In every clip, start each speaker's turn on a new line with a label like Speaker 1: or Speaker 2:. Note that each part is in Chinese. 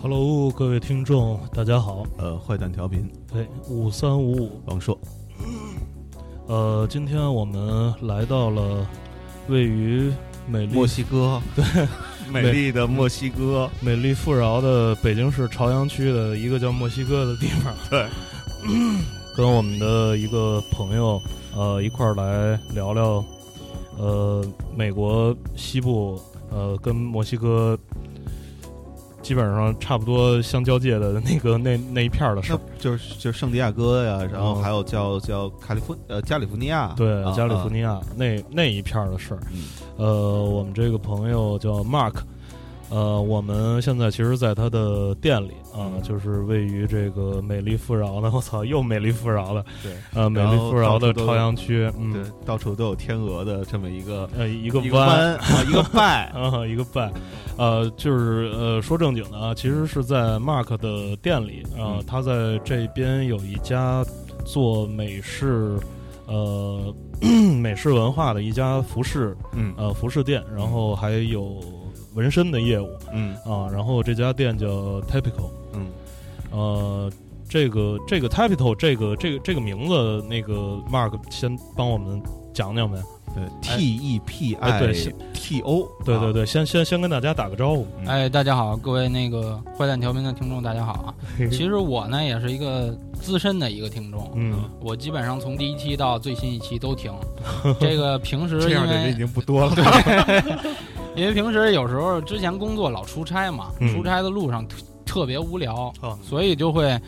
Speaker 1: Hello，各位听众，大家好。
Speaker 2: 呃，坏蛋调频，
Speaker 1: 哎，五三五五，
Speaker 2: 王硕，
Speaker 1: 呃，今天我们来到了位于美丽
Speaker 2: 墨西 哥，对， 美丽的墨西哥，
Speaker 1: 嗯美丽富饶的北京市朝阳区的一个叫墨西哥的地方，
Speaker 2: 对，
Speaker 1: 跟我们的一个朋友呃一块儿来聊聊，呃，美国西部呃跟墨西哥基本上差不多相交界的那个那那一片儿的事
Speaker 2: 那
Speaker 1: 儿。
Speaker 2: 就是就是圣地亚哥呀，然后
Speaker 1: 嗯
Speaker 2: 还有叫叫卡利夫呃加利福尼亚，
Speaker 1: 对
Speaker 2: 啊，
Speaker 1: 加利福尼亚、那那一片儿的事儿。
Speaker 2: 嗯
Speaker 1: 呃，我们这个朋友叫 Mark，呃，我们现在其实在他的店里啊、
Speaker 2: 嗯
Speaker 1: 就是位于这个美丽富饶的，我操，又美丽富饶的，
Speaker 2: 对
Speaker 1: 呃，美丽富饶的
Speaker 2: 然后到处都
Speaker 1: 朝阳区，
Speaker 2: 啊
Speaker 1: 嗯，
Speaker 2: 对，到处都有天鹅的这么一个
Speaker 1: 呃，一个
Speaker 2: 一个
Speaker 1: 弯。，
Speaker 2: 弯啊，一个拜
Speaker 1: 啊，一个半，呃，就是呃，说正经的啊，其实是在 Mark 的店里啊、
Speaker 2: 嗯
Speaker 1: 他在这边有一家做美式，呃， 美式文化的一家服饰
Speaker 2: 嗯
Speaker 1: 呃服饰店，然后还有纹身的业务
Speaker 2: 嗯
Speaker 1: 啊，然后这家店叫 Typical，
Speaker 2: 嗯
Speaker 1: 呃，这个这个 Typical 这个这个这个名字，那个 Mark 先帮我们讲讲呗。
Speaker 2: 对，T E P
Speaker 1: 哎
Speaker 2: I
Speaker 1: 对是
Speaker 2: T O，
Speaker 1: 对
Speaker 2: 啊
Speaker 1: 对，对，先先先跟大家打个招呼。
Speaker 2: 嗯
Speaker 3: 哎，大家好，各位那个坏蛋调频的听众，大家好 啊！其实我呢也是一个资深的一个听众，
Speaker 1: 嗯，
Speaker 3: 我基本上从第一期到最新一期 都听。这个平时因为
Speaker 2: 经不多了，
Speaker 3: 因为平时有时候之前工作老出差嘛，
Speaker 1: 嗯
Speaker 3: 出差的路上特特别无聊，
Speaker 1: 好，
Speaker 3: 所以就会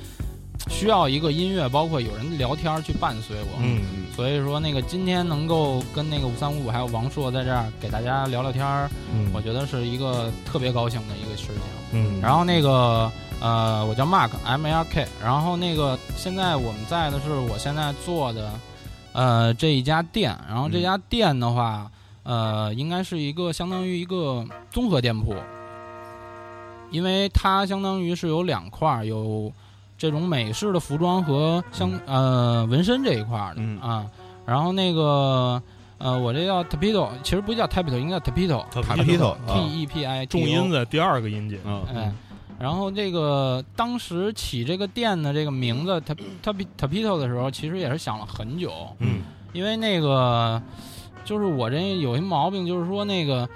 Speaker 3: 需要一个音乐，包括有人聊天去伴随我。
Speaker 1: 嗯
Speaker 2: 嗯
Speaker 3: 所以说，那个今天能够跟那个五三五五还有王硕在这儿给大家聊聊天儿，
Speaker 1: 嗯
Speaker 3: 我觉得是一个特别高兴的一个事情。
Speaker 1: 嗯，
Speaker 3: 然后那个呃，我叫 Mark M A R K，然后那个现在我们在的是我现在做的呃这一家店，然后这
Speaker 1: 嗯
Speaker 3: 家店的话，呃，应该是一个相当于一个综合店铺，因为它相当于是有两块儿，有这种美式的服装和相
Speaker 1: 嗯
Speaker 3: 呃纹身这一块儿的、
Speaker 2: 嗯
Speaker 3: 啊，然后那个。呃，我这叫 tapito，其实不叫 tapito，应该叫
Speaker 1: Tapito
Speaker 3: tapito，T
Speaker 2: 卡皮头啊
Speaker 3: E P I，
Speaker 1: 重音在第二个音节。
Speaker 2: 嗯
Speaker 3: 哎，然后这个当时起这个店的这个名字，它它 Tapito 的时候，其实也是想了很久，
Speaker 1: 嗯
Speaker 3: 因为那个就是我这有一毛病，就是说那个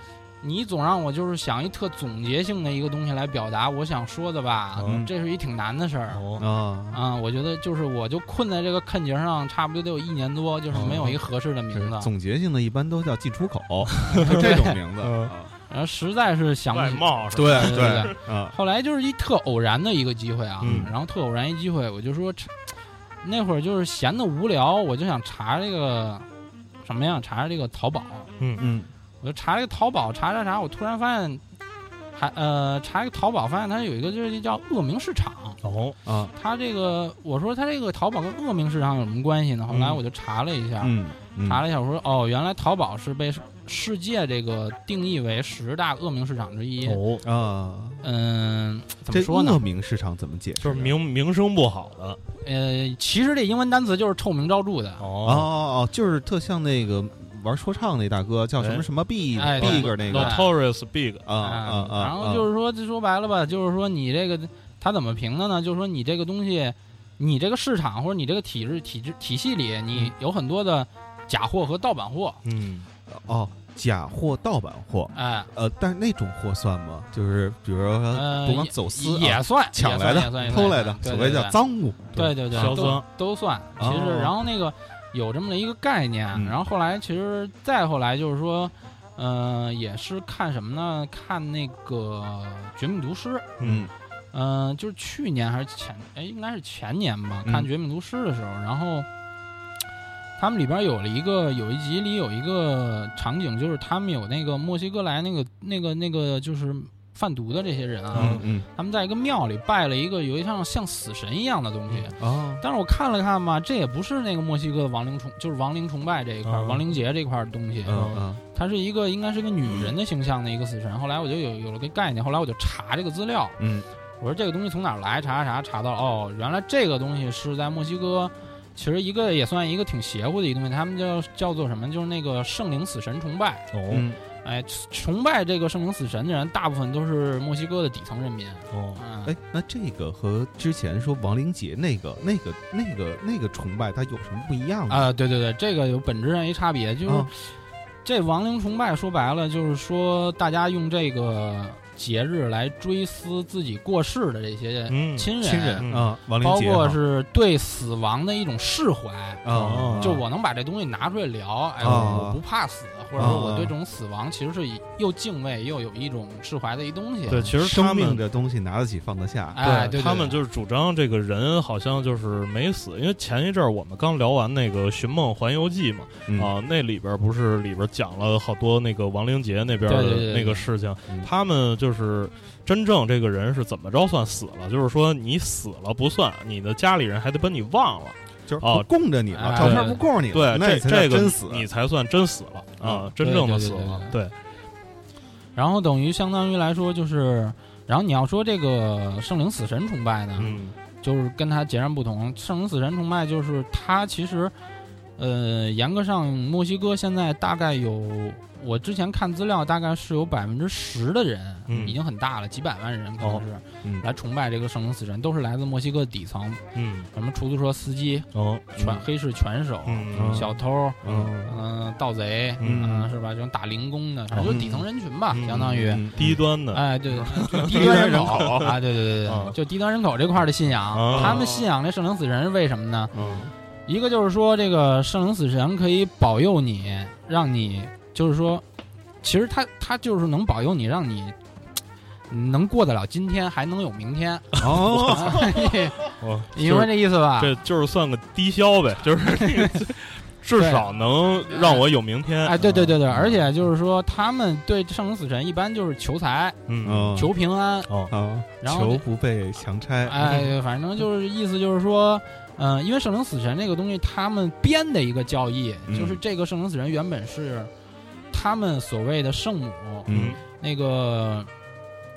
Speaker 3: 你总让我就是想一特总结性的一个东西来表达我想说的吧，
Speaker 2: 嗯
Speaker 3: 这是一挺难的事儿。
Speaker 1: 哦，
Speaker 2: 啊，
Speaker 3: 啊、我觉得就是我就困在这个坎节上，差不多得有一年多，就是没有
Speaker 2: 哦
Speaker 3: 一个合适的名字，
Speaker 2: 总结性的一般都叫进出 口，就这种名字
Speaker 1: 嗯
Speaker 2: 啊，
Speaker 3: 然后实在是想不
Speaker 1: 外
Speaker 3: 起。
Speaker 1: 贸是吧？
Speaker 2: 对
Speaker 3: 对
Speaker 2: 对
Speaker 3: 对
Speaker 2: 啊，
Speaker 3: 后来就是一特偶然的一个机会啊，
Speaker 1: 嗯
Speaker 3: 然后特偶然一机会，我就说，嘖那会儿就是闲的无聊，我就想查这个什么呀？查这个淘宝，
Speaker 2: 嗯
Speaker 3: 我就查这个淘宝，查查查，我突然发现，还呃查这个淘宝，发现它有一个就是叫恶名市场。
Speaker 1: 哦，
Speaker 2: 啊，
Speaker 3: 它这个我说它这个淘宝跟恶名市场有什么关系呢？后来
Speaker 1: 嗯
Speaker 3: 我就查了一下，
Speaker 2: 嗯，嗯
Speaker 3: 查了一下，我说哦，原来淘宝是被世界这个定义为十大恶名市场之一。
Speaker 1: 哦，
Speaker 2: 啊，
Speaker 3: 嗯，怎么
Speaker 2: 这
Speaker 3: 说呢
Speaker 2: 恶？名市场怎么解释？
Speaker 1: 就是名名声不好的。
Speaker 3: 呃，其实这英文单词就是臭名昭著的。
Speaker 2: 哦
Speaker 1: 哦，
Speaker 2: 哦哦，就是特像那个玩说唱那大哥叫什么什么 B
Speaker 3: 哎
Speaker 2: B 哥那个
Speaker 1: notorious big，
Speaker 2: 啊啊啊，
Speaker 3: 然后就是是说，这说白了吧，就是说你这个他怎么评的呢？就是说你这个东西，你这个市场或者你这个体制体制体系里，
Speaker 2: 嗯
Speaker 3: 你有很多的假货和盗版货，
Speaker 1: 嗯，
Speaker 2: 哦，假货盗版货，
Speaker 3: 哎，
Speaker 2: 呃，但是那种货算吗？就是比如说
Speaker 3: 呃
Speaker 2: 不光走私啊
Speaker 3: 也算
Speaker 2: 抢来
Speaker 3: 也算
Speaker 2: 的、
Speaker 3: 也算
Speaker 2: 偷来的，
Speaker 3: 对
Speaker 2: 所
Speaker 3: 对
Speaker 2: 谓叫
Speaker 3: 对
Speaker 2: 赃物。
Speaker 3: 对对对，
Speaker 1: 销
Speaker 3: 都
Speaker 1: 赃
Speaker 3: 都算。其实，
Speaker 2: 哦
Speaker 3: 然后那个有这么的一个概念，
Speaker 2: 嗯
Speaker 3: 然后后来其实再后来就是说，呃，也是看什么呢？看那个《绝命毒师》。
Speaker 2: 嗯
Speaker 3: 嗯、就是去年还是前，哎，应该是前年吧，
Speaker 2: 嗯
Speaker 3: 看《绝命毒师》的时候，然后他们里边有了一个，有一集里有一个场景，就是他们有那个墨西哥来那个那个那个就是贩毒的这些人啊，
Speaker 2: 嗯嗯
Speaker 3: 他们在一个庙里拜了一个有一像像死神一样的东西。
Speaker 2: 哦
Speaker 3: 但是我看了看吧，这也不是那个墨西哥的亡灵崇，就是亡灵崇拜这一块儿，
Speaker 1: 嗯
Speaker 3: 亡灵节这块儿的东西。
Speaker 2: 嗯嗯
Speaker 3: 它是一个应该是个女人的形象的一个死神。后来我就有有了个概念，后来我就查这个资料，
Speaker 2: 嗯
Speaker 3: 我说这个东西从哪儿来？查查查，查到哦，原来这个东西是在墨西哥，其实一个也算一个挺邪乎的一个东西，他们叫叫做什么？就是那个圣灵死神崇拜。
Speaker 1: 哦，
Speaker 2: 嗯
Speaker 3: 哎，崇拜这个圣灵死神的人，大部分都是墨西哥的底层人民。
Speaker 1: 哦，
Speaker 3: 嗯，
Speaker 2: 哎，那这个和之前说亡灵节那个、那个、那个、那个崇拜，它有什么不一样吗？
Speaker 3: 啊、对对对，这个有本质上一差别，就是
Speaker 2: 啊
Speaker 3: 这亡灵崇拜说白了就是说，大家用这个节日来追思自己过世的这些
Speaker 1: 嗯，
Speaker 3: 亲人，
Speaker 2: 亲人
Speaker 1: 嗯
Speaker 2: 啊，亡灵
Speaker 3: 包
Speaker 2: 节
Speaker 3: 括
Speaker 2: 哈
Speaker 3: 是对死亡的一种释怀。
Speaker 2: 啊，
Speaker 3: 就我能把这东西拿出来聊，哎，
Speaker 2: 啊
Speaker 3: 我不怕死，或者说我
Speaker 2: 啊
Speaker 3: 对这种死亡其实是以又敬畏又有一种释怀的一东西。
Speaker 1: 对，其实他
Speaker 2: 生命
Speaker 1: 们
Speaker 2: 这东西拿得起放得下，
Speaker 3: 哎，对，对
Speaker 1: 他们
Speaker 3: 对
Speaker 1: 就是主张这个人好像就是没死，因为前一阵儿我们刚聊完那个《寻梦环游记》嘛，
Speaker 2: 嗯
Speaker 1: 啊，那里边儿不是里边儿讲了好多那个亡灵节那边儿
Speaker 3: 对对对
Speaker 1: 的
Speaker 3: 对
Speaker 1: 那个事情，
Speaker 2: 嗯
Speaker 1: 他们就是真正这个人是怎么着算死了，就是说你死了不算，你的家里人还得把你忘了，
Speaker 2: 就是
Speaker 1: 哦
Speaker 2: 不供着你了，
Speaker 3: 哎
Speaker 2: 照片不供着你
Speaker 1: 对
Speaker 2: 了，，那
Speaker 1: 这
Speaker 2: 你才叫
Speaker 1: 这个
Speaker 2: 真死。
Speaker 1: 你才算真死了啊
Speaker 2: 嗯，
Speaker 1: 真正的死
Speaker 3: 对对对
Speaker 1: 了，对，
Speaker 3: 然后等于相当于来说就是，然后你要说这个圣灵死神崇拜呢，
Speaker 1: 嗯，
Speaker 3: 就是跟它截然不同。圣灵死神崇拜就是它其实，呃，严格上墨西哥现在大概有，我之前看资料大概是有百分之十的人、
Speaker 1: 嗯哦
Speaker 3: 已经很大了，几百万人可能是、
Speaker 2: 嗯
Speaker 3: 来崇拜这个圣灵死神，都是来自墨西哥底层，
Speaker 1: 嗯，
Speaker 3: 什么出租车司机、
Speaker 1: 哦，
Speaker 3: 拳黑市拳手、
Speaker 1: 嗯，
Speaker 2: 嗯
Speaker 3: 小偷。
Speaker 2: 嗯
Speaker 3: 嗯、盗贼，
Speaker 1: 嗯
Speaker 3: 呃是吧？这种打零工的，反正就是底层人群吧，
Speaker 1: 嗯
Speaker 3: 相当于。
Speaker 2: 嗯
Speaker 1: 低端的，
Speaker 3: 哎，对，就低
Speaker 2: 低
Speaker 3: 端
Speaker 2: 端
Speaker 3: 人
Speaker 2: 人
Speaker 3: 口啊，对对对对
Speaker 1: 啊
Speaker 3: 对，就低端人口这块儿的信仰
Speaker 1: 啊，
Speaker 3: 他们信仰这圣灵死神是为什么呢？
Speaker 1: 嗯
Speaker 3: 一个就是说，这个圣灵死神可以保佑你，让你就是说，其实他他就是能保佑你，让你能过得了今天，还能有明天。
Speaker 2: 哦，
Speaker 1: 哦，
Speaker 3: 你明白这意思吧？
Speaker 1: 这就是算个低消呗，就是至少能让我有明天。
Speaker 3: 哎，对对对对，而且就是说，他们对圣灵死神一般就是求财、
Speaker 1: 嗯，
Speaker 3: 求平安，
Speaker 1: 哦，
Speaker 2: 啊，
Speaker 3: 然后
Speaker 2: 求不被强拆，
Speaker 3: 哎，反正就是意思就是说，嗯、因为圣灵死神这个东西，他们编的一个教义，
Speaker 2: 嗯
Speaker 3: 就是这个圣灵死神原本是他们所谓的圣母，
Speaker 1: 嗯
Speaker 2: 嗯
Speaker 3: 那个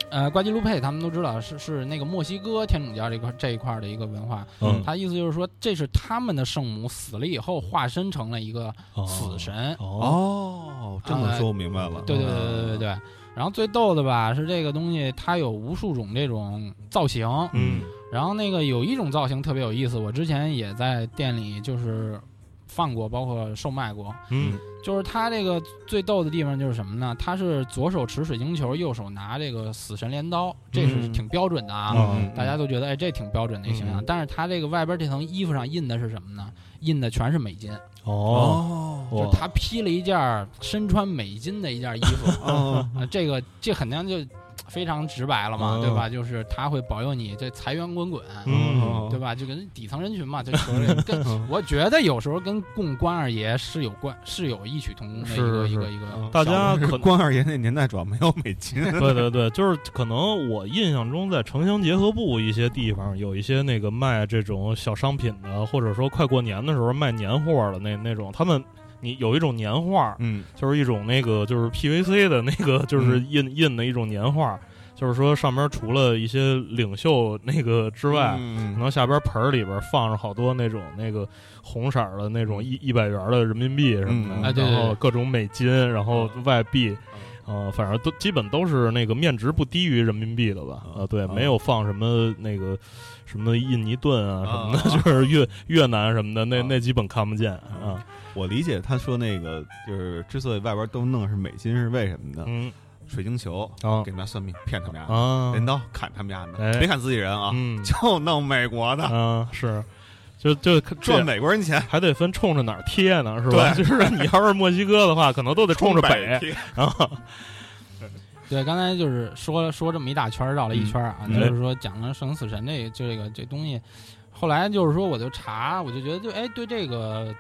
Speaker 3: 呃，瓜基卢佩他们都知道是是那个墨西哥天主教这块这一块的一个文化，
Speaker 1: 嗯，
Speaker 3: 他意思就是说这是他们的圣母死了以后化身成了一个
Speaker 1: 哦
Speaker 3: 死神，
Speaker 1: 哦，
Speaker 2: 哦，这么说我明
Speaker 1: 嗯
Speaker 2: 白了，
Speaker 3: 对对对对对对。然后最逗的吧是这个东西，它有无数种这种造型，
Speaker 1: 嗯
Speaker 3: 然后那个有一种造型特别有意思，我之前也在店里就是放过，包括售卖过。
Speaker 1: 嗯
Speaker 3: 就是它这个最逗的地方就是什么呢？它是左手持水晶球，右手拿这个死神镰刀，这是
Speaker 1: 嗯
Speaker 3: 挺标准的啊。
Speaker 1: 嗯
Speaker 3: 大家都觉得哎，这挺标准的一形象。
Speaker 1: 嗯
Speaker 3: 但是它这个外边这层衣服上印的是什么呢？印的全是美金，
Speaker 1: 哦，
Speaker 2: 哦。
Speaker 3: 就是他披了一件儿身穿美金的一件衣服
Speaker 2: 哦，
Speaker 3: 啊，这个这肯定就非常直白了嘛，
Speaker 1: 嗯
Speaker 3: 对吧？就是他会保佑你这财源滚滚。
Speaker 1: 嗯
Speaker 3: 对
Speaker 2: 吧？
Speaker 3: 吧？就跟底层人群嘛，就求 着跟。我觉得有时候跟供关二爷是有关，是有异曲同工的一个
Speaker 1: 是嗯
Speaker 3: 一
Speaker 1: 是
Speaker 3: 个一个。
Speaker 1: 大家可
Speaker 2: 关二爷那年代主要没有美金，
Speaker 1: 对对对，就是可能我印象中在城乡结合部一些地方有一些那个卖这种小商品的，或者说快过年的时候卖年货的那那种，他们你有一种年画，
Speaker 2: 嗯
Speaker 1: 就是一种那个就是 PVC 的那个就是
Speaker 2: 嗯
Speaker 1: 印、印的一种年画，就是说上面除了一些领袖那个之外，可
Speaker 2: 嗯
Speaker 1: 能下边盆儿里边放着好多那种那个红色儿的那种一一百元的人民币什么的，
Speaker 2: 嗯
Speaker 3: 啊对对
Speaker 1: 然后
Speaker 3: 对
Speaker 1: 各种美金，然后外币。呃，反正都基本都是那个面值不低于人民币的吧？
Speaker 2: 啊
Speaker 1: 呃，对，
Speaker 2: 啊
Speaker 1: 没有放什么那个什么印尼盾啊什么的，
Speaker 2: 啊
Speaker 1: 就是越越南什么的，那、
Speaker 2: 啊
Speaker 1: 那基本看不见啊。
Speaker 2: 我理解他说那个就是之所以外边都弄是美金是为什么呢？
Speaker 1: 嗯
Speaker 2: 水晶球
Speaker 1: 啊
Speaker 2: 给他们家算命骗他们家，
Speaker 1: 啊
Speaker 2: 镰刀砍他们家
Speaker 1: 哎
Speaker 2: 的，别砍自己人啊，
Speaker 1: 嗯
Speaker 2: 就弄美国的，
Speaker 1: 啊是，就就
Speaker 2: 赚
Speaker 1: 这
Speaker 2: 美国人钱。
Speaker 1: 还得分冲着哪儿贴呢，是吧？就是你要是墨西哥的话，可能都得冲着北
Speaker 2: 北
Speaker 1: 啊。
Speaker 3: 对，刚才就是说说这么一大圈儿，绕了一圈儿啊，
Speaker 1: 嗯
Speaker 3: 就是说讲了生死神这这个这东西。后来就是说，我就查，我就觉得就哎，对这个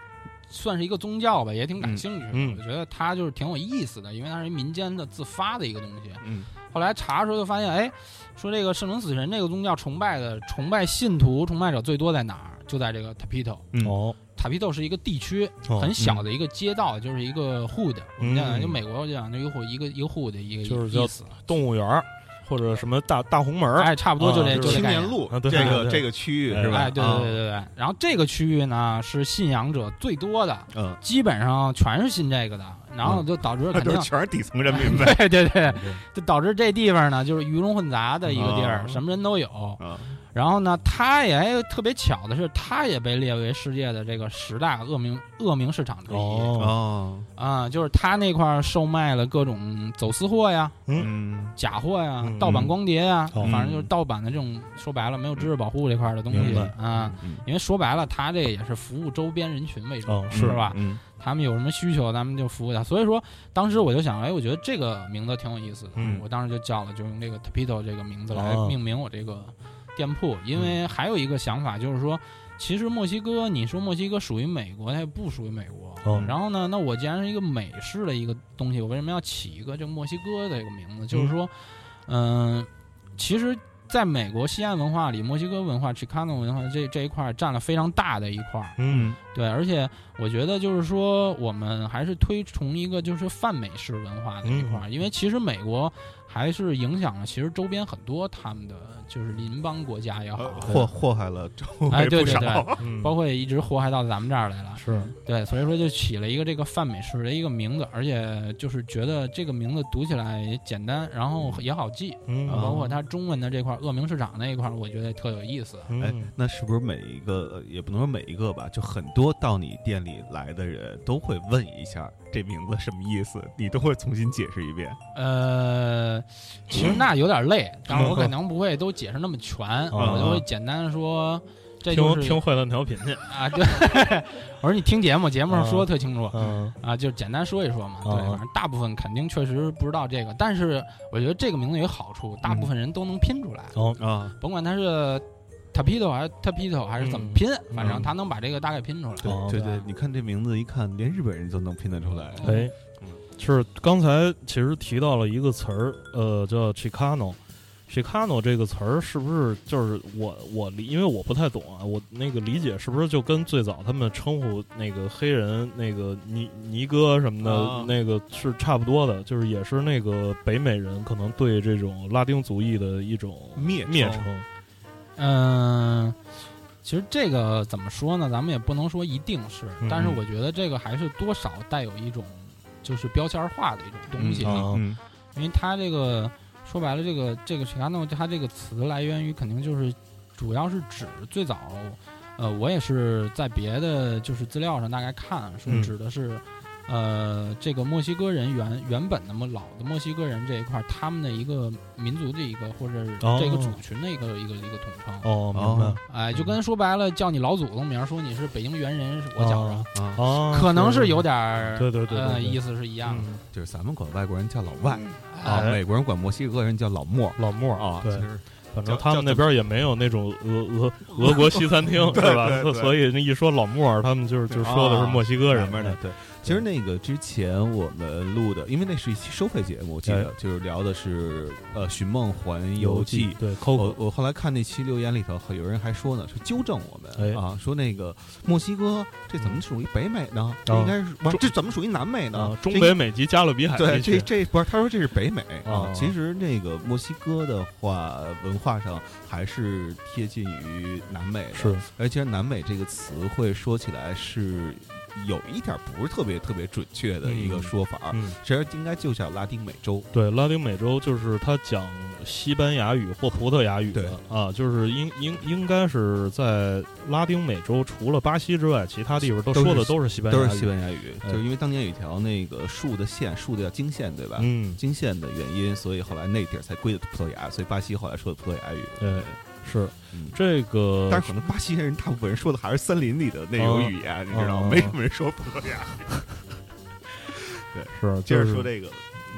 Speaker 3: 算是一个宗教吧，也挺感
Speaker 2: 嗯
Speaker 3: 兴趣的。
Speaker 1: 嗯
Speaker 3: 我觉得它就是挺有意思的，因为它是民间的自发的一个东西。
Speaker 2: 嗯
Speaker 3: 后来查的时候就发现，哎，说这个圣灵死神这个宗教崇拜的崇拜信徒崇拜者最多在哪儿？就在这个 Tapito。
Speaker 2: 嗯
Speaker 1: 哦，
Speaker 3: Tapito 是一个地区，
Speaker 1: 哦
Speaker 3: 很小的一个街道，就是一个 hood。我们讲
Speaker 1: 嗯
Speaker 3: 就美国就讲这一个 hood 一个一个 hood 的一个
Speaker 1: 就是叫
Speaker 3: 意思。
Speaker 1: 动物园儿或者什么大大红门儿，
Speaker 3: 哎，差不多就这
Speaker 1: 啊
Speaker 3: 就
Speaker 1: 就是
Speaker 3: 这
Speaker 2: 青
Speaker 3: 概
Speaker 2: 年
Speaker 3: 念。
Speaker 2: 路
Speaker 1: 啊对
Speaker 2: 这
Speaker 1: 对对
Speaker 2: 个这个区域是吧？
Speaker 3: 哎，对对对
Speaker 2: 啊，
Speaker 3: 对对。然后这个区域呢是信仰者最多的，
Speaker 2: 嗯
Speaker 3: 基本上全是信这个的。然后就导致
Speaker 4: 那
Speaker 3: 肯定
Speaker 2: 啊
Speaker 4: 就全是底层 人民呗。
Speaker 3: 对对对，就导致这地方呢就是鱼龙混杂的一个地儿，
Speaker 4: 啊
Speaker 3: 什么人都有。
Speaker 4: 啊，
Speaker 3: 然后呢，它也哎特别巧的是，它也被列为世界的这个十大恶名恶名市场之一啊、
Speaker 1: 哦，
Speaker 2: 哦，
Speaker 3: 就是它那块儿售卖了各种走私货呀、
Speaker 2: 嗯
Speaker 3: 假货呀、
Speaker 1: 嗯
Speaker 3: 盗版光碟呀，
Speaker 1: 哦
Speaker 3: 反正就是盗版的这种，说白了没有知识保护这块儿的东
Speaker 1: 明
Speaker 3: 西
Speaker 1: 白
Speaker 3: 啊。
Speaker 2: 嗯
Speaker 3: 因为说白了，它这个也是服务周边人群为主，
Speaker 1: 哦
Speaker 3: 是
Speaker 1: 是
Speaker 3: 吧？
Speaker 2: 嗯
Speaker 3: 他们有什么需求，咱们就服务他。所以说，当时我就想，哎，我觉得这个名字挺有意思的，
Speaker 1: 嗯
Speaker 3: 我当时就叫了，就用这个 Tapito 这个名字来
Speaker 1: 哦
Speaker 3: 命名我这个店铺。因为还有一个想法就是说，其实墨西哥，你说墨西哥属于美国，它也不属于美国。
Speaker 1: 哦
Speaker 3: 然后呢，那我既然是一个美式的一个东西，我为什么要起一个这墨西哥的一个名字？就是说，嗯、其实。在美国西安文化里，墨西哥文化、Chicano 文化这这一块儿占了非常大的一块儿。
Speaker 1: 嗯
Speaker 3: 对，而且我觉得就是说，我们还是推崇一个就是泛美式文化的这
Speaker 1: 嗯
Speaker 3: 块儿，因为其实美国还是影响了其实周边很多他们的就是邻邦国家也
Speaker 2: 啊
Speaker 3: 好，
Speaker 4: 呃
Speaker 2: 祸祸害了周
Speaker 3: 哎，
Speaker 4: 也
Speaker 3: 对
Speaker 4: 不
Speaker 3: 对对，
Speaker 4: 少。
Speaker 1: 嗯，
Speaker 3: 包括一直祸害到咱们这儿来了，
Speaker 1: 是
Speaker 3: 对，所以说就起了一个这个泛美式的一个名字，而且就是觉得这个名字读起来也简单，然后也好记，
Speaker 1: 嗯
Speaker 3: 啊，包括它中文的这块儿恶名市场那一块儿，我觉得特有意思。
Speaker 1: 嗯
Speaker 2: 哎，那是不是每一个呃也不能说每一个吧，就很多到你店里来的人都会问一下
Speaker 4: 这名字什么意思？你都会重新解释一遍。
Speaker 3: 呃， 其实那有点累，但是
Speaker 1: 嗯
Speaker 3: 我可能不会都解释那么全，我就会简单地说，这就
Speaker 1: 啊听
Speaker 3: 是
Speaker 1: 听坏蛋调频去，
Speaker 3: 啊，对， 我说你听节目，节目上说得特清楚。
Speaker 1: 嗯
Speaker 3: 啊，就简单说一说嘛，对，
Speaker 1: 啊
Speaker 3: 反正大部分肯定确实不知道这个，但是我觉得这个名字有好处，大
Speaker 1: 嗯
Speaker 3: 部分人都能拼出来，
Speaker 1: 哦
Speaker 2: 啊，
Speaker 3: 甭管他是 tapito 还是 tapito 还是怎么
Speaker 1: 嗯
Speaker 3: 拼，反正他能把这个大概拼出来。
Speaker 1: 哦
Speaker 2: 对
Speaker 3: 对
Speaker 2: 对，你看这名字一看，连日本人都能拼得出来。
Speaker 1: 哎
Speaker 4: 嗯，
Speaker 1: 是刚才其实提到了一个词儿，呃，叫 Chicano。Chicano 这个词儿是不是就是我我理，因为我不太懂啊，我那个理解是不是就跟最早他们称呼那个黑人那个尼尼哥什么的、
Speaker 2: 啊
Speaker 1: 那个是差不多的，就是也是那个北美人可能对这种拉丁族裔的一种
Speaker 2: 灭
Speaker 1: 蔑
Speaker 2: 称
Speaker 1: 称，
Speaker 3: 嗯，其实这个怎么说呢？咱们也不能说一定是，
Speaker 1: 嗯
Speaker 3: 但是我觉得这个还是多少带有一种就是标签化的一种东西，
Speaker 1: 嗯啊
Speaker 2: 嗯
Speaker 3: 因为它这个说白了，这个这个 Chicano 它这个词来源于肯定就是主要是指最早，呃，我也是在别的就是资料上大概看说
Speaker 1: 嗯
Speaker 3: 指的是。呃，这个墨西哥人原原本那么老的墨西哥人这一块儿，他们的一个民族的一个或者是
Speaker 1: 哦
Speaker 3: 这个族群的一个、一个一个统称。
Speaker 1: 哦，明
Speaker 2: 哦
Speaker 1: 白
Speaker 3: 哎，就跟说白了，叫你老祖宗名儿，说你是北京猿人，是我叫
Speaker 1: 啊
Speaker 3: 着，
Speaker 2: 啊，
Speaker 1: 啊，
Speaker 3: 可能是有点儿，
Speaker 1: 对对对对
Speaker 3: 呃，
Speaker 1: 对
Speaker 3: 意思是一样的。
Speaker 1: 嗯
Speaker 2: 就是咱们管外国人叫老外啊，
Speaker 1: 哎
Speaker 2: 美国人管墨西哥人叫老莫
Speaker 1: 老莫
Speaker 2: 啊，
Speaker 1: 对
Speaker 2: 就，是
Speaker 1: 反正他们那边也没有那种俄俄俄国西餐 厅，是吧？
Speaker 4: 对对对
Speaker 1: 所以那一说老莫尔，他们就是就是说的是墨西哥人哎
Speaker 2: 两啊边哎的。对，其实那个之前我们录的，因为那是一期收费节目，我记
Speaker 1: 哎
Speaker 2: 得就是聊的是呃《寻梦环游记》。啊
Speaker 1: 对
Speaker 2: 我
Speaker 1: ，Coco，
Speaker 2: 我后来看那期留言里头，有人还说呢，是纠正我们
Speaker 1: 哎
Speaker 2: 啊，说那个墨西哥这怎么属于北美呢？这
Speaker 1: 啊
Speaker 2: 应该是不是这怎么属于南美呢
Speaker 1: 啊，？中
Speaker 2: 这
Speaker 1: 北美及加勒比海
Speaker 2: 对，
Speaker 1: 地
Speaker 2: 这
Speaker 1: 区，
Speaker 2: 这不是他说这是北美
Speaker 1: 啊
Speaker 2: 其实那个墨西哥的话，文化上还是贴近于南美的，
Speaker 1: 是
Speaker 2: 而且南美这个词汇说起来是有一点不是特别特别准确的一个说法，
Speaker 1: 嗯，
Speaker 2: 其实应该就叫拉丁美洲。
Speaker 1: 对，拉丁美洲就是他讲西班牙语或葡萄牙语的啊，就是应应应该是在拉丁美洲，除了巴西之外，其他地方都
Speaker 2: 都是
Speaker 1: 说的都是西班牙
Speaker 2: 都
Speaker 1: 语，
Speaker 2: 是西班牙语，
Speaker 1: 哎
Speaker 2: 就是因为当年有一条那个树的线，树的叫经线，对吧？
Speaker 1: 嗯，
Speaker 2: 经线的原因，所以后来那地儿才归的葡萄牙，所以巴西后来说的葡萄牙语。
Speaker 1: 对，哎是
Speaker 2: 嗯
Speaker 1: 这个，
Speaker 2: 但是可能巴西人大部分人说的还是森林里的那种语言，你知道
Speaker 1: 哦
Speaker 2: 吗？没什么人说葡萄牙。
Speaker 1: 是
Speaker 2: 接
Speaker 1: 就
Speaker 2: 着
Speaker 1: 是
Speaker 2: 说这 个，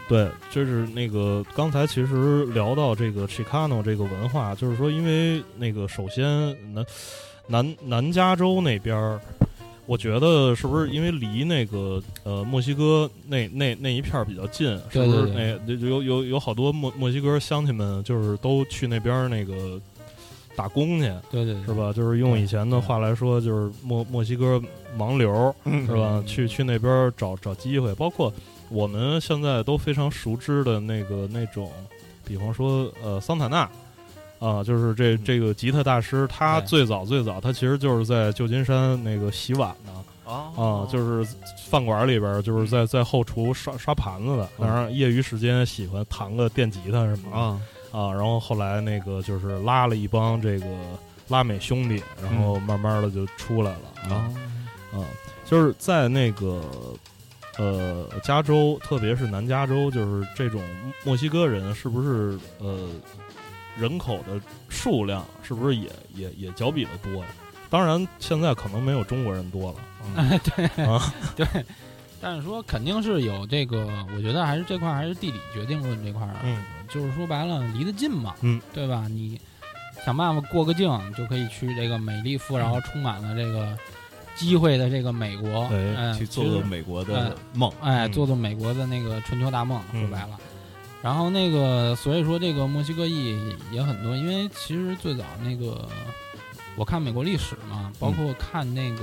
Speaker 1: 对，就是那个刚才其实聊到这个 Chicano 这个文化，就是说，因为那个首先南南南加州那边儿，我觉得是不是因为离那个呃墨西哥那那那一片儿比较近，是
Speaker 3: 对
Speaker 1: 不是
Speaker 3: 对
Speaker 1: 那
Speaker 3: 对
Speaker 1: 就有有有好多墨墨西哥乡亲们就是都去那边儿那个打工去，
Speaker 3: 对对对
Speaker 1: 是，吧？就是用以前的话来说，就是墨墨西哥盲流儿，是吧？
Speaker 3: 嗯
Speaker 1: 去去那边儿找找机会，包括我们现在都非常熟知的那个那种，比方说呃桑塔纳，啊、就是这这个吉他大师，他
Speaker 3: 对
Speaker 1: 最早最早他其实就是在旧金山那个洗碗呢，
Speaker 3: 哦
Speaker 2: 哦
Speaker 1: 啊，就是饭馆里边儿就是在在后厨刷刷盘子的，当然业余时间喜欢弹个电吉他什么的
Speaker 2: 啊，
Speaker 1: 啊，然后后来那个就是拉了一帮这个拉美兄弟，然后慢慢的就出来了啊啊，就是在那个呃加州，特别是南加州，就是这种墨西哥人是不是呃人口的数量是不是也也也较比的多呀？当然，现在可能没有中国人多了。
Speaker 3: 哎，对
Speaker 1: 啊
Speaker 3: 对，但是说肯定是有这个，我觉得还是这块儿还是地理决定论这块儿啊，
Speaker 1: 嗯
Speaker 3: 就是说白了离得近嘛，
Speaker 1: 嗯，
Speaker 3: 对吧？你想办法过个境，就可以去这个美丽富饶、充满了这个机会的这个美国，
Speaker 1: 嗯哎
Speaker 3: 哎，
Speaker 2: 去做
Speaker 3: 其实
Speaker 2: 做美国的梦，
Speaker 3: 哎，
Speaker 1: 嗯
Speaker 3: 做做美国的那个春秋大梦，
Speaker 1: 嗯
Speaker 3: 说白了。然后那个，所以说这个墨西哥裔也很多，因为其实最早那个我看美国历史嘛，
Speaker 2: 嗯
Speaker 3: 包括看那个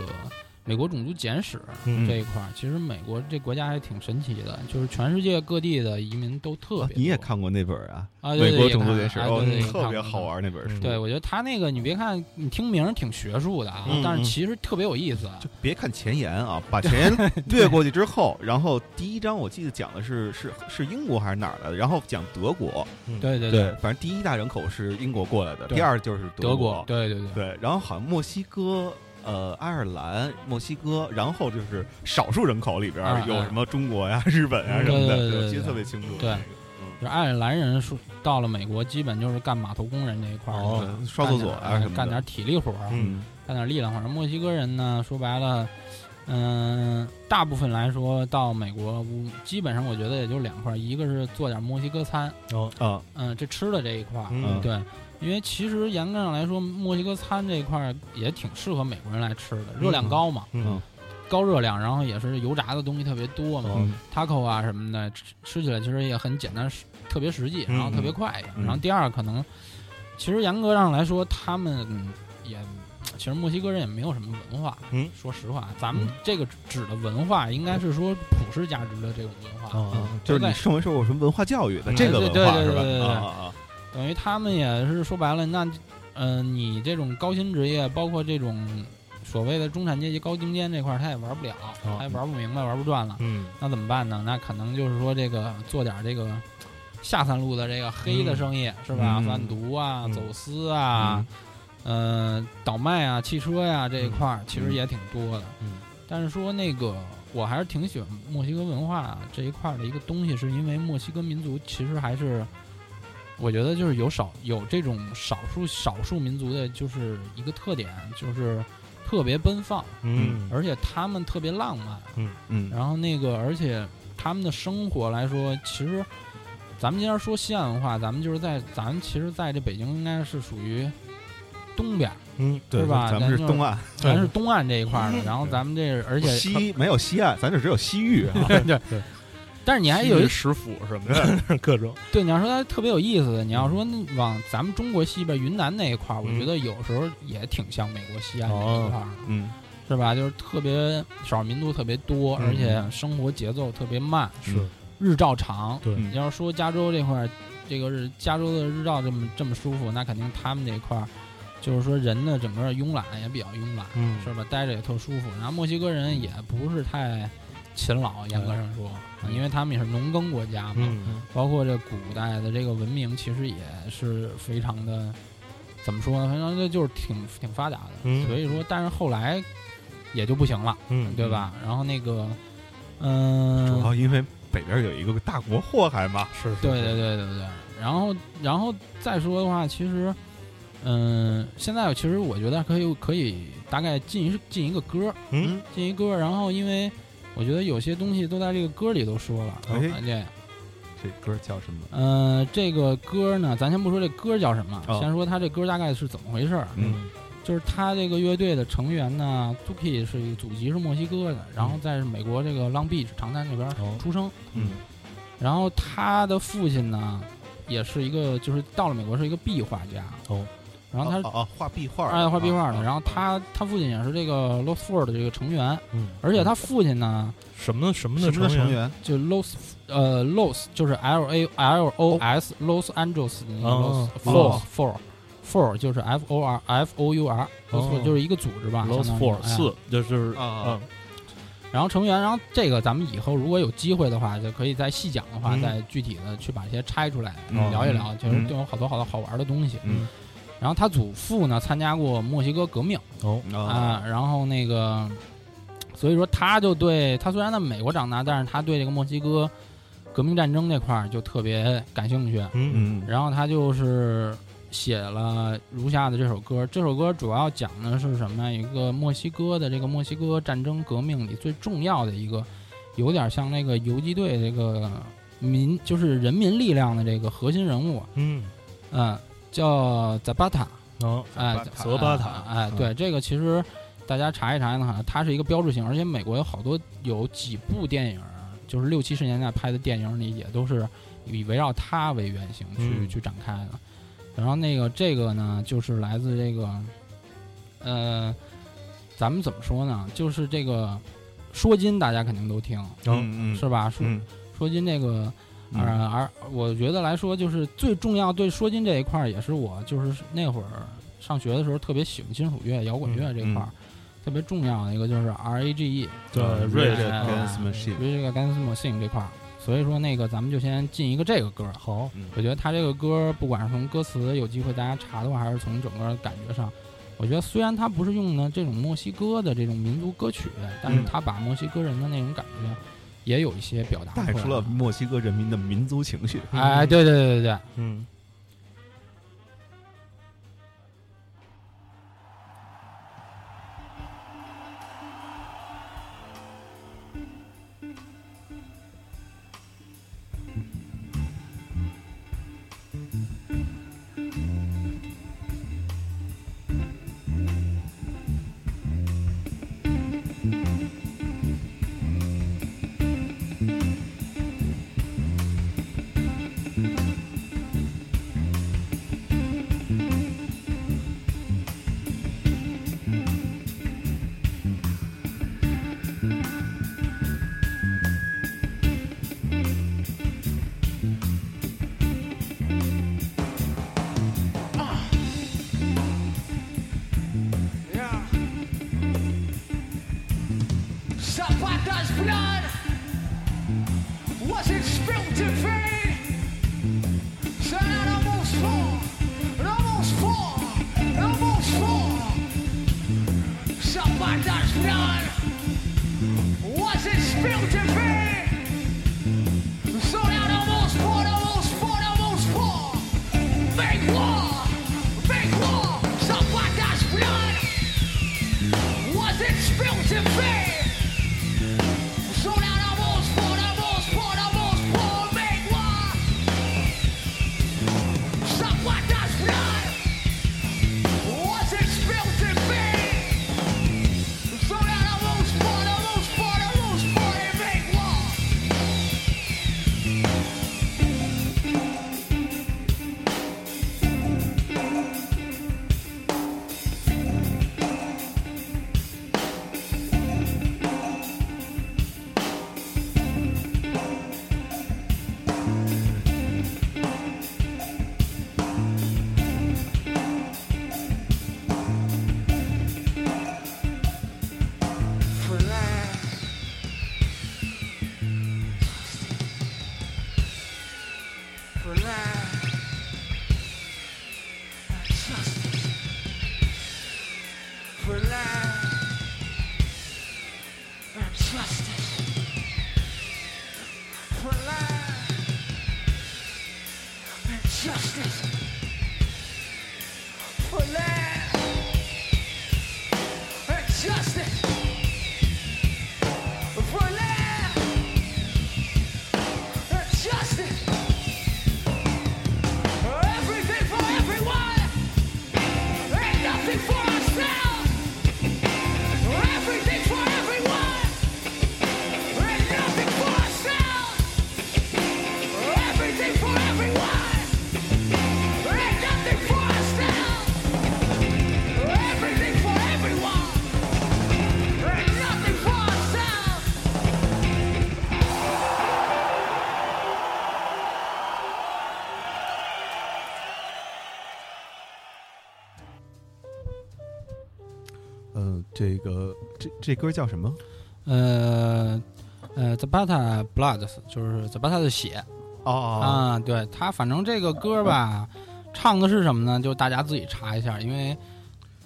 Speaker 3: 美国种族简史
Speaker 1: 嗯
Speaker 3: 这一块儿，其实美国这国家还挺神奇的，就是全世界各地的移民都特
Speaker 2: 啊
Speaker 3: 别多。
Speaker 2: 你也看过那本儿啊？
Speaker 3: 啊？对
Speaker 2: 美
Speaker 3: 对
Speaker 2: 国
Speaker 3: 也
Speaker 2: 种族
Speaker 3: 看
Speaker 2: 简史
Speaker 3: 哎
Speaker 2: 哦
Speaker 3: 对对，也
Speaker 2: 特
Speaker 3: 看
Speaker 2: 别
Speaker 3: 过
Speaker 2: 好。玩那本儿书，
Speaker 1: 嗯
Speaker 3: 对，我觉得他那个，你别看你听名儿挺学术的啊，
Speaker 2: 嗯
Speaker 3: 但
Speaker 2: 嗯
Speaker 3: 是其实特别有意思。啊
Speaker 2: 就别看前言啊，把前言略过去之后，然后第一章我记得讲的是是是英国还是哪儿来的，然后讲德国，
Speaker 3: 对对，
Speaker 2: 反正第一大人口是英国过来的，
Speaker 3: 对
Speaker 2: 第二就是
Speaker 3: 德
Speaker 2: 国，
Speaker 3: 对对对，
Speaker 2: 对，然后好像墨西哥。呃，爱尔兰、墨西哥，然后就是少数人口里边
Speaker 3: 啊
Speaker 2: 儿有
Speaker 3: 啊
Speaker 2: 什么中国呀、 日本呀
Speaker 1: 嗯
Speaker 2: 什么
Speaker 3: 对对
Speaker 2: 的，
Speaker 3: 对
Speaker 2: 我记得
Speaker 3: 对
Speaker 2: 特别清楚。
Speaker 3: 对
Speaker 2: 那个，
Speaker 3: 就是爱尔兰人说到了美国，基本就是干码头工人这一块儿，
Speaker 1: 哦
Speaker 2: 嗯，刷厕所啊
Speaker 3: 干
Speaker 2: 什
Speaker 3: 点
Speaker 2: 么
Speaker 3: 干
Speaker 2: 的
Speaker 3: 点体力活儿，
Speaker 2: 嗯
Speaker 3: 干点力量活儿。墨西哥人呢，说白了，嗯、大部分来说到美国，嗯基本上我觉得也就两块儿，一个是做点墨西哥餐，
Speaker 1: 哦
Speaker 2: 啊，
Speaker 3: 嗯、这吃的这一块儿，
Speaker 1: 嗯
Speaker 3: 对。因为其实严格上来说，墨西哥餐这一块儿也挺适合美国人来吃的，热量高嘛，
Speaker 1: 嗯
Speaker 3: 高热量，然后也是油炸的东西特别多
Speaker 2: 哦
Speaker 3: 嘛，
Speaker 1: 嗯
Speaker 3: taco 啊什么的，吃吃起来其实也很简单，实特别实际，
Speaker 1: 嗯
Speaker 3: 然后特别快也。
Speaker 1: 嗯
Speaker 3: 然后第二，可能其实严格上来说，他们嗯也其实墨西哥人也没有什么文化。
Speaker 1: 嗯
Speaker 3: 说实话，咱们
Speaker 1: 嗯
Speaker 3: 这个指的文化，应该是说普世价值的这种文化，
Speaker 1: 啊
Speaker 2: 嗯就是你受没受过什么文化教育的
Speaker 1: 嗯
Speaker 2: 这个
Speaker 3: 对
Speaker 2: 文
Speaker 3: 对
Speaker 2: 化
Speaker 3: 对
Speaker 2: 是
Speaker 3: 对对对
Speaker 2: 吧？啊啊啊，
Speaker 3: 等于他们也是说白了，那嗯、呃你这种高薪职业，包括这种所谓的中产阶级高精尖这块儿，他也玩不了，
Speaker 1: 哦
Speaker 3: 他也玩不明白，玩不转了。
Speaker 1: 嗯
Speaker 3: 那怎么办呢？那可能就是说这个做点这个下三路的这个黑的生意、是吧？
Speaker 2: 嗯
Speaker 3: 贩毒啊、
Speaker 1: 嗯
Speaker 3: 走私啊、呃倒卖啊、汽车呀、这一块儿，其实也挺多的。
Speaker 1: 嗯
Speaker 3: 但是说那个我还是挺喜欢墨西哥文化这一块儿的一个东西，是因为墨西哥民族其实还是。我觉得就是有少有这种少数少数民族的，就是一个特点，就是特别奔放，
Speaker 1: 嗯
Speaker 3: 而且他们特别浪漫，
Speaker 2: 嗯
Speaker 3: 然后那个，而且他们的生活来说，其实咱们今天说西安文化，咱们就是在咱们其实在这北京应该是属于东边儿，
Speaker 1: 嗯
Speaker 3: 是吧
Speaker 2: 咱们是
Speaker 3: 咱就
Speaker 2: 东岸，
Speaker 3: 咱是东岸这一块儿的，然后
Speaker 2: 对
Speaker 3: 咱们这而且
Speaker 2: 西没有西岸，咱这只有西域 啊。
Speaker 3: 对对
Speaker 1: 对
Speaker 3: 但是你还有一
Speaker 1: 食府什么的，各种
Speaker 3: 对，你要说它特别有意思的，你要说那往咱们中国西边云南那一块儿，我
Speaker 1: 嗯哦
Speaker 3: 觉得有时候也挺像美国西安那一块儿的，
Speaker 2: 嗯，
Speaker 3: 是吧？就是特别少数民族特别多，而
Speaker 1: 嗯
Speaker 3: 且生活节奏特别慢，
Speaker 1: 是
Speaker 3: 日照长，
Speaker 1: 对
Speaker 2: 嗯
Speaker 3: 你要说加州这块儿，这个是加州的日照这么这么舒服，那肯定他们这块儿，就是说人的整个慵懒也比较慵懒，
Speaker 1: 嗯
Speaker 3: 是吧？待着也特舒服。然后墨西哥人也不是太勤劳，严格上说，因为他们也是农耕国家嘛，
Speaker 1: 嗯
Speaker 3: 包括这古代的这个文明，其实也是非常的，怎么说呢？反正这就是挺挺发达的。
Speaker 1: 嗯
Speaker 3: 所以说，但是后来也就不行了，
Speaker 1: 嗯
Speaker 3: 对？吧？然后那个，嗯、
Speaker 2: 主要因为北边有一个大国祸害嘛。
Speaker 1: 是，
Speaker 3: 对对对对对。然后，然后再说的话，其实，嗯、现在其实我觉得可以可以大概进一进一个歌，
Speaker 1: 嗯，
Speaker 3: 进一歌。然后，因为我觉得有些东西都在这个歌里都说了，
Speaker 2: 哎
Speaker 3: 啊对，
Speaker 2: 这歌叫什么？
Speaker 3: 嗯、这个歌呢，咱先不说这歌叫什么，
Speaker 2: 哦
Speaker 3: 先说他这歌大概是怎么回事儿。
Speaker 1: 嗯
Speaker 3: 就是他这个乐队的成员呢，Zuki 是一个祖籍是墨西哥的，然后在美国这个 Long Beach 长滩这边
Speaker 1: 哦
Speaker 3: 出生。
Speaker 2: 嗯
Speaker 3: 然后他的父亲呢，也是一个就是到了美国是一个壁画家
Speaker 1: 哦，
Speaker 3: 然后他是
Speaker 2: 啊画壁画的，
Speaker 3: 爱画壁画的，
Speaker 2: 啊
Speaker 3: 然后他他父亲也是这个 Los Four 的这个成员，
Speaker 1: 嗯，
Speaker 3: 而且他父亲呢
Speaker 1: 什么什么
Speaker 2: 什
Speaker 1: 的
Speaker 2: 么的成员？
Speaker 3: 就 Los 呃 Los 就是 L A L O S Los Angeles 的那个
Speaker 1: 哦
Speaker 3: Los Four
Speaker 2: 哦
Speaker 3: Four Four 就是 F O R F O U R Los
Speaker 1: 哦
Speaker 3: Four 就是一个组织吧
Speaker 1: Lost
Speaker 3: 啊相当于
Speaker 1: Four
Speaker 3: 哎
Speaker 1: 四，就是嗯
Speaker 2: 啊，
Speaker 3: 然后成员，然后这个咱们以后如果有机会的话，就可以再细讲的话，
Speaker 1: 嗯
Speaker 3: 再具体的去把这些拆出来、
Speaker 4: 嗯
Speaker 3: 聊一聊，其实
Speaker 4: 嗯
Speaker 3: 都有好多好多好玩的东西。
Speaker 4: 嗯
Speaker 3: 然后他祖父呢参加过墨西哥革命
Speaker 1: 哦，
Speaker 2: 啊，
Speaker 3: 啊、然后那个，所以说他就对他虽然在美国长大，但是他对这个墨西哥革命战争这块儿就特别感兴趣。
Speaker 1: 嗯
Speaker 2: 嗯
Speaker 3: 然后他就是写了如下的这首歌。这首歌主要讲的是什么呀？一个墨西哥的这个墨西哥战争革命里最重要的一个，有点像那个游击队这个民，就是人民力量的这个核心人物，
Speaker 1: 嗯，
Speaker 3: 嗯、叫扎巴塔，
Speaker 1: 哦，
Speaker 2: 啊
Speaker 3: 哎，
Speaker 1: 泽巴塔嗯
Speaker 3: 哎、对，这个其实大家查一查呢，好像它是一个标志性，而且美国有好多有几部电影，就是六七十年代拍的电影里，也都是以围绕它为原型去、
Speaker 1: 嗯
Speaker 3: 去展开的。然后那个这个呢，就是来自这个，呃，咱们怎么说呢？就是这个说金，大家肯定都听，
Speaker 4: 嗯嗯
Speaker 3: 是吧？说、
Speaker 4: 嗯
Speaker 3: 说金这个。
Speaker 2: 嗯
Speaker 3: 而而我觉得来说，就是最重要对说金这一块儿，也是我就是那会儿上学的时候特别喜欢金属乐、摇滚
Speaker 2: 嗯
Speaker 3: 乐这块儿，特别重要的一个就是 R A G E
Speaker 1: 对
Speaker 2: 啊
Speaker 1: Rage
Speaker 2: Rage Against the
Speaker 3: Music
Speaker 2: Machine
Speaker 3: Against the Machine 这块儿。所以说那个咱们就先进一个这个歌儿。
Speaker 1: 好，
Speaker 2: 嗯
Speaker 3: 我觉得他这个歌儿，不管是从歌词，有机会大家查的话，还是从整个感觉上，我觉得虽然他不是用的这种墨西哥的这种民族歌曲，但是
Speaker 4: 嗯
Speaker 3: 他把墨西哥人的那种感觉也有一些表达出
Speaker 2: 带
Speaker 3: 来
Speaker 2: 出了墨西哥人民的民族情绪。
Speaker 3: 哎，对对对对对。
Speaker 1: 嗯
Speaker 5: Zapata's blood was it spilled in vain. So it almost fall, it almost fall, it almost fall. Zapata's blood was it spilled in vain. So it almost fall, almost fall, almost fall. Big war, big war. Zapata's blood was it spilled in vain. So now the walls fall, the walls fall, the walls fall, make war. Someone does blood. Was it spilled in vain? So now the walls fall, the walls fall, the walls fall, they make war. for that. For that. Justice. For that. Justice. For that. Justice. For that. Justice. For land and justice, everything for everyone, ain't nothing for ourselves. Everything for everyone, ain't nothing for ourselves. Everything for everyone, ain't nothing for ourselves. Everything for everyone. Ain't nothing for ourselves.
Speaker 2: 呃嗯，这个这这歌叫什么？
Speaker 3: 呃呃，Zapata Blood 就是 Zapata 的血
Speaker 4: 哦，
Speaker 3: 啊，对他，反正这个歌吧，唱的是什么呢？就大家自己查一下，因为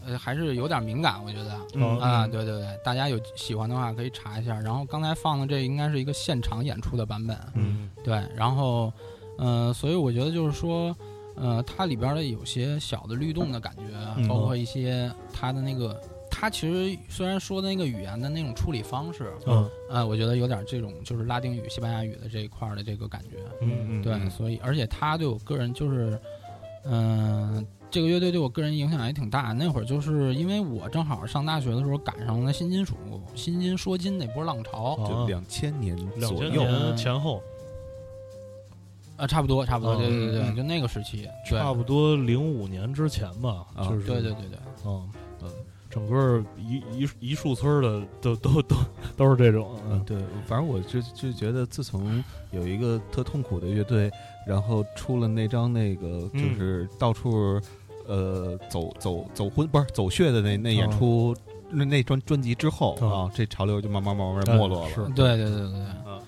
Speaker 3: 呃还是有点敏感，我觉得。
Speaker 1: 嗯
Speaker 3: 啊，对对对，大家有喜欢的话可以查一下。然后刚才放的这应该是一个现场演出的版本，啊
Speaker 2: 啊
Speaker 1: 嗯
Speaker 3: 对。然后，呃，所以我觉得就是说，呃，它里边的有些小的律动的感觉，啊
Speaker 1: 嗯
Speaker 3: 包括一些它的那个，它其实虽然说的那个语言的那种处理方式，
Speaker 1: 嗯
Speaker 3: 呃，我觉得有点这种就是拉丁语、西班牙语的这一块儿的这个感觉，
Speaker 1: 嗯
Speaker 3: 对。所以，而且他对我个人就是，嗯、这个乐队对我个人影响也挺大。那会儿就是因为我正好上大学的时候赶上了新金属、新金说金那波浪潮，
Speaker 1: 啊
Speaker 2: 就两千年
Speaker 1: 两
Speaker 2: 左
Speaker 1: 千
Speaker 2: 右，
Speaker 1: 年前后，
Speaker 3: 啊，差不多，差不多，
Speaker 1: 嗯
Speaker 3: 对对对，
Speaker 2: 嗯
Speaker 3: 就那个时期，对，
Speaker 1: 差不多零五年之前吧，
Speaker 2: 啊
Speaker 1: 就是
Speaker 3: 对对对对。
Speaker 1: 嗯
Speaker 2: 嗯
Speaker 1: 整个一一一树村的都都都都是这种，
Speaker 2: 嗯，对，反正我就就觉得，自从有一个特痛苦的乐队，然后出了那张那个就
Speaker 1: 嗯
Speaker 2: 是到处、呃走走走婚不是走穴的那那演出、那那专专辑之后、
Speaker 1: 嗯
Speaker 2: 啊，这潮流就慢慢慢慢
Speaker 1: 嗯
Speaker 2: 没落了。
Speaker 1: 是
Speaker 3: 对对对对对。
Speaker 2: 嗯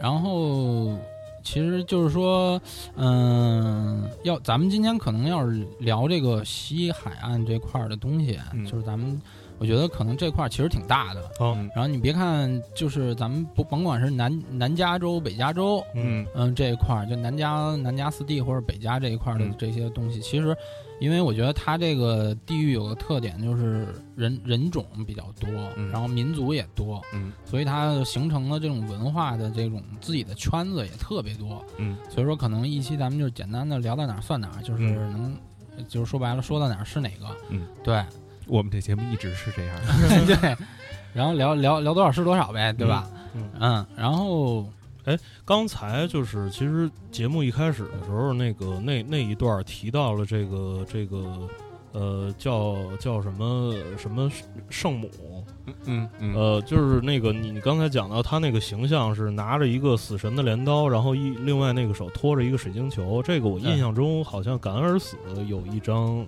Speaker 3: 然后其实就是说，嗯、要咱们今天可能要是聊这个西海岸这块儿的东西，啊
Speaker 2: 嗯
Speaker 3: 就是咱们我觉得可能这块儿其实挺大的。
Speaker 1: 嗯
Speaker 3: 然后你别看，就是咱们不甭管是南南加州、北加州，
Speaker 1: 嗯
Speaker 3: 嗯、这一块儿就南加南加四地或者北加这一块儿的
Speaker 2: 嗯
Speaker 3: 这些东西，其实因为我觉得它这个地域有个特点，就是人人种比较多，
Speaker 2: 嗯
Speaker 3: 然后民族也多，
Speaker 2: 嗯
Speaker 3: 所以它形成了这种文化的这种自己的圈子也特别多，
Speaker 2: 嗯，
Speaker 3: 所以说可能一期咱们就简单的聊到哪儿算哪儿，就是
Speaker 1: 嗯
Speaker 3: 能，就是说白了说到哪儿是哪个，
Speaker 2: 嗯，
Speaker 3: 对
Speaker 2: 我们这节目一直是这样的。
Speaker 3: 对，然后聊聊聊多少是多少呗，对吧？
Speaker 1: 嗯
Speaker 3: 嗯，然后
Speaker 1: 刚才就是其实节目一开始的时候，那个那那一段提到了这个这个呃叫叫什么什么圣母，
Speaker 2: 嗯嗯
Speaker 1: 呃，就是那个你你刚才讲到他那个形象是拿着一个死神的镰刀，然后一另外那个手托着一个水晶球，这个我印象中好像《感恩而死》有一张。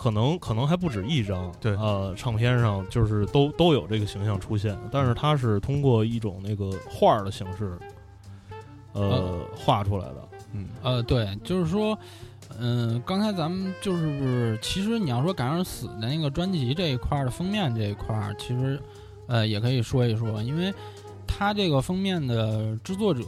Speaker 1: 可能可能还不止一张，
Speaker 2: 对
Speaker 1: 呃，唱片上就是都都有这个形象出现，但是它是通过一种那个画儿的形式，呃，画出来的。
Speaker 2: 嗯
Speaker 3: 呃，对，就是说，嗯、刚才咱们就是，其实你要说《赶上死》的那个专辑这一块儿的封面这一块儿，其实呃也可以说一说，因为它这个封面的制作者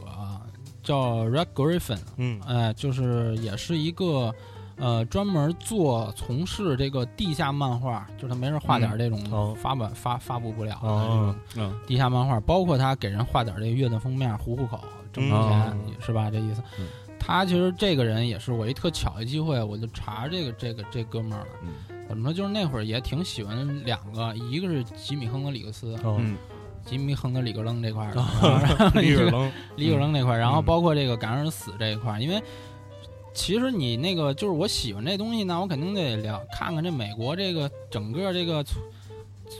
Speaker 3: 叫 Red Griffin，
Speaker 1: 嗯
Speaker 3: 呃，就是也是一个。呃，专门做从事这个地下漫画，就是他没事画点儿这种
Speaker 1: 哦
Speaker 3: 发版、发发布不了的这种
Speaker 1: 哦
Speaker 2: 嗯
Speaker 3: 地下漫画，包括他给人画点这个月的封面糊糊口挣挣钱、
Speaker 2: 嗯
Speaker 3: 是吧？这意思。
Speaker 2: 嗯
Speaker 3: 他其实这个人也是我一特巧的机会，我就查这个这个这哥们儿了。
Speaker 2: 嗯
Speaker 3: 怎么说？就是那会儿也挺喜欢两个，一个是吉米亨德里克斯，
Speaker 2: 哦
Speaker 1: 嗯，
Speaker 3: 吉米亨德里克楞这块儿的，然 后
Speaker 1: 立
Speaker 3: 一
Speaker 1: 着
Speaker 3: 个
Speaker 1: 扔，
Speaker 3: 李友扔这块儿，然后包括这个感染死这一块儿，因为其实你那个就是我喜欢这东西呢，我肯定得了看看这美国这个整个这个，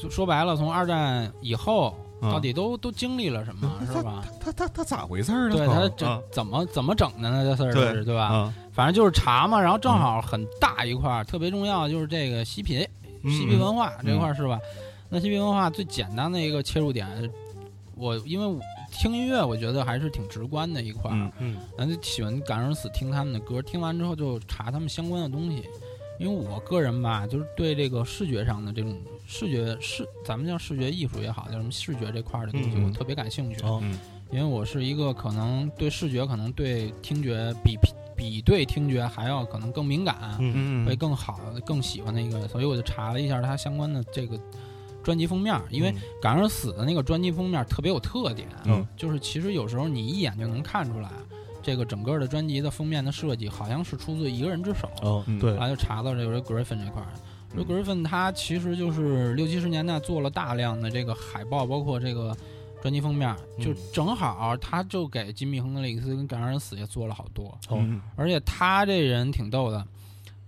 Speaker 3: 说白了，从二战以后
Speaker 2: 啊
Speaker 3: 到底都都经历了什么，是吧？
Speaker 2: 他他嗯他咋回事儿呢？嗯
Speaker 3: 对他
Speaker 4: 啊
Speaker 3: 这怎么怎么整的呢？这事儿
Speaker 2: 对
Speaker 3: 是对吧？
Speaker 2: 啊，
Speaker 3: 反正就是查嘛，然后正好很大一块儿，特别重要就是这个嬉皮
Speaker 1: 嗯
Speaker 3: 嬉皮文化这块儿是吧？那嬉皮文化最简单的一个切入点，我因为我听音乐，我觉得还是挺直观的一块儿。
Speaker 2: 嗯
Speaker 1: 嗯
Speaker 3: 然后就喜欢感而死听他们的歌，听完之后就查他们相关的东西。因为我个人吧，就是对这个视觉上的这种视觉视，咱们叫视觉艺术也好，叫什么视觉这块儿的东西，
Speaker 1: 嗯
Speaker 3: 我特别感兴趣。
Speaker 1: 哦
Speaker 2: 嗯
Speaker 3: 因为我是一个可能对视觉，可能对听觉比比对听觉还要可能更敏感，
Speaker 1: 嗯
Speaker 2: 嗯
Speaker 3: 会更好、更喜欢的一个，所以我就查了一下它相关的这个专辑封面，因为
Speaker 1: 嗯
Speaker 3: 感而死的那个专辑封面特别有特点，啊
Speaker 2: 嗯，
Speaker 3: 就是其实有时候你一眼就能看出来，这个整个的专辑的封面的设计好像是出自一个人之手。
Speaker 1: 哦
Speaker 2: 嗯
Speaker 1: 对
Speaker 3: 后来就查到这个 Griffin 这块儿
Speaker 2: 嗯
Speaker 3: g r i f f i n 他其实就是六七十年代做了大量的这个海报，包括这个专辑封面，
Speaker 1: 嗯
Speaker 3: 就正好他就给吉米亨德里克斯跟感染死也做了好多，
Speaker 2: 嗯
Speaker 3: 而且他这人挺逗的，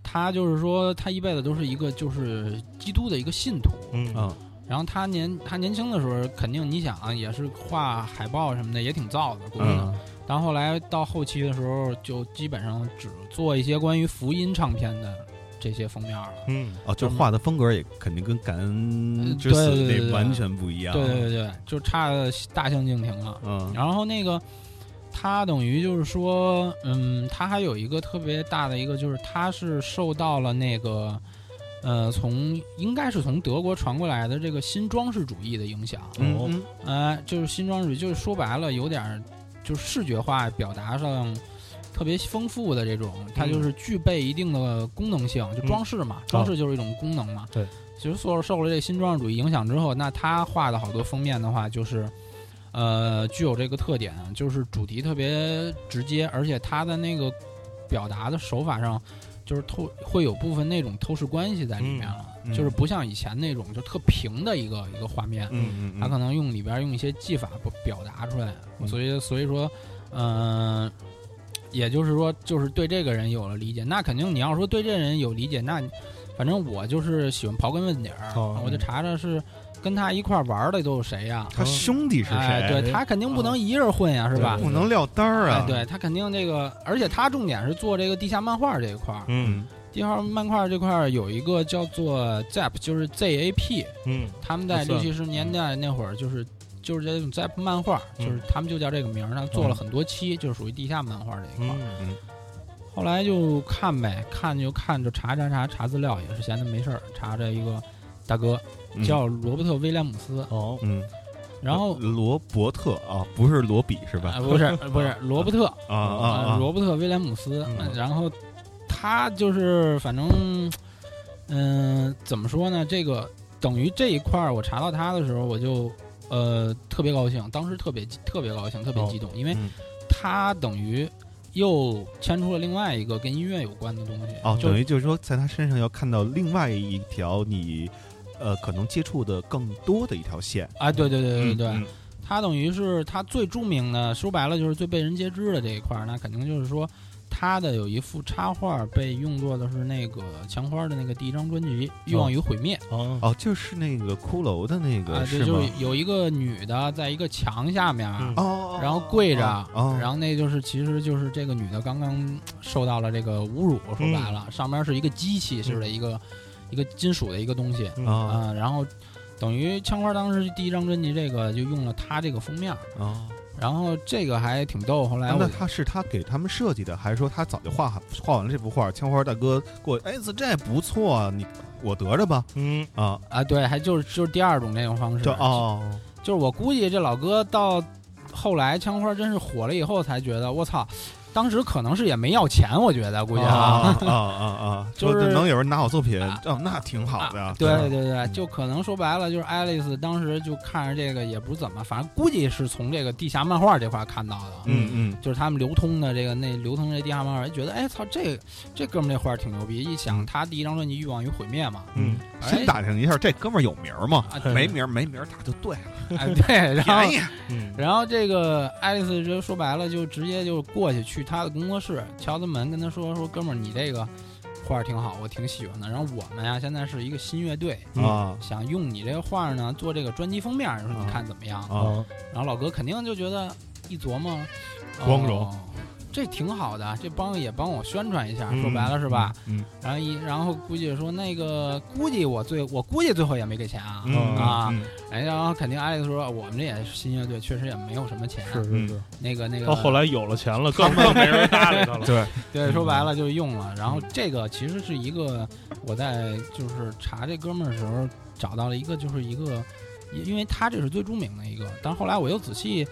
Speaker 3: 他就是说他一辈子都是一个就是基督的一个信徒，
Speaker 1: 嗯
Speaker 2: 啊
Speaker 3: 然后他年他年轻的时候，肯定你想啊也是画海报什么的，也挺燥的，估计。
Speaker 2: 嗯
Speaker 3: 但后来到后期的时候，就基本上只做一些关于福音唱片的这些封面了。
Speaker 1: 嗯，
Speaker 2: 哦，就是画的风格也肯定跟感恩之
Speaker 3: 呃对
Speaker 2: 死
Speaker 3: 对对对
Speaker 2: 那完全不一样。
Speaker 3: 对对对，就差大相径庭了。
Speaker 2: 嗯，
Speaker 3: 然后那个他等于就是说，嗯，他还有一个特别大的一个，就是他是受到了那个。呃，从应该是从德国传过来的这个新装饰主义的影响，
Speaker 2: 嗯
Speaker 1: 哦
Speaker 2: 嗯
Speaker 3: 呃，就是新装饰主义，就是说白了，有点儿就是视觉化表达上特别丰富的这种，它
Speaker 2: 嗯
Speaker 3: 就是具备一定的功能性，就装饰嘛，装
Speaker 2: 哦
Speaker 3: 饰就是一种功能嘛。
Speaker 1: 对，
Speaker 3: 其实受受了这新装饰主义影响之后，那他画的好多封面的话，就是呃具有这个特点，就是主题特别直接，而且他的那个表达的手法上。就是透会有部分那种透视关系在里面了，
Speaker 2: 嗯嗯
Speaker 3: 就是不像以前那种就特平的一个一个画面，
Speaker 2: 嗯嗯
Speaker 3: 他
Speaker 2: 嗯，
Speaker 3: 可能用里边用一些技法不表达出来，
Speaker 1: 嗯
Speaker 3: 所以所以说，嗯、也就是说，就是对这个人有了理解。那肯定你要说对这人有理解，那你反正我就是喜欢刨根问底儿，
Speaker 1: 哦
Speaker 3: 我就查查是跟他一块儿玩儿的都有谁呀、
Speaker 2: 他兄弟是
Speaker 3: 哎，
Speaker 2: 谁？
Speaker 3: 对他肯定不能一人混呀、是吧？
Speaker 1: 对
Speaker 2: 不能撂单儿
Speaker 3: 哎
Speaker 2: 啊，！
Speaker 3: 对他肯定这个，而且他重点是做这个地下漫画这一块儿。
Speaker 1: 嗯
Speaker 3: 地下漫画这块儿有一个叫做 ZAP，就是 ZAP，
Speaker 1: 嗯
Speaker 3: 他们在
Speaker 1: 还算
Speaker 3: 六七十年代那会儿，就是就是这种在漫画，
Speaker 1: 嗯
Speaker 3: 就是他们就叫这个名儿，他做了很多期，就是属于地下漫画这一块儿。
Speaker 1: 嗯
Speaker 3: 后来就看呗，看就看，就查查查查资料，也是闲的没事儿查着一个大哥
Speaker 2: 嗯
Speaker 3: 叫罗伯特威廉姆斯，
Speaker 1: 哦
Speaker 2: 嗯，
Speaker 3: 然 后
Speaker 2: 罗伯特啊，不是罗比是吧
Speaker 3: 啊？不是 不是罗伯特
Speaker 2: 啊啊
Speaker 3: 呃
Speaker 2: 啊！
Speaker 3: 罗伯特威廉姆斯呃
Speaker 1: 嗯，
Speaker 3: 然后他就是反正嗯、怎么说呢？这个等于这一块儿，我查到他的时候，我就呃特别高兴，当时特别特别高兴，特别
Speaker 1: 哦
Speaker 3: 激动，因为
Speaker 2: 嗯
Speaker 3: 他等于又牵出了另外一个跟音乐有关的东西。
Speaker 2: 哦，
Speaker 3: 就
Speaker 2: 等于就是说，在他身上要看到另外一条你，呃，可能接触的更多的一条线。
Speaker 3: 啊，对对对对对，
Speaker 2: 嗯
Speaker 3: 他等于是他最著名的，说白了就是最被人皆知的这一块儿，那肯定就是说。他的有一幅插画被用作的是那个墙花的那个第一张专辑《
Speaker 2: 嗯
Speaker 3: 欲望与毁灭》，
Speaker 1: 哦
Speaker 2: 哦，就是那个骷髅的那个、
Speaker 3: 嗯啊，
Speaker 2: 是吗？
Speaker 3: 对，就是有一个女的在一个墙下面，啊
Speaker 1: 嗯
Speaker 2: 哦，
Speaker 3: 然后跪着，
Speaker 2: 哦、
Speaker 3: 然后那就是其实就是这个女的刚刚受到了这个侮辱，说白
Speaker 2: 嗯
Speaker 3: 了，上面是一个机器似的，一个、一个金属的一个东西啊、
Speaker 1: 嗯
Speaker 2: 啊
Speaker 3: 然后等于枪花当时第一张专辑这个就用了她这个封面，
Speaker 2: 哦，
Speaker 3: 然后这个还挺逗，后嗯来
Speaker 2: 啊
Speaker 3: 我
Speaker 2: 那他是他给他们设计的，还是说他早就画画完了这幅画？枪花大哥过，哎，这这不错啊，你我得着吧
Speaker 1: 嗯
Speaker 2: 啊，
Speaker 3: 啊，对，还就是就是第二种这种方式，
Speaker 2: 这哦，
Speaker 3: 就是我估计这老哥到后来枪花真是火了以后才觉得，我操，当时可能是也没要钱，我觉得估计啊。
Speaker 2: 啊啊啊啊！
Speaker 3: 就是
Speaker 2: 说这能有人拿我作品，
Speaker 3: 啊
Speaker 2: 哦，那挺好的呀
Speaker 3: 啊。对对对对，就可能说白了，就是爱丽丝当时就看着这个也不怎么，反正估计是从这个地下漫画这块看到的，啊
Speaker 2: 嗯嗯
Speaker 3: 就是他们流通的这个那流通这地下漫画，觉得哎操，这这哥们儿这画儿挺牛逼，一想他第一张专辑《欲望与毁灭》嘛，哎
Speaker 1: 嗯，
Speaker 2: 嗯先打听一下这哥们儿有名儿吗？
Speaker 3: 啊
Speaker 4: 嗯
Speaker 2: 没名儿没名儿，他就对了，
Speaker 3: 哎对，然后
Speaker 2: 便宜。啊
Speaker 1: 嗯
Speaker 3: 然后这个爱丽丝就说白了，就直接就过去去他的工作室敲他门，跟他说说哥们儿，你这个画儿挺好，我挺喜欢的。然后我们呀、现在是一个新乐队，
Speaker 1: 嗯
Speaker 2: 啊
Speaker 3: 想用你这个画儿呢做这个专辑封面儿，你说你看怎么样？
Speaker 1: 嗯
Speaker 2: 啊！
Speaker 3: 然后老哥肯定就觉得一琢磨，哦
Speaker 1: 光荣
Speaker 3: 这挺好的，这帮也帮我宣传一下，
Speaker 1: 嗯
Speaker 3: 说白了是吧？
Speaker 2: 嗯
Speaker 3: 然后一然后估计说那个估计我最我估计最后也没给钱啊，
Speaker 1: 嗯
Speaker 3: 啊
Speaker 2: 嗯
Speaker 3: 哎，然后肯定爱丽丝说我们这也是新乐队，确实也没有什么钱，啊
Speaker 1: 是是是，
Speaker 3: 那个那个
Speaker 1: 到哦后来有了钱了，更更嗯 没人搭理他 了。
Speaker 2: 对，
Speaker 3: 对，说白了就用了。然后这个其实是一个我在就是查这哥们儿的时候找到了一个，就是一个，因因为他这是最著名的一个，但后来我又仔细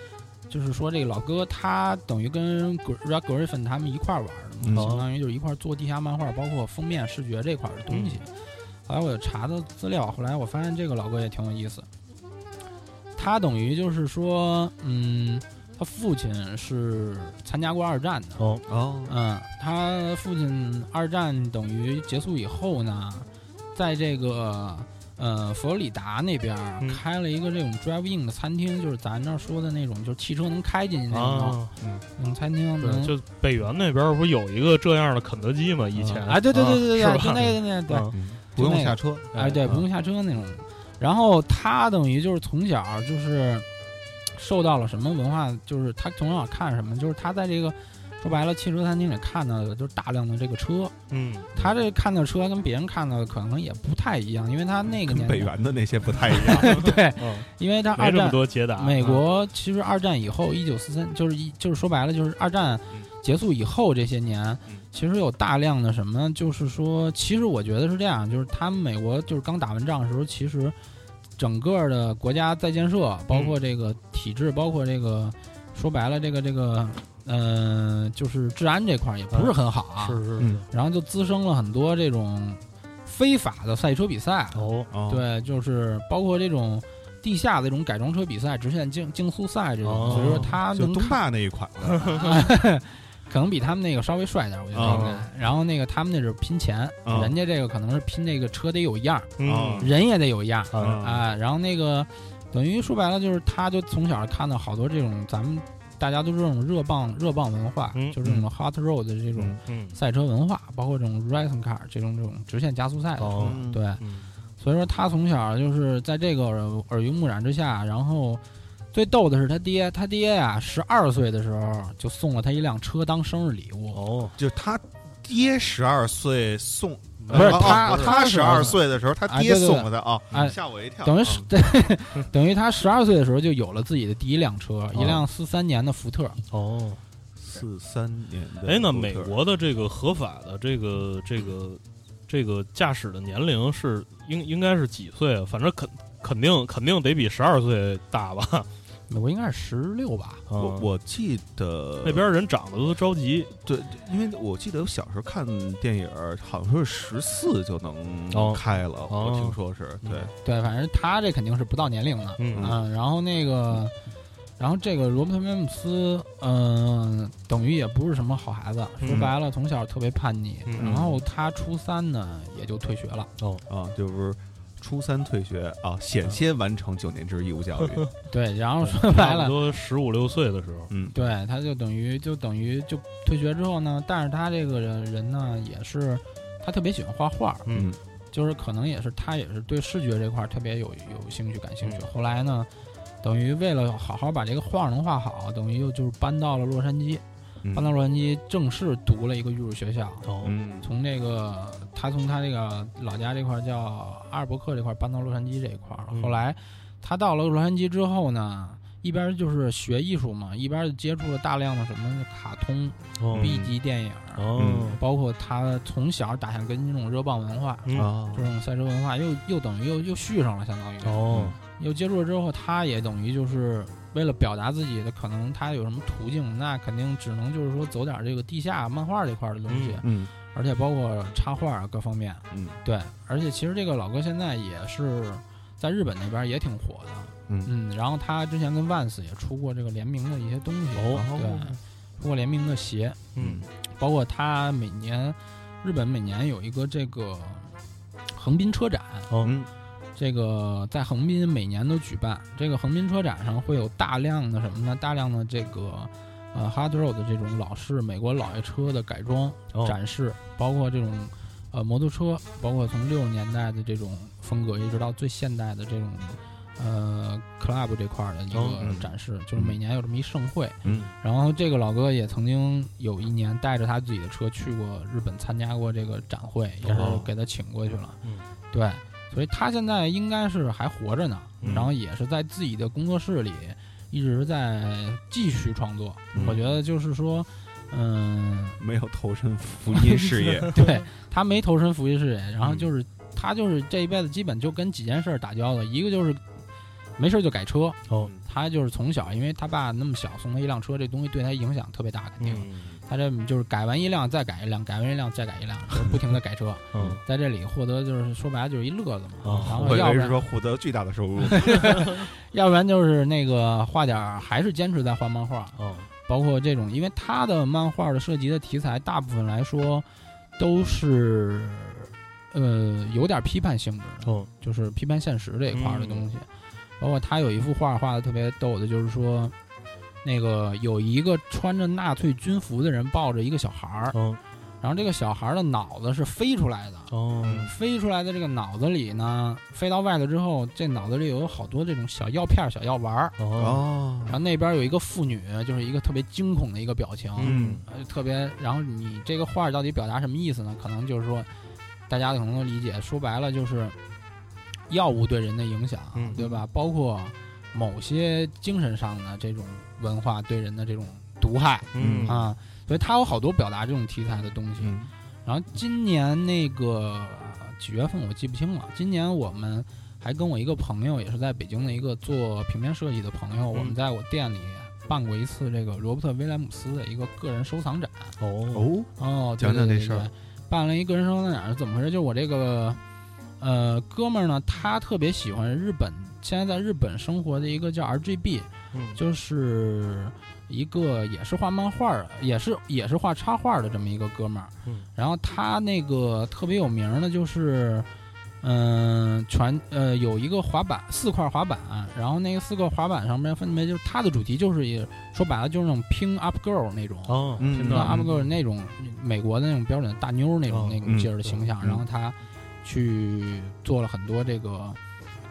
Speaker 3: 就是说这个老哥他等于跟 Red Griffin 他们一块儿玩儿的
Speaker 2: 嗯
Speaker 3: 嘛，相当于就是一块儿做地下漫画，包括封面视觉这块儿的东西。后来我就查的资料，后来我发现这个老哥也挺有意思。他等于就是说，嗯，他父亲是参加过二战的，
Speaker 1: 哦，
Speaker 2: 哦
Speaker 3: 嗯，他父亲二战等于结束以后呢，在这个呃佛罗里达那边儿
Speaker 1: 嗯
Speaker 3: 开了一个这种 drive-in 的餐厅，就是咱这儿说的那种，就是汽车能开进去那种、
Speaker 1: 啊，
Speaker 3: 那种餐厅
Speaker 1: 对，
Speaker 3: 能。
Speaker 1: 就北园那边不是有一个这样的肯德基吗？以前
Speaker 3: 啊，对对对对对，
Speaker 1: 啊是吧
Speaker 3: 就那个那个对，
Speaker 1: 嗯
Speaker 2: 嗯不用
Speaker 3: 那个
Speaker 2: 下车，
Speaker 3: 哎对，不用下车那种。然后他等于就是从小就是受到了什么文化，就是他从小看什么，就是他在这个说白了，汽车餐厅里看到的就是大量的这个车，
Speaker 1: 嗯，
Speaker 3: 他这看的车跟别人看到的可能也不太一样，因为他那个
Speaker 2: 跟
Speaker 3: 年
Speaker 2: 北
Speaker 3: 代
Speaker 2: 原的那些不太一 样。
Speaker 3: 对，
Speaker 1: 嗯
Speaker 3: 因为他
Speaker 1: 没
Speaker 3: 二
Speaker 1: 这么
Speaker 3: 战
Speaker 1: 多啊解答。
Speaker 3: 美国其实二战以后，一九四三就是一就是说白了就是二战
Speaker 1: 嗯
Speaker 3: 结束以后这些年
Speaker 1: 嗯，
Speaker 3: 其实有大量的什么，就是说，其实我觉得是这样，就是他们美国就是刚打完仗的时候，其实整个的国家在建设，包括这个体制，包括这个说白了这个这个呃，就是治安这块儿也不是很好啊，
Speaker 1: 嗯是是是
Speaker 2: 嗯，
Speaker 3: 然后就滋生了很多这种非法的赛车比赛，
Speaker 1: 哦，
Speaker 2: 哦，
Speaker 3: 对，就是包括这种地下的这种改装车比赛、直线竞竞速赛这种，
Speaker 1: 哦
Speaker 3: 所以说他
Speaker 2: 就
Speaker 3: 能
Speaker 2: 东
Speaker 3: 看，
Speaker 2: 大那一款的，
Speaker 3: 可能比他们那个稍微帅点儿，我觉得
Speaker 2: 哦
Speaker 3: 应该。然后那个他们那是拼钱，
Speaker 2: 哦
Speaker 3: 人家这个可能是拼这个车得有样儿，
Speaker 1: 嗯
Speaker 3: 人也得有样儿
Speaker 1: 啊
Speaker 2: 嗯
Speaker 3: 啊。然后那个等于说白了就是，他就从小看到好多这种咱们大家都这种热棒热棒文化，
Speaker 1: 嗯
Speaker 3: 就是这种 hot road 的这种
Speaker 1: 嗯
Speaker 3: 赛车文化，包括这种 racing car 这种这种直线加速赛的
Speaker 1: 哦
Speaker 3: 车
Speaker 2: 嗯
Speaker 3: 对。所以说他从小就是在这个耳耳濡目染之下，然后最逗的是他爹，他爹呀、十二岁的时候就送了他一辆车当生日礼物，
Speaker 1: 哦，
Speaker 2: 就是他爹十二岁送，
Speaker 3: 不是
Speaker 2: 哦哦
Speaker 3: 他
Speaker 2: 哦
Speaker 3: 他
Speaker 2: 他
Speaker 3: 是
Speaker 2: 十二岁的时候，他
Speaker 3: 哎
Speaker 2: 爹
Speaker 3: 对对
Speaker 2: 送了他啊，
Speaker 3: 哎
Speaker 2: 吓我一跳。
Speaker 3: 等于
Speaker 2: 啊
Speaker 3: 是、等于他十二岁的时候就有了自己的第一辆车，一辆四三年的福特。
Speaker 1: 哦，
Speaker 2: 四三年的，
Speaker 1: 哎，那美国的这个合法的这个这个这个驾驶的年龄是应应该是几岁啊？反正肯肯定肯定得比十二岁大吧？
Speaker 3: 美国应该是十六吧？
Speaker 1: 啊
Speaker 2: 我我记得
Speaker 1: 那边人长得都着急
Speaker 2: 对，因为我记得我小时候看电影儿，好像说是十四就能
Speaker 1: 哦
Speaker 2: 开了，
Speaker 1: 哦
Speaker 2: 我听说是
Speaker 3: 嗯
Speaker 2: 对，
Speaker 3: 对，反正他这肯定是不到年龄的。
Speaker 1: 嗯
Speaker 3: 啊然后那个，然后这个罗伯特·威廉姆斯，嗯、等于也不是什么好孩子，说
Speaker 1: 嗯
Speaker 3: 白了，从小特别叛逆。
Speaker 1: 嗯
Speaker 3: 然后他初三呢，也就退学了。
Speaker 2: 啊，就是初三退学啊，险些完成九年制义务教育，
Speaker 3: 对，然后嗯说白
Speaker 1: 差
Speaker 3: 了
Speaker 1: 不，多十五六岁的时候，
Speaker 2: 嗯，
Speaker 3: 对，他就等于就等于就退学之后呢，但是他这个人人呢，也是他特别喜欢画画，
Speaker 2: 嗯，
Speaker 3: 就是可能也是他也是对视觉这块儿特别有有兴趣、感兴趣。
Speaker 1: 嗯
Speaker 3: 后来呢，等于为了好好把这个画能画好，等于又就是搬到了洛杉矶，
Speaker 2: 嗯
Speaker 3: 搬到洛杉矶正式读了一个艺术学校。
Speaker 1: 哦，
Speaker 2: 嗯
Speaker 3: 从这个他从他这个老家这块儿叫阿尔伯克这块儿搬到洛杉矶这一块儿了。
Speaker 1: 嗯
Speaker 3: 后来他到了洛杉矶之后呢，一边就是学艺术嘛，一边就接触了大量的什么卡通、
Speaker 1: 哦
Speaker 3: B 级电影，
Speaker 1: 哦，
Speaker 3: 包括他从小打下根这种热棒文化，
Speaker 1: 嗯
Speaker 2: 啊
Speaker 3: 这种赛车文化又又等于又又续上了，相当于
Speaker 1: 哦，
Speaker 3: 又接触了之后，他也等于就是为了表达自己的，可能他有什么途径，那肯定只能就是说走点这个地下漫画这块儿的东西。
Speaker 1: 嗯
Speaker 2: 嗯
Speaker 3: 而且包括插画啊各方面，
Speaker 2: 嗯
Speaker 3: 对，而且其实这个老哥现在也是在日本那边也挺火的，
Speaker 2: 嗯
Speaker 3: 然后他之前跟 Vans 也出过这个联名的一些东西，
Speaker 1: 哦
Speaker 3: 对，出过联名的鞋，
Speaker 1: 嗯
Speaker 3: 包括他每年日本每年有一个这个横滨车展，
Speaker 1: 哦
Speaker 2: 嗯
Speaker 3: 这个在横滨每年都举办，这个横滨车展上会有大量的什么呢？大量的这个呃 hard road 的这种老式美国老爷车的改装。
Speaker 1: 哦
Speaker 3: 展示，包括这种呃摩托车，包括从六十年代的这种风格，一直到最现代的这种呃 club 这块儿的一
Speaker 1: 哦
Speaker 3: 个
Speaker 2: 嗯
Speaker 3: 展示，就是每年有这么一盛会。
Speaker 2: 嗯
Speaker 3: 然后这个老哥也曾经有一年带着他自己的车去过日本参加过这个展会，也是
Speaker 1: 哦
Speaker 3: 给他请过去了。
Speaker 1: 嗯
Speaker 3: 对，所以他现在应该是还活着呢，
Speaker 1: 嗯
Speaker 3: 然后也是在自己的工作室里一直在继续创作。
Speaker 2: 嗯
Speaker 3: 我觉得就是说，嗯。
Speaker 2: 没有投身福音事 业，
Speaker 3: 对他没投身服役事业，然
Speaker 2: 嗯
Speaker 3: 后就是、他就是这一辈子基本就跟几件事儿打交道，一个就是没事儿就改车，
Speaker 1: 哦，
Speaker 3: 他就是从小因为他爸那么小送他一辆车，这东西对他影响特别大，肯定、
Speaker 1: 嗯
Speaker 3: 他这就是改完一辆再改一辆，改完一辆再改一辆，就是不停的 改车，
Speaker 1: 嗯
Speaker 3: 在这里获得就是说白了就是一乐子嘛，
Speaker 1: 哦
Speaker 3: 然后
Speaker 2: 我以
Speaker 3: 要
Speaker 2: 为
Speaker 3: 不
Speaker 2: 是
Speaker 3: 然
Speaker 2: 说获得巨大的收 入，
Speaker 3: 要不然就是那个画点儿，还是坚持在画漫画，
Speaker 1: 哦
Speaker 3: 包括这种，因为他的漫画的涉及的题材，大部分来说都是呃有点批判性质的，
Speaker 1: 哦
Speaker 3: 就是批判现实这一块儿的东西。包括他有一幅画画的特别逗的，就是说那个有一个穿着纳粹军服的人抱着一个小孩儿，
Speaker 1: 哦
Speaker 3: 然后这个小孩儿的脑子是飞出来的，
Speaker 1: 哦，
Speaker 3: 飞出来的这个脑子里呢，飞到外头之后，这脑子里有好多这种小药片儿、小药丸儿。
Speaker 1: 哦，
Speaker 2: 哦
Speaker 3: 然后那边有一个妇女，就是一个特别惊恐的一个表情，
Speaker 1: 嗯
Speaker 3: 呃，特别。然后你这个画到底表达什么意思呢？可能就是说，大家可能都理解，说白了就是药物对人的影响，
Speaker 1: 嗯
Speaker 3: 对吧？包括某些精神上的这种文化对人的这种毒害
Speaker 1: 嗯
Speaker 3: 啊，所以它有好多表达这种题材的东西。
Speaker 2: 嗯
Speaker 3: 然后今年那个呃几月份我记不清了。今年我们还跟我一个朋友，也是在北京的一个做平面设计的朋友，
Speaker 2: 嗯
Speaker 3: 我们在我店里办过一次这个罗伯特威廉姆斯的一个个人收藏展。
Speaker 1: 哦，
Speaker 2: 哦，
Speaker 3: 哦，
Speaker 2: 讲讲
Speaker 3: 对对
Speaker 2: 这事儿
Speaker 3: 对对办了一个人收藏展是怎么回事？就是我这个呃哥们儿呢，他特别喜欢日本，现在在日本生活的一个叫 RGB，
Speaker 1: 嗯
Speaker 3: 就是一个也是画漫画的，也是也是画插画的这么一个哥们儿。
Speaker 1: 嗯
Speaker 3: 然后他那个特别有名儿的就是，嗯、全呃有一个滑板，四块滑板，然后那个四个滑板上面分别就是他的主题就是也说白了就是那种 pin up girl 那种。
Speaker 1: 哦，
Speaker 2: 嗯
Speaker 1: 听
Speaker 3: 那
Speaker 1: 到
Speaker 2: 嗯哦
Speaker 3: 阿布哥那种美国的那种标准的大妞儿那
Speaker 1: 嗯
Speaker 3: 种那种劲儿的形象，
Speaker 2: 嗯
Speaker 3: 然后他去做了很多这个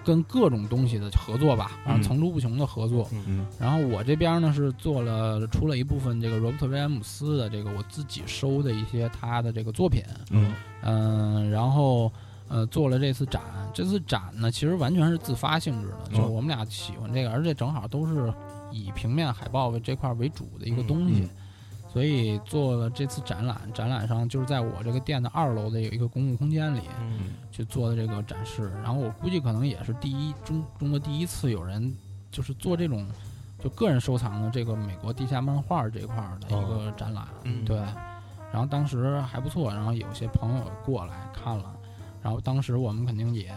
Speaker 3: 跟各种东西的合作吧，然后层出不穷的合作。
Speaker 2: 嗯
Speaker 3: 然后我这边呢是做了出了一部分这个罗伯特威廉姆斯的这个我自己收的一些他的这个作品，
Speaker 2: 嗯
Speaker 3: 嗯，然后呃做了这次展，这次展呢其实完全是自发性质
Speaker 2: 哦
Speaker 3: 的，就是我们俩喜欢这个，而且正好都是以平面海报为这块为主的一个东西，
Speaker 2: 嗯
Speaker 3: 所以做了这次展览。展览上就是在我这个店的二楼的有一个公共空间里
Speaker 1: 嗯
Speaker 3: 去做的这个展示，然后我估计可能也是第一中中国第一次有人就是做这种。就个人收藏的这个美国地下漫画这块儿的一个展览，
Speaker 1: 嗯
Speaker 3: 对，然后当时还不错，然后有些朋友过来看了，然后当时我们肯定也，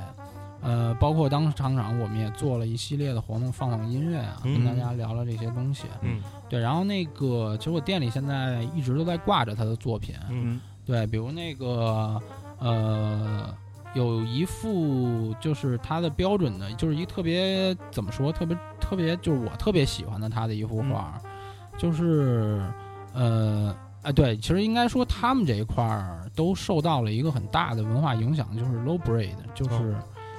Speaker 3: 呃，包括当时厂长我们也做了一系列的活动，放放音乐啊，
Speaker 1: 嗯
Speaker 3: 跟大家聊聊这些东西。
Speaker 1: 嗯，
Speaker 3: 对，然后那个其实我店里现在一直都在挂着他的作品，
Speaker 1: 嗯
Speaker 3: 对，比如那个呃，有一幅就是他的标准的，就是一特别怎么说，特别特别就是我特别喜欢的他的一幅
Speaker 1: 嗯
Speaker 3: 画，就是呃。哎，对，其实应该说他们这一块儿都受到了一个很大的文化影响，就是 low breed，就是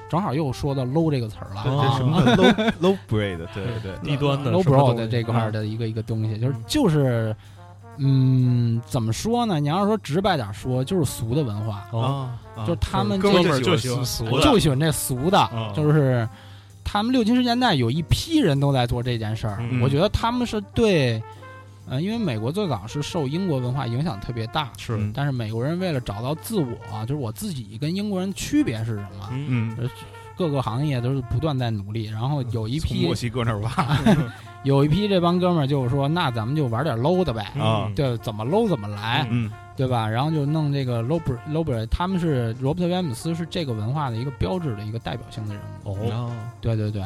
Speaker 3: 正好又说到 low 这个词儿了啊，
Speaker 1: 哦对这什么
Speaker 2: low low breed，对对，
Speaker 1: 低端的
Speaker 3: low
Speaker 1: 什么
Speaker 3: bro
Speaker 1: 东
Speaker 3: 的
Speaker 1: 西啊
Speaker 3: 这块儿的一个一个东西，就是就是，嗯，怎么说呢？你要是说直白点说，就是俗的文化，
Speaker 1: 哦，
Speaker 2: 啊
Speaker 3: 就是他们
Speaker 4: 哥
Speaker 3: 这
Speaker 4: 们儿就
Speaker 1: 喜
Speaker 4: 喜
Speaker 1: 欢
Speaker 4: 欢
Speaker 1: 俗
Speaker 4: 俗
Speaker 1: 的嗯
Speaker 4: 的，
Speaker 3: 就喜欢这俗的
Speaker 4: 啊，
Speaker 3: 就是他们六七十年代有一批人都在做这件事儿，
Speaker 1: 嗯
Speaker 3: 我觉得他们是对，呃，因为美国最早是受英国文化影响特别大，
Speaker 1: 是，
Speaker 2: 嗯
Speaker 3: 但是美国人为了找到自我，就是我自己跟英国人区别是什么，
Speaker 1: 嗯
Speaker 2: 嗯
Speaker 3: 各个行业都是不断在努力，然后有一
Speaker 4: 从
Speaker 3: 批
Speaker 4: 墨西哥那儿挖，
Speaker 3: 有一批这帮哥们儿就是说，那咱们就玩点 low 的呗，
Speaker 2: 啊
Speaker 1: 嗯，
Speaker 3: 对，怎么 low 怎么来，
Speaker 2: 嗯
Speaker 3: 对吧？然后就弄这个 low br- low br，他们是罗伯特·威廉姆斯是这个文化的一个标志的一个代表性的人物，
Speaker 1: 哦，
Speaker 2: 哦
Speaker 3: 对对对，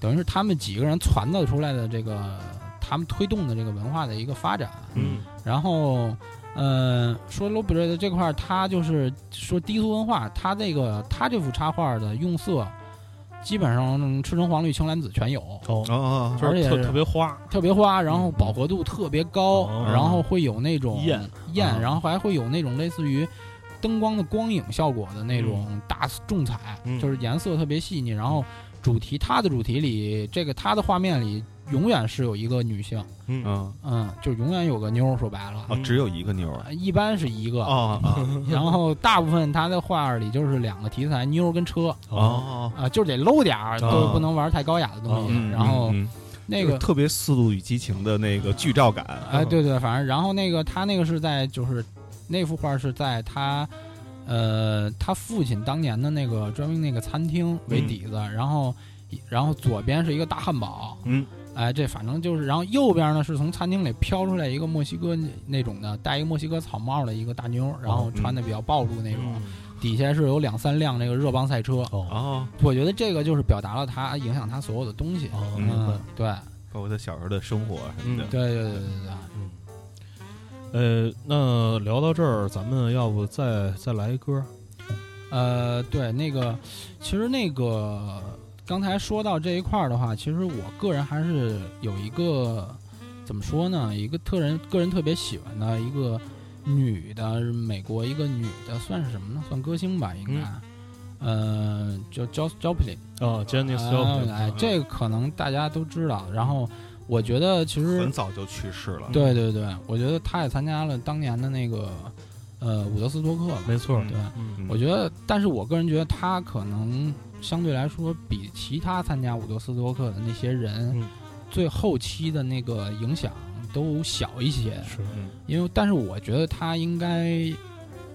Speaker 3: 等于是他们几个人传导出来的这个他们推动的这个文化的一个发展，
Speaker 1: 嗯
Speaker 3: 然后。呃，说 low bred 这块儿，他就是说低俗文化，他这个他这幅插画的用色，基本上赤橙黄绿青蓝紫全有，
Speaker 1: 哦，
Speaker 2: 哦
Speaker 1: 就
Speaker 3: 而
Speaker 1: 是
Speaker 3: 且
Speaker 1: 特
Speaker 3: 是
Speaker 1: 特别花，
Speaker 3: 特别花，然后饱和度特别高，
Speaker 1: 哦
Speaker 3: 然后会有那种
Speaker 1: 艳
Speaker 3: 艳
Speaker 2: 嗯
Speaker 3: 然后还会有那种类似于灯光的光影效果的那种大重彩，
Speaker 1: 嗯
Speaker 3: 就是颜色特别细腻。然后主题，它的主题里，这个它的画面里永远是有一个女性，
Speaker 1: 嗯
Speaker 2: 嗯
Speaker 3: 嗯，就永远有个妞儿。说白了，
Speaker 2: 哦，只有一个妞儿
Speaker 3: 一般是一个，
Speaker 2: 哦
Speaker 3: 然后大部分它的画里就是两个题材，妞儿跟车
Speaker 2: 哦哦，
Speaker 3: 啊、就是得 low 点儿，
Speaker 1: 哦
Speaker 3: 都不能玩太高雅的东西。
Speaker 1: 嗯
Speaker 3: 然后
Speaker 2: 嗯嗯
Speaker 3: 那
Speaker 2: 就是
Speaker 3: 个
Speaker 2: 特别《速度与激情》的那个剧照
Speaker 1: 啊
Speaker 2: 感，
Speaker 3: 哎，对对，反正然后那个他那个是在就是那幅画是在他呃他父亲当年的那个专门那个餐厅为
Speaker 1: 嗯
Speaker 3: 底子，然后然后左边是一个大汉堡，
Speaker 2: 嗯，
Speaker 3: 哎，这反正就是，然后右边呢是从餐厅里飘出来一个墨西哥那种的，戴一个墨西哥草帽的一个大妞儿，然后
Speaker 1: 哦
Speaker 3: 穿的
Speaker 1: 嗯
Speaker 3: 比较暴露那种，底下是有两三辆那个热棒赛车，
Speaker 1: 哦
Speaker 2: 哦，
Speaker 3: 我觉得这个就是表达了他影响他所有的东西，
Speaker 1: 哦，明白
Speaker 3: 嗯，，对
Speaker 2: 啊包括他小时候的生活什么的，
Speaker 3: 对对对对对。
Speaker 1: 嗯。呃，那聊到这儿，咱们要不再再来一歌？
Speaker 3: 呃，对，那个，其实那个刚才说到这一块儿的话，其实我个人还是有一个怎么说呢，一个特人个人特别喜欢的一个女的，美国一个女的，算是什么呢？算歌星吧，应该。
Speaker 4: 嗯
Speaker 3: 呃，叫 j o s Joplin，
Speaker 1: 啊，Janis
Speaker 3: 呃哎
Speaker 4: 嗯
Speaker 1: Joplin，，
Speaker 3: 这个可能大家都知道。然后我觉得其实
Speaker 4: 很早就去世了。
Speaker 3: 对对对，我觉得他也参加了当年的那个呃伍德斯托克吧。
Speaker 1: 没错，
Speaker 3: 对，
Speaker 1: 嗯
Speaker 3: 我觉得，但是我个人觉得他可能相对来说比其他参加伍德斯托克的那些人，
Speaker 1: 嗯
Speaker 3: 最后期的那个影响都小一些。
Speaker 1: 是，
Speaker 3: 因为，但是我觉得他应该，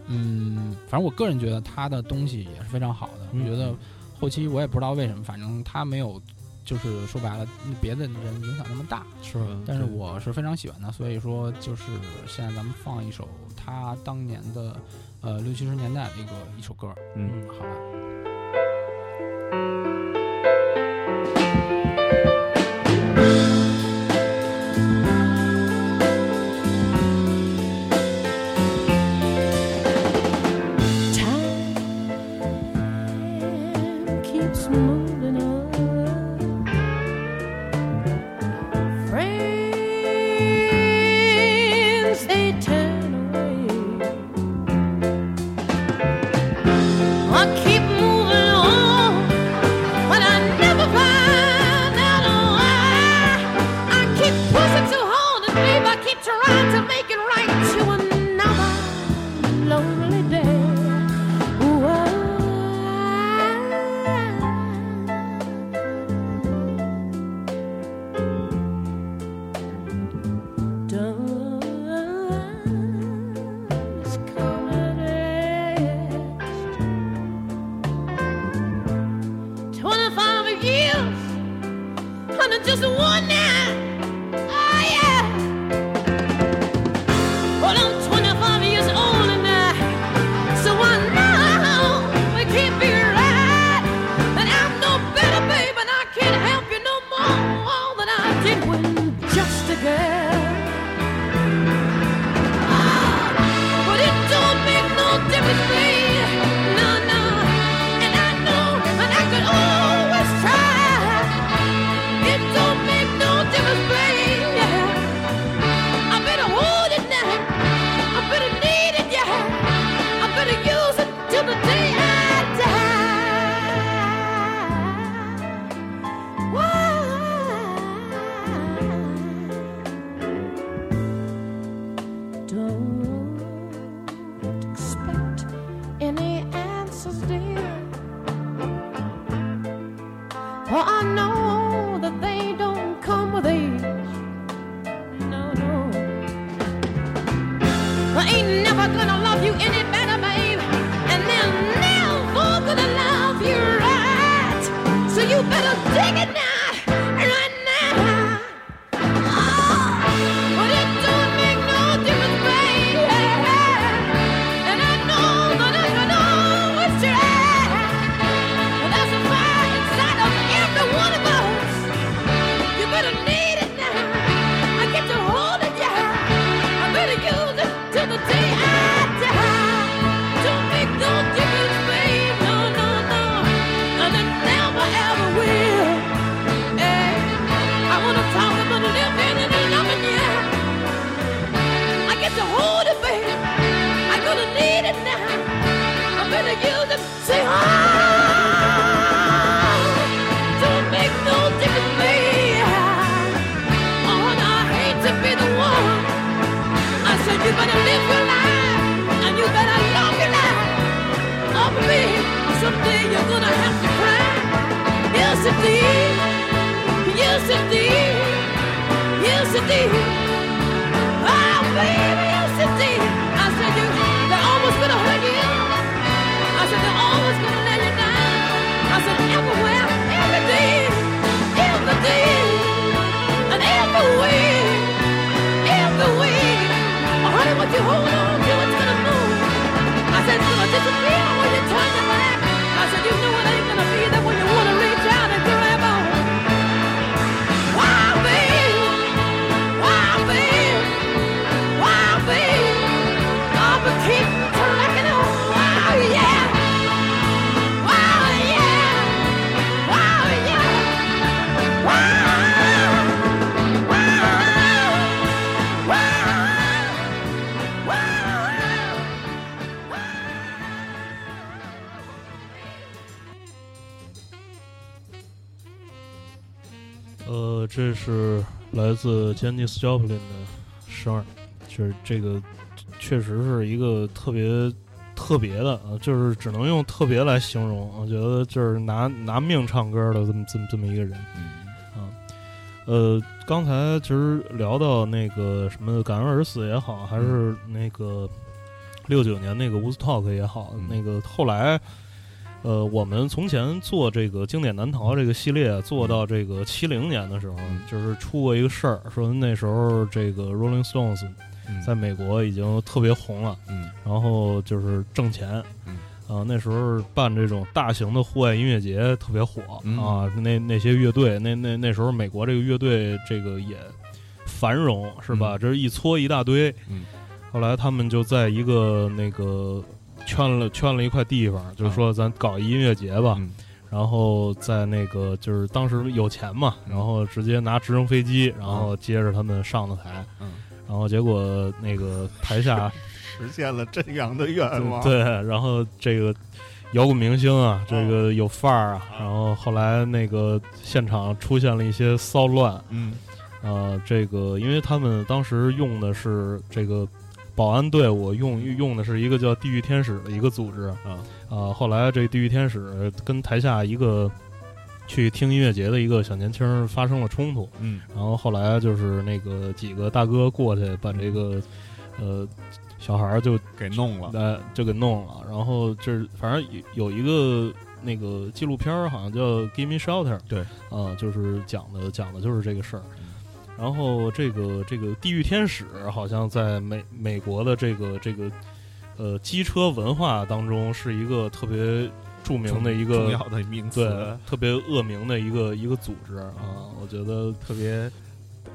Speaker 3: 嗯，反正我个人觉得他的东西也是非常好的。
Speaker 1: 嗯
Speaker 3: 我觉得后期我也不知道为什么，反正他没有，就是说白了，别的人影响那么大。
Speaker 1: 是，
Speaker 3: 但是
Speaker 1: 嗯对
Speaker 3: 我是非常喜欢他，所以说就是现在咱们放一首他当年的，呃，六七十年代的一个一首歌，
Speaker 2: 嗯，
Speaker 3: 好吧。
Speaker 6: Time keeps moving on. Friends, they turn away. I keep moving on, but I never find out why. I keep pushing so hard, and babe, I keep trying to make it right to another lonely day. ah. Twenty-five years under just one night. Oh yeah. Well, I'm twenty-five years old and I. So I know we can't be right. And I'm no better, babe, and I can't help you no more than I did when just a girl. Ah, But it don't make no difference, babe. No, no. And I know, and I could always try. It don't make no difference, babe. I better hold it now. I better need it, yeah. I better use it till the day I die. Why? Don't expect any answers, dear. For I know that they don't come with age. No, no. I ain't never gonna love you any better, babe. And they're never gonna love you right. So you better dig it now, right now. Ah, but it don't make no difference, babe. And I know that I can always try. But there's a fire inside of every one of us. You better need it now. I get to hold it, yeah. I better use it till the day I die. Don't make no difference, babe. No, no, no. And it never ever will. Hey, I wanna talk about living and loving you. I get to hold it, babe. I'm gonna need it now. I better use it. Say, oh. Don't make no difference, babe. Oh, and I hate to be the one. I said you better live your life and you better love your life. Oh, babe, someday you're gonna have to cry. Yes, indeed. Yes, indeed. Yes, indeed. Oh, baby, yes, indeed. I said you, they're almost gonna hurt you. I said they're always gonna let you down. I said everywhere, every day, every day, and everywhere, everywhere. Oh, honey, what you hold on to, it's gonna move. I said it's gonna disappear when you turn your back. I said you know it ain't gonna be there when you wanna reach out and grab on. Why, babe? Why, babe? Why, Oh,
Speaker 1: 呃，这是来自 Janis Joplin 的《十二》，就是这个确实是一个特别特别的啊，就是只能用特别来形容。啊我觉得就是拿拿命唱歌的这么这么这么一个人。呃，刚才其实聊到那个什么感恩而死也好，还是那个六九年那个 Woodstock 也好，
Speaker 2: 嗯
Speaker 1: 那个后来，呃，我们从前做这个经典难逃这个系列，做到这个七零年的时候，
Speaker 2: 嗯
Speaker 1: 就是出过一个事儿，说那时候这个 Rolling Stones
Speaker 2: 嗯
Speaker 1: 在美国已经特别红了，
Speaker 2: 嗯
Speaker 1: 然后就是挣钱。
Speaker 2: 嗯
Speaker 1: 啊，那时候办这种大型的户外音乐节特别火、
Speaker 2: 嗯
Speaker 1: 啊，那那些乐队，那那那时候美国这个乐队这个也繁荣是吧？这一搓一大堆，
Speaker 2: 嗯
Speaker 1: 后来他们就在一个那个圈了圈了一块地方，就是说咱搞一音乐节吧，
Speaker 2: 啊嗯
Speaker 1: 然后在那个就是当时有钱嘛，
Speaker 2: 嗯啊
Speaker 1: 然后直接拿直升飞机，然后接着他们上的台，
Speaker 2: 嗯
Speaker 1: 然后结果那个台下
Speaker 4: 实现了这样的愿望。
Speaker 1: 对，然后这个摇滚明星啊，这个有范儿啊，然后后来那个现场出现了一些骚乱，
Speaker 2: 嗯
Speaker 1: 呃，这个因为他们当时用的是这个保安队伍用用的是一个叫地狱天使的一个组织
Speaker 2: 啊
Speaker 1: 啊后来这地狱天使跟台下一个去听音乐节的一个小年轻儿发生了冲突，
Speaker 2: 嗯
Speaker 1: 然后后来就是那个几个大哥过去把这个呃小孩儿就
Speaker 2: 给弄了，
Speaker 1: 呃就给弄了，然后这反正有有一个那个纪录片儿好像叫《Give Me Shelter》，
Speaker 2: 对
Speaker 1: 啊、就是讲的讲的就是这个事儿
Speaker 2: 嗯。
Speaker 1: 然后这个这个地狱天使好像在美美国的这个这个呃机车文化当中是一个特别著名的一
Speaker 2: 重
Speaker 1: 个
Speaker 2: 要的名词
Speaker 1: 对，特别恶名的一个一个组织啊，我觉得
Speaker 2: 特别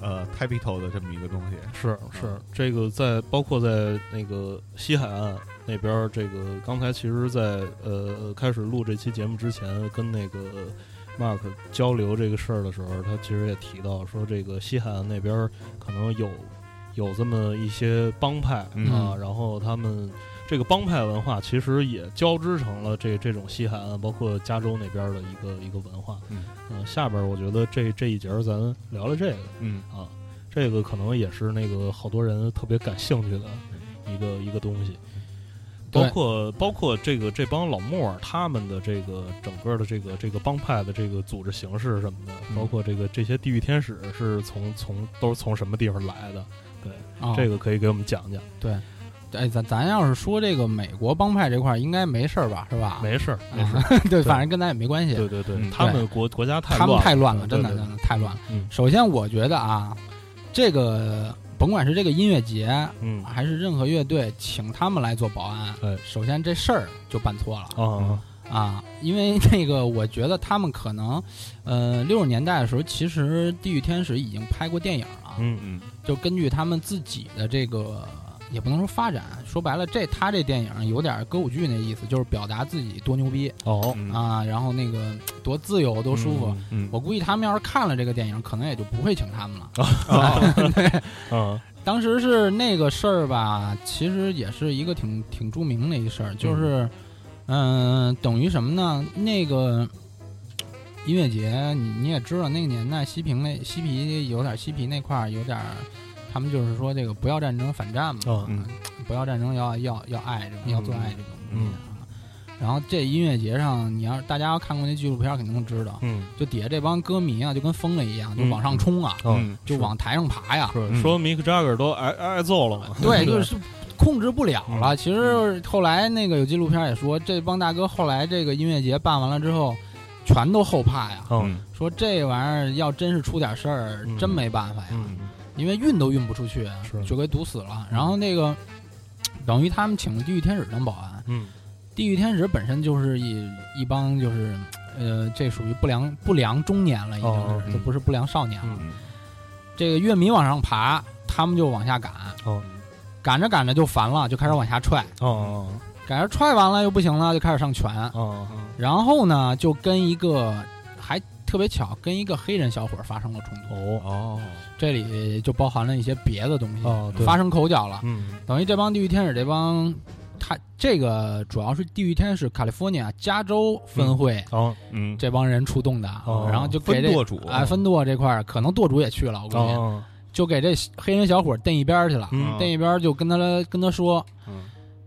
Speaker 2: 呃 capital 的这么一个东西，
Speaker 1: 是是，这个在包括在那个西海岸那边儿，这个刚才其实在，呃开始录这期节目之前，跟那个 Mark 交流这个事儿的时候，他其实也提到说，这个西海岸那边儿可能有有这么一些帮派、
Speaker 2: 嗯
Speaker 1: 啊，然后他们这个帮派文化其实也交织成了这这种西海岸，包括加州那边儿的一个一个文化。
Speaker 2: 嗯
Speaker 1: 呃下边儿我觉得这这一节儿咱聊聊这个。
Speaker 2: 嗯
Speaker 1: 啊，这个可能也是那个好多人特别感兴趣的一个一个东西，
Speaker 3: 嗯对
Speaker 1: 包括包括这个这帮老莫儿他们的这个整个的这个这个帮派的这个组织形式什么的，
Speaker 2: 嗯
Speaker 1: 包括这个这些地狱天使是从从都是从什么地方来的，
Speaker 3: 啊
Speaker 1: 这个可以给我们讲讲。
Speaker 3: 哎，咱咱要是说这个美国帮派这块儿，应该没事儿吧？是吧？
Speaker 1: 没事儿，没事儿，
Speaker 3: 啊，
Speaker 1: 对
Speaker 3: 对，反正跟咱也没关系。
Speaker 1: 对对对，
Speaker 2: 嗯
Speaker 1: 他们国国家太
Speaker 3: 他们
Speaker 1: 乱
Speaker 3: 太乱了，
Speaker 1: 嗯
Speaker 3: 真的
Speaker 1: 对对
Speaker 3: 真的太乱了。
Speaker 1: 嗯
Speaker 3: 首先，我觉得啊，这个甭管是这个音乐节，
Speaker 1: 嗯
Speaker 3: 还是任何乐队，请他们来做保安，
Speaker 1: 哎
Speaker 3: 首先这事儿就办错了
Speaker 1: 啊
Speaker 3: 啊，因为 那个我觉得他们可能，呃，六十年代的时候，其实《地狱天使》已经拍过电影了，
Speaker 1: 嗯
Speaker 2: 嗯
Speaker 3: 就根据他们自己的这个。也不能说发展，说白了，这他这电影有点歌舞剧那意思，就是表达自己多牛逼
Speaker 1: 哦
Speaker 2: 嗯
Speaker 3: 啊，然后那个多自由多舒服。
Speaker 2: 嗯
Speaker 3: 我估计他们要是看了这个电影，可能也就不会请他们了。
Speaker 2: 哦
Speaker 1: 啊
Speaker 3: 当时是那个事儿吧，其实也是一个挺挺著名的一事儿，就是，嗯、等于什么呢？那个音乐节，你你也知道，那个年代西平那西皮有点西皮那块儿有点儿，他们就是说这个不要战争反战嘛，
Speaker 1: 啊
Speaker 2: 嗯
Speaker 3: 不要战争要要要爱这种，要做爱这种东西
Speaker 1: 嗯
Speaker 3: 啊。然后这音乐节上，你要是大家要看过那纪录片儿，肯定知道，
Speaker 1: 嗯
Speaker 3: 就底下这帮歌迷啊，就跟疯了一样，就
Speaker 1: 嗯
Speaker 3: 往上冲啊，
Speaker 1: 啊，
Speaker 2: 嗯
Speaker 3: 就往台上爬呀。
Speaker 1: 是
Speaker 2: 嗯
Speaker 1: 说米克扎克都挨挨挨揍了 嘛？
Speaker 3: 对，就是控制不了
Speaker 1: 嗯
Speaker 3: 了。其实后来那个有纪录片也说，这帮大哥后来这个音乐节办完了之后，全都后怕呀，
Speaker 1: 嗯
Speaker 3: 说这玩意儿要真是出点事儿，
Speaker 1: 嗯
Speaker 3: 真没办法呀，
Speaker 1: 嗯
Speaker 3: 因为运都运不出去
Speaker 1: 是，
Speaker 3: 就给堵死了。然后那个等于他们请了地狱天使当保安，
Speaker 1: 嗯
Speaker 3: 地狱天使本身就是一一帮就是。呃，这属于不良不良中年了，已经是，
Speaker 1: 哦
Speaker 2: 嗯
Speaker 3: 就不是不良少年了。
Speaker 1: 嗯
Speaker 3: 这个乐迷往上爬，他们就往下赶，
Speaker 1: 哦
Speaker 3: 赶着赶着就烦了，就开始往下踹，
Speaker 1: 哦
Speaker 3: 赶着踹完了又不行了，就开始上拳，
Speaker 1: 哦哦。
Speaker 3: 然后呢，就跟一个还特别巧，跟一个黑人小伙发生了冲突，
Speaker 1: 哦
Speaker 2: 哦
Speaker 3: 这里就包含了一些别的东西，
Speaker 1: 哦，对，
Speaker 3: 发生口角了，
Speaker 1: 嗯
Speaker 3: 等于这帮地狱天使这帮他这个主要是地狱天使卡利福尼亚加州分会。
Speaker 1: 哦，
Speaker 2: 嗯，
Speaker 3: 这帮人出动的，
Speaker 1: 哦
Speaker 3: 然后就给
Speaker 2: 分
Speaker 3: 这
Speaker 2: 舵主
Speaker 3: 哎，分舵这块儿可能舵主也去了，我估计、
Speaker 1: 哦，
Speaker 3: 就给这黑人小伙儿蹬一边儿去了，
Speaker 1: 嗯
Speaker 3: 蹬一边儿就跟他跟他说，
Speaker 4: 嗯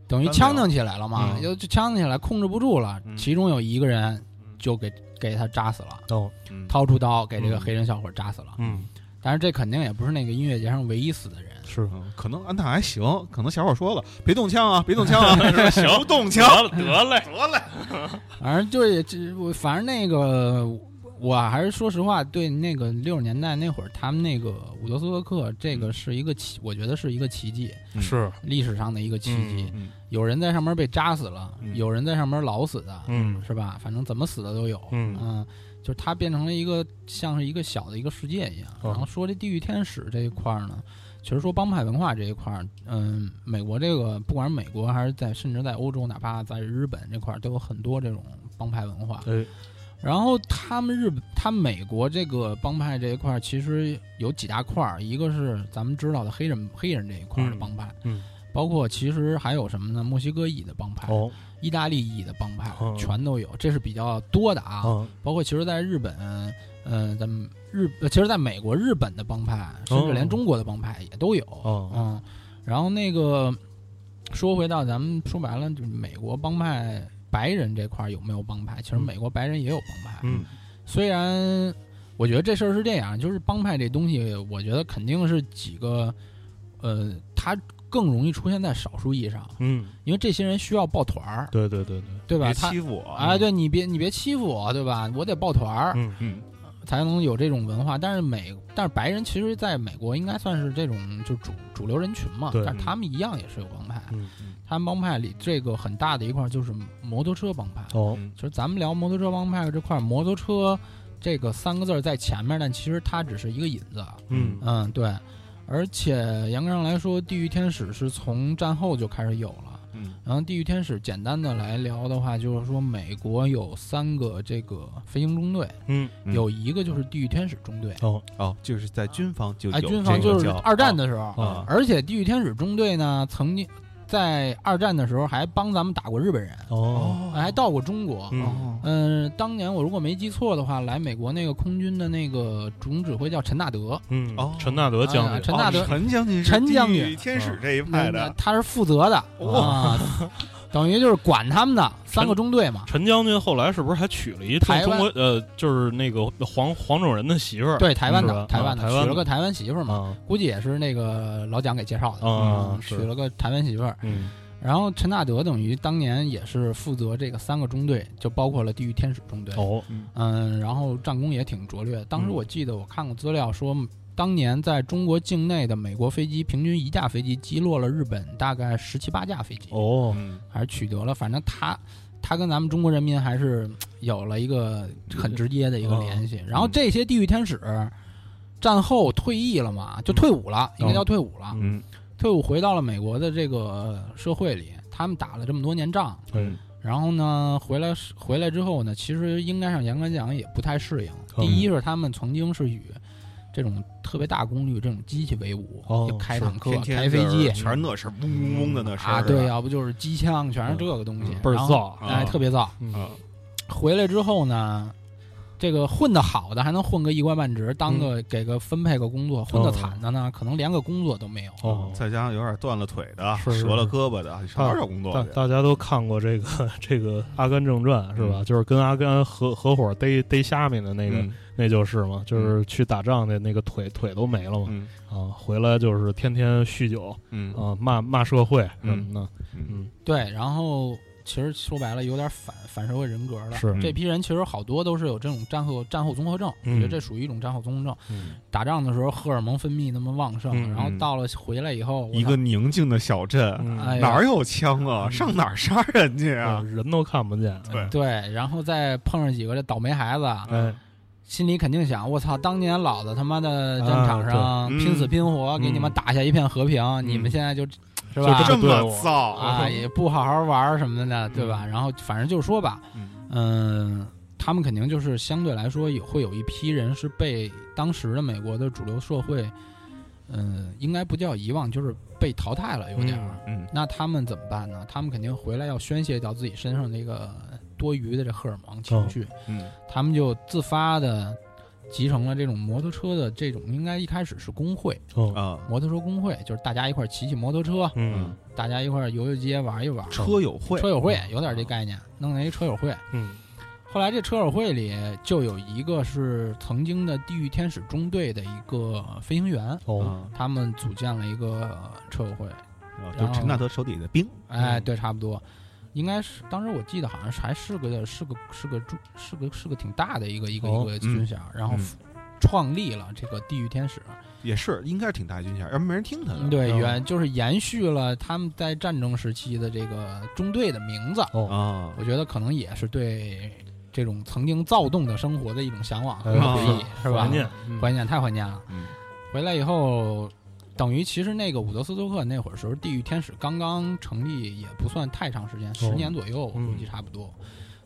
Speaker 3: 等于呛呛起来了嘛，
Speaker 1: 嗯
Speaker 3: 就就呛呛起来，控制不住了，
Speaker 4: 嗯
Speaker 3: 其中有一个人就给给他扎死了，
Speaker 1: 哦，
Speaker 4: 嗯
Speaker 3: 掏出刀给这个黑人小伙儿扎死了，
Speaker 1: 嗯，
Speaker 3: 但是这肯定也不是那个音乐节上唯一死的人，
Speaker 1: 是，
Speaker 2: 嗯可能安踏还行，可能小伙说了，别动枪啊，别动枪啊，
Speaker 4: 行，不动
Speaker 1: 得
Speaker 4: 枪，
Speaker 1: 了得嘞，
Speaker 4: 得嘞，
Speaker 3: 反正就是这我反正那个。我还是说实话，对那个六十年代那会儿，他们那个伍德斯托克，这个是一个奇，我觉得是一个奇迹。
Speaker 2: 嗯
Speaker 1: 是，
Speaker 3: 历史上的一个奇迹。
Speaker 2: 嗯嗯
Speaker 3: 有人在上面被扎死了，
Speaker 2: 嗯
Speaker 3: 有人在上面老死的，
Speaker 1: 嗯
Speaker 3: 是吧？反正怎么死的都有。
Speaker 1: 嗯
Speaker 3: 啊就是它变成了一个像是一个小的一个世界一样。
Speaker 1: 哦
Speaker 3: 然后说这地狱天使这一块儿呢，其实说帮派文化这一块儿，嗯，美国这个不管是美国还是在甚至在欧洲，哪怕在日本这块儿，都有很多这种帮派文化。
Speaker 1: 哎，
Speaker 3: 然后他们日本，他美国这个帮派这一块儿其实有几大块儿，一个是咱们知道的黑人黑人这一块儿的
Speaker 1: 嗯
Speaker 3: 帮派，
Speaker 1: 嗯
Speaker 3: 包括其实还有什么呢？墨西哥裔的帮派、
Speaker 1: 哦，
Speaker 3: 意大利裔的帮派
Speaker 1: 哦，
Speaker 3: 全都有，这是比较多的啊。
Speaker 1: 嗯
Speaker 3: 包括其实，在日本，嗯，咱们日，呃其实在美国、日本的帮派，甚至连中国的帮派也都有。
Speaker 1: 哦
Speaker 3: 嗯，然后那个说回到咱们说白了，就是美国帮派白人这块儿有没有帮派？其实
Speaker 1: 嗯
Speaker 3: 美国白人也有帮派，
Speaker 1: 嗯
Speaker 3: 虽然我觉得这事儿是这样，就是帮派这东西，我觉得肯定是几个，呃，它更容易出现在少数裔上，
Speaker 1: 嗯，
Speaker 3: 因为这些人需要抱团儿，
Speaker 1: 对对对对，
Speaker 3: 对吧？
Speaker 2: 别
Speaker 3: 他
Speaker 2: 欺负我
Speaker 3: 哎，，对你别你别欺负我，对吧？我得抱团儿、
Speaker 1: 嗯
Speaker 2: 嗯，
Speaker 3: 才能有这种文化。但是美，但是白人其实在美国应该算是这种就主主流人群嘛，
Speaker 1: 对
Speaker 3: 但是他们一样也是有帮派。
Speaker 1: 嗯
Speaker 3: 他们帮派里这个很大的一块儿就是摩托车帮派，
Speaker 1: 哦，
Speaker 2: 嗯
Speaker 3: 就是咱们聊摩托车帮派这块儿，摩托车这个三个字儿在前面，但其实它只是一个引子。
Speaker 1: 嗯
Speaker 3: 嗯，对。而且严格上来说，地狱天使是从战后就开始有了。
Speaker 2: 嗯
Speaker 3: 然后地狱天使简单的来聊的话，就是说美国有三个这个飞行中队，
Speaker 1: 嗯
Speaker 2: 嗯
Speaker 3: 有一个就是地狱天使中队。
Speaker 1: 哦，
Speaker 2: 哦，就是在军方就
Speaker 3: 哎，
Speaker 2: 有
Speaker 3: 军方就是
Speaker 2: 这个叫
Speaker 3: 二战的时候，
Speaker 1: 哦
Speaker 3: 而且地狱天使中队呢，曾经在二战的时候还帮咱们打过日本人，
Speaker 1: 哦，
Speaker 3: 还到过中国。
Speaker 1: 嗯
Speaker 3: 嗯，当年我如果没记错的话，来美国那个空军的那个总指挥叫陈纳德，
Speaker 1: 嗯，
Speaker 2: 哦
Speaker 1: 陈纳德将
Speaker 3: 啊
Speaker 1: 军，
Speaker 3: 陈纳德
Speaker 2: 哦陈将军是
Speaker 3: 陈将
Speaker 4: 地狱
Speaker 3: 军，
Speaker 4: 天使这一派
Speaker 3: 那那
Speaker 4: 的，
Speaker 3: 他是负责的、啊，等于就是管他们的三个中队嘛。
Speaker 1: 陈将军后来是不是还娶了一趟
Speaker 3: 台湾
Speaker 1: 中国呃，就是那个黄黄种人的媳妇儿？
Speaker 3: 对，台湾
Speaker 1: 是
Speaker 3: 的，
Speaker 1: 吧
Speaker 3: 台湾的，
Speaker 1: 啊台湾的
Speaker 3: 娶了个台湾媳妇儿嘛，
Speaker 1: 啊，
Speaker 3: 估计也是那个老蒋给介绍的，
Speaker 1: 啊
Speaker 3: 嗯
Speaker 1: 是
Speaker 3: 娶了个台湾媳妇儿。
Speaker 1: 嗯
Speaker 3: 然后陈纳德等于当年也是负责这个三个中队，就包括了地狱天使中队。
Speaker 1: 哦，
Speaker 3: 嗯，然后战功也挺卓越。当时
Speaker 1: 嗯
Speaker 3: 我记得我看过资料说，当年在中国境内的美国飞机，平均一架飞机击落了日本大概十七八架飞机，
Speaker 1: 哦，
Speaker 2: 嗯
Speaker 3: 还是取得了。反正他他跟咱们中国人民还是有了一个很直接的一个联
Speaker 1: 哦嗯
Speaker 3: 系。然后这些地狱天使战后退役了嘛，就退伍了，应该叫退伍了。
Speaker 1: 嗯
Speaker 3: 退伍回到了美国的这个社会里，他们打了这么多年仗，
Speaker 1: 嗯
Speaker 3: 然后呢，回来是回来之后呢，其实应该上严格讲也不太适应。
Speaker 1: 嗯
Speaker 3: 第一是他们曾经是与这种特别大功率这种机器为伍，
Speaker 1: 哦
Speaker 3: 就开
Speaker 2: 是
Speaker 3: 坦克、
Speaker 2: 天天
Speaker 3: 开飞
Speaker 2: 就是
Speaker 3: 机
Speaker 2: 全是那事儿，嗡嗡嗡的那事儿
Speaker 3: 啊，对，要不就是机枪，全是这个东西，
Speaker 1: 嗯倍儿
Speaker 3: 然后，
Speaker 1: 燥，
Speaker 3: 哎，特别燥。
Speaker 1: 嗯
Speaker 2: 啊
Speaker 3: 回来之后呢，这个混得好的还能混个一官半职，当个给个分配个工作；混得惨的呢，可能连个工作都没有。
Speaker 1: 哦。
Speaker 2: 再加上有点断了腿的、
Speaker 1: 是是
Speaker 2: 折了胳膊的，什么找工
Speaker 1: 大
Speaker 2: 作去？
Speaker 1: 大家都看过这个 这个《阿甘正传》是吧？就是跟阿甘合合伙逮逮虾米的那个，
Speaker 2: 嗯
Speaker 1: 那就是嘛，就是去打仗的那个腿腿都没了嘛
Speaker 2: 嗯
Speaker 1: 啊，回来就是天天酗酒
Speaker 2: 嗯
Speaker 1: 啊，骂骂社会什么的，
Speaker 2: 嗯
Speaker 3: 对，然后其实说白了，有点反反社会人格了。
Speaker 1: 是
Speaker 3: 这批人其实好多都是有这种战后战后综合症，
Speaker 1: 嗯
Speaker 3: 我觉得这属于一种战后综合症。
Speaker 1: 嗯
Speaker 3: 打仗的时候荷尔蒙分泌那么旺盛，
Speaker 1: 嗯
Speaker 3: 然后到了回来以后，我
Speaker 2: 一个
Speaker 3: 操
Speaker 2: 宁静的小镇，
Speaker 1: 嗯
Speaker 3: 嗯哎呀嗯
Speaker 2: 哪儿有枪啊？上哪儿杀人去啊？
Speaker 1: 人都看不见，
Speaker 4: 对
Speaker 3: 对，然后再碰上几个这倒霉孩子，
Speaker 2: 嗯
Speaker 1: 哎，
Speaker 3: 心里肯定想：我操，当年老子他妈的战场上
Speaker 2: 对嗯
Speaker 3: 拼死拼活给你们打下一片和平，你们现在就。
Speaker 2: 嗯
Speaker 3: 是吧？
Speaker 1: 就
Speaker 4: 这
Speaker 1: 这对
Speaker 4: 么
Speaker 1: 我
Speaker 4: 燥
Speaker 3: 啊，也不好好玩儿什么的，对吧？然后反正就说吧，
Speaker 2: 嗯
Speaker 3: 嗯，他们肯定就是相对来说有会有一批人是被当时的美国的主流社会，嗯，应该不叫遗忘，就是被淘汰了，有点儿。
Speaker 2: 嗯
Speaker 3: 那他们怎么办呢？他们肯定回来要宣泄掉自己身上这个多余的这荷尔蒙情绪，
Speaker 2: 嗯
Speaker 3: 他们就自发的集成了这种摩托车的这种，应该一开始是工会，
Speaker 1: 哦，
Speaker 2: 啊，
Speaker 3: 摩托车工会，就是大家一块儿骑骑摩托车，
Speaker 1: 嗯
Speaker 3: 大家一块儿游游街玩一玩，
Speaker 2: 车友会
Speaker 3: 车友会有点这概念，弄了一车友会。
Speaker 1: 嗯
Speaker 3: 后来这车友会里就有一个是曾经的地狱天使中队的一个飞行员，
Speaker 1: 哦，
Speaker 2: 啊，
Speaker 3: 他们组建了一个车友会，
Speaker 2: 啊就是陈纳德手底下的兵，
Speaker 3: 哎，
Speaker 1: 嗯
Speaker 3: 对，差不多，应该是当时我记得好像是还是个是个是个中是个是个挺大的一个一个
Speaker 1: 哦
Speaker 3: 一个军
Speaker 2: 嗯
Speaker 3: 衔，然后
Speaker 2: 嗯
Speaker 3: 创立了这个地狱天使。
Speaker 2: 也是应该是挺大军衔，要不然没人听他的。啊
Speaker 3: 对，
Speaker 1: 嗯
Speaker 3: 原就是延续了他们在战争时期的这个中队的名字。
Speaker 2: 啊
Speaker 3: 我觉得可能也是对这种曾经躁动的生活的一种向往和
Speaker 1: 哎
Speaker 3: 回忆，是吧？
Speaker 1: 怀念，
Speaker 3: 怀念，太怀念了。
Speaker 2: 嗯
Speaker 3: 回来以后，等于其实那个伍德斯托克那会儿时候，地狱天使刚刚成立，也不算太长时间，十年左右，我估计差不多，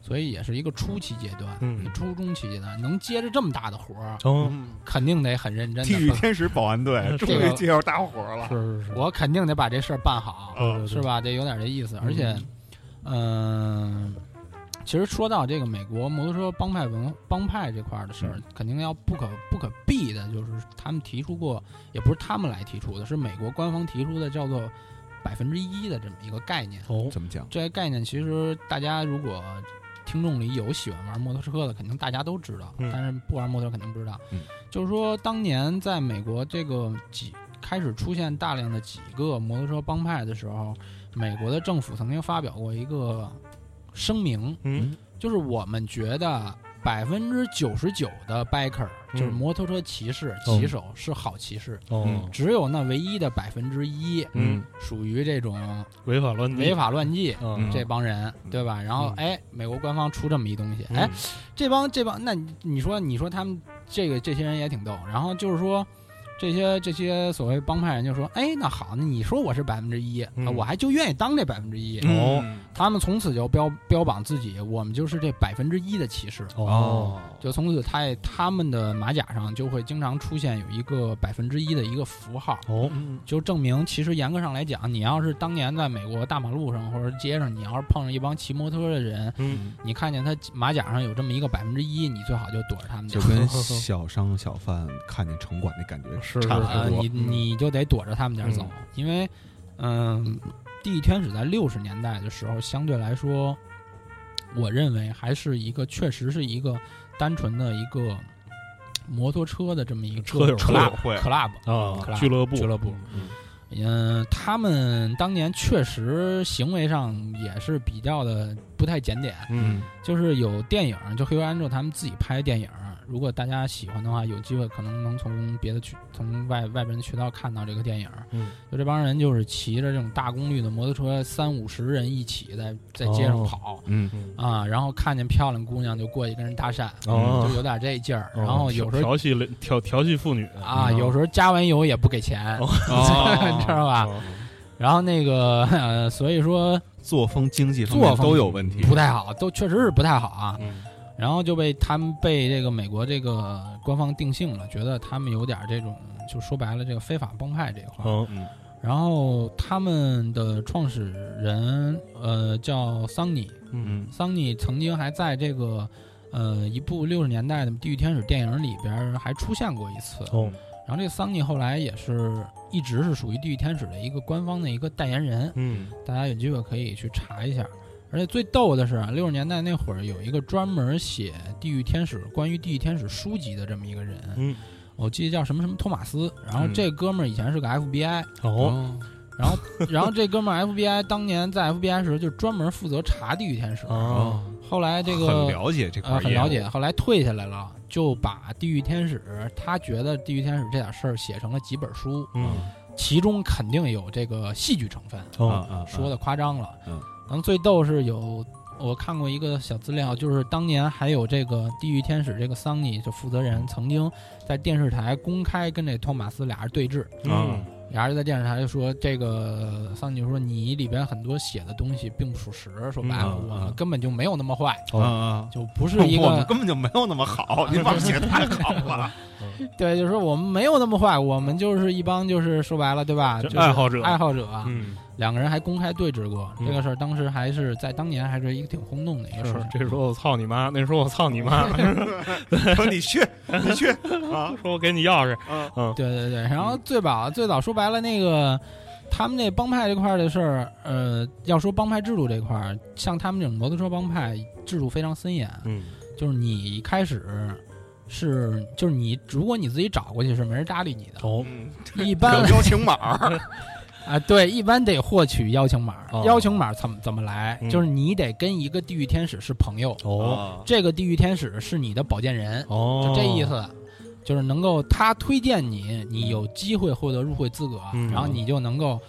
Speaker 3: 所以也是一个初期阶段。
Speaker 1: 嗯，
Speaker 3: 初中期阶段能接着这么大的活儿，
Speaker 1: 成，
Speaker 2: 嗯
Speaker 3: 肯定得很认真
Speaker 4: 地狱
Speaker 3: 的。
Speaker 4: 天使保安队终于介绍大伙儿了，
Speaker 1: 是
Speaker 2: 嗯
Speaker 1: 是是，
Speaker 3: 我肯定得把这事儿办好，
Speaker 1: 嗯
Speaker 3: 是吧？得有点这意思。而且，嗯、其实说到这个美国摩托车帮派文帮派这块儿的事儿，
Speaker 1: 嗯
Speaker 3: 肯定要不可不可避的，就是他们提出过，也不是他们来提出的，是美国官方提出的，叫做百分之一的这么一个概念。
Speaker 1: 哦，
Speaker 2: 怎么讲？
Speaker 3: 这个概念其实大家如果听众里有喜欢玩摩托车的，肯定大家都知道，
Speaker 1: 嗯
Speaker 3: 但是不玩摩托肯定不知道。
Speaker 2: 嗯
Speaker 3: 就是说，当年在美国这个几开始出现大量的几个摩托车帮派的时候，美国的政府曾经发表过一个声明，
Speaker 1: 嗯
Speaker 3: 就是我们觉得。百分之九十九的 biker 就是
Speaker 1: 嗯
Speaker 3: 摩托车骑士、
Speaker 1: 哦
Speaker 3: 骑手是好骑士，
Speaker 1: 哦，
Speaker 2: 嗯
Speaker 3: 只有那唯一的百分之一
Speaker 1: 嗯，
Speaker 3: 属于这种
Speaker 1: 违法乱纪
Speaker 3: 违，法乱纪，
Speaker 1: 嗯，
Speaker 3: 这帮人，对吧？然后
Speaker 1: 嗯
Speaker 3: 哎，美国官方出这么一东西，
Speaker 1: 嗯
Speaker 3: 哎，，这帮这帮，那你你说你说他们这个这些人也挺逗，然后就是说。这些这些所谓帮派人就说：“哎，那好，那你说我是百分之一，
Speaker 1: 嗯
Speaker 3: 啊我还就愿意当这百分之一。
Speaker 1: 哦
Speaker 3: 他们从此就标标榜自己，我们就是这百分之一的骑士。
Speaker 1: 哦，
Speaker 2: 啊
Speaker 3: 就从此他也他们的马甲上就会经常出现有一个百分之一的一个符号，
Speaker 2: 嗯
Speaker 1: 哦，
Speaker 3: 就证明，其实严格上来讲，你要是当年在美国大马路上或者街上，你要是碰上一帮骑摩托车的人，
Speaker 1: 嗯，
Speaker 3: 你看见他马甲上有这么一个百分之一，你最好 就躲着他们
Speaker 2: 就
Speaker 3: 点。
Speaker 2: 跟小商小贩看见城管那感觉
Speaker 1: 哦是
Speaker 2: 差
Speaker 1: 是
Speaker 2: 不
Speaker 3: 呃，
Speaker 2: 多嗯
Speaker 3: 你。你就得躲着他们点走，因为，嗯、地狱天使在六十年代的时候，相对来说，我认为还是一个确实是一个单纯的一个摩托车的这么一个
Speaker 1: 车友会
Speaker 3: club
Speaker 4: 会
Speaker 3: club
Speaker 1: 啊，
Speaker 3: club
Speaker 1: 俱乐部，
Speaker 3: 俱乐部，
Speaker 2: 嗯
Speaker 3: 嗯，他们当年确实行为上也是比较的不太检点，
Speaker 1: 嗯，
Speaker 3: 就是有电影，就黑白安宙他们自己拍电影，如果大家喜欢的话，有机会可能能从别的渠从外外边的渠道看到这个电影。
Speaker 1: 嗯，
Speaker 3: 就这帮人就是骑着这种大功率的摩托车，三五十人一起在在街
Speaker 1: 哦
Speaker 3: 上跑、
Speaker 2: 嗯
Speaker 3: 啊，然后看见漂亮姑娘就过去跟人搭讪，
Speaker 1: 哦嗯
Speaker 3: 就有点这劲儿。然后有时候
Speaker 1: 调戏调调戏妇女
Speaker 3: 啊，有时候加完油也不给钱，
Speaker 2: 哦
Speaker 3: 你知道
Speaker 1: 啊
Speaker 3: 吧？然后那个， 呃，所以说
Speaker 2: 作风、经济方
Speaker 3: 作
Speaker 2: 面
Speaker 3: 风
Speaker 2: 都有问题。
Speaker 3: 不太好，都确实是不太好啊。
Speaker 1: 嗯
Speaker 3: 然后就被他们被这个美国这个官方定性了，觉得他们有点这种，就说白了这个非法帮派这一块儿。
Speaker 1: 嗯
Speaker 2: 嗯
Speaker 3: 然后他们的创始人，呃，叫桑尼，
Speaker 1: 嗯
Speaker 3: 桑尼曾经还在这个，呃，一部六十年代的《地狱天使》电影里边儿还出现过一次。
Speaker 1: 哦
Speaker 3: 然后这个桑尼后来也是一直是属于《地狱天使》的一个官方的一个代言人。
Speaker 1: 嗯
Speaker 3: 大家有机会可以去查一下。而且最逗的是啊，六十年代那会儿有一个专门写《地狱天使》关于《地狱天使》书籍的这么一个人，
Speaker 1: 嗯
Speaker 3: 我记得叫什么什么托马斯。然后
Speaker 2: 嗯
Speaker 3: 这哥们儿以前是个 FBI，
Speaker 1: 哦
Speaker 2: 哦
Speaker 3: 然后然后这哥们儿 FBI 当年在 FBI 时就专门负责查地狱天使，
Speaker 1: 哦
Speaker 3: 后来这个
Speaker 2: 很了解这块
Speaker 3: 呃
Speaker 2: 儿
Speaker 3: 很
Speaker 2: 业务
Speaker 3: 了解，后来退下来了，就把地狱天使他觉得地狱天使这点事儿写成了几本书，
Speaker 1: 嗯
Speaker 3: 其中肯定有这个戏剧成分。
Speaker 2: 啊
Speaker 1: 哦
Speaker 2: 啊啊
Speaker 3: 嗯说的夸张了。
Speaker 2: 嗯，
Speaker 3: 然后最逗是有我看过一个小资料，就是当年还有这个地狱天使这个桑尼这负责人曾经在电视台公开跟这托马斯俩人对峙，
Speaker 1: 嗯
Speaker 3: 俩人在电视台说这个桑吉说你里边很多写的东西并不属实，说白
Speaker 2: 嗯
Speaker 3: 了
Speaker 2: 嗯
Speaker 3: 我
Speaker 2: 嗯
Speaker 3: 们根本就没有那么坏，
Speaker 2: 啊啊，
Speaker 3: 就不是 一
Speaker 4: 我们
Speaker 3: 个
Speaker 4: 根本就没有那么好，你把我写得太好了。
Speaker 3: 对，就是说我们没有那么坏，我们就是一帮就是说白了对吧？
Speaker 1: 就
Speaker 3: 就是
Speaker 1: 爱好者
Speaker 3: 爱好者，
Speaker 1: 嗯，
Speaker 3: 两个人还公开对峙过
Speaker 1: 嗯
Speaker 3: 这个事儿，当时还是在当年还是一个挺轰动的一个事
Speaker 1: 是
Speaker 3: 儿。
Speaker 1: 这嗯时候嗯我操你妈，那时候我操你妈，
Speaker 4: 说你 去，你去啊！
Speaker 1: 说我给你钥匙，
Speaker 4: 嗯
Speaker 1: 嗯
Speaker 3: 对对对，然后最早最早说白了，那个他们那帮派这块儿的事儿，呃，要说帮派制度这块儿，像他们这种摩托车帮派制度非常森严，
Speaker 1: 嗯
Speaker 3: 就是你一开始是就是你如果你自己找过去是没人搭理你的，
Speaker 1: 哦
Speaker 4: 嗯，
Speaker 3: 一
Speaker 4: 有
Speaker 3: 般
Speaker 4: 邀请码儿，
Speaker 3: 啊，对，一般得获取邀请码
Speaker 1: 哦。
Speaker 3: 邀请码怎么怎么来
Speaker 1: 嗯？
Speaker 3: 就是你得跟一个地狱天使是朋友，
Speaker 1: 哦
Speaker 2: 啊
Speaker 3: 这个地狱天使是你的保荐人，
Speaker 1: 哦，
Speaker 3: 就这意，思。就是能够他推荐你，你有机会获得入会资格，
Speaker 1: 嗯
Speaker 3: 然后你就能够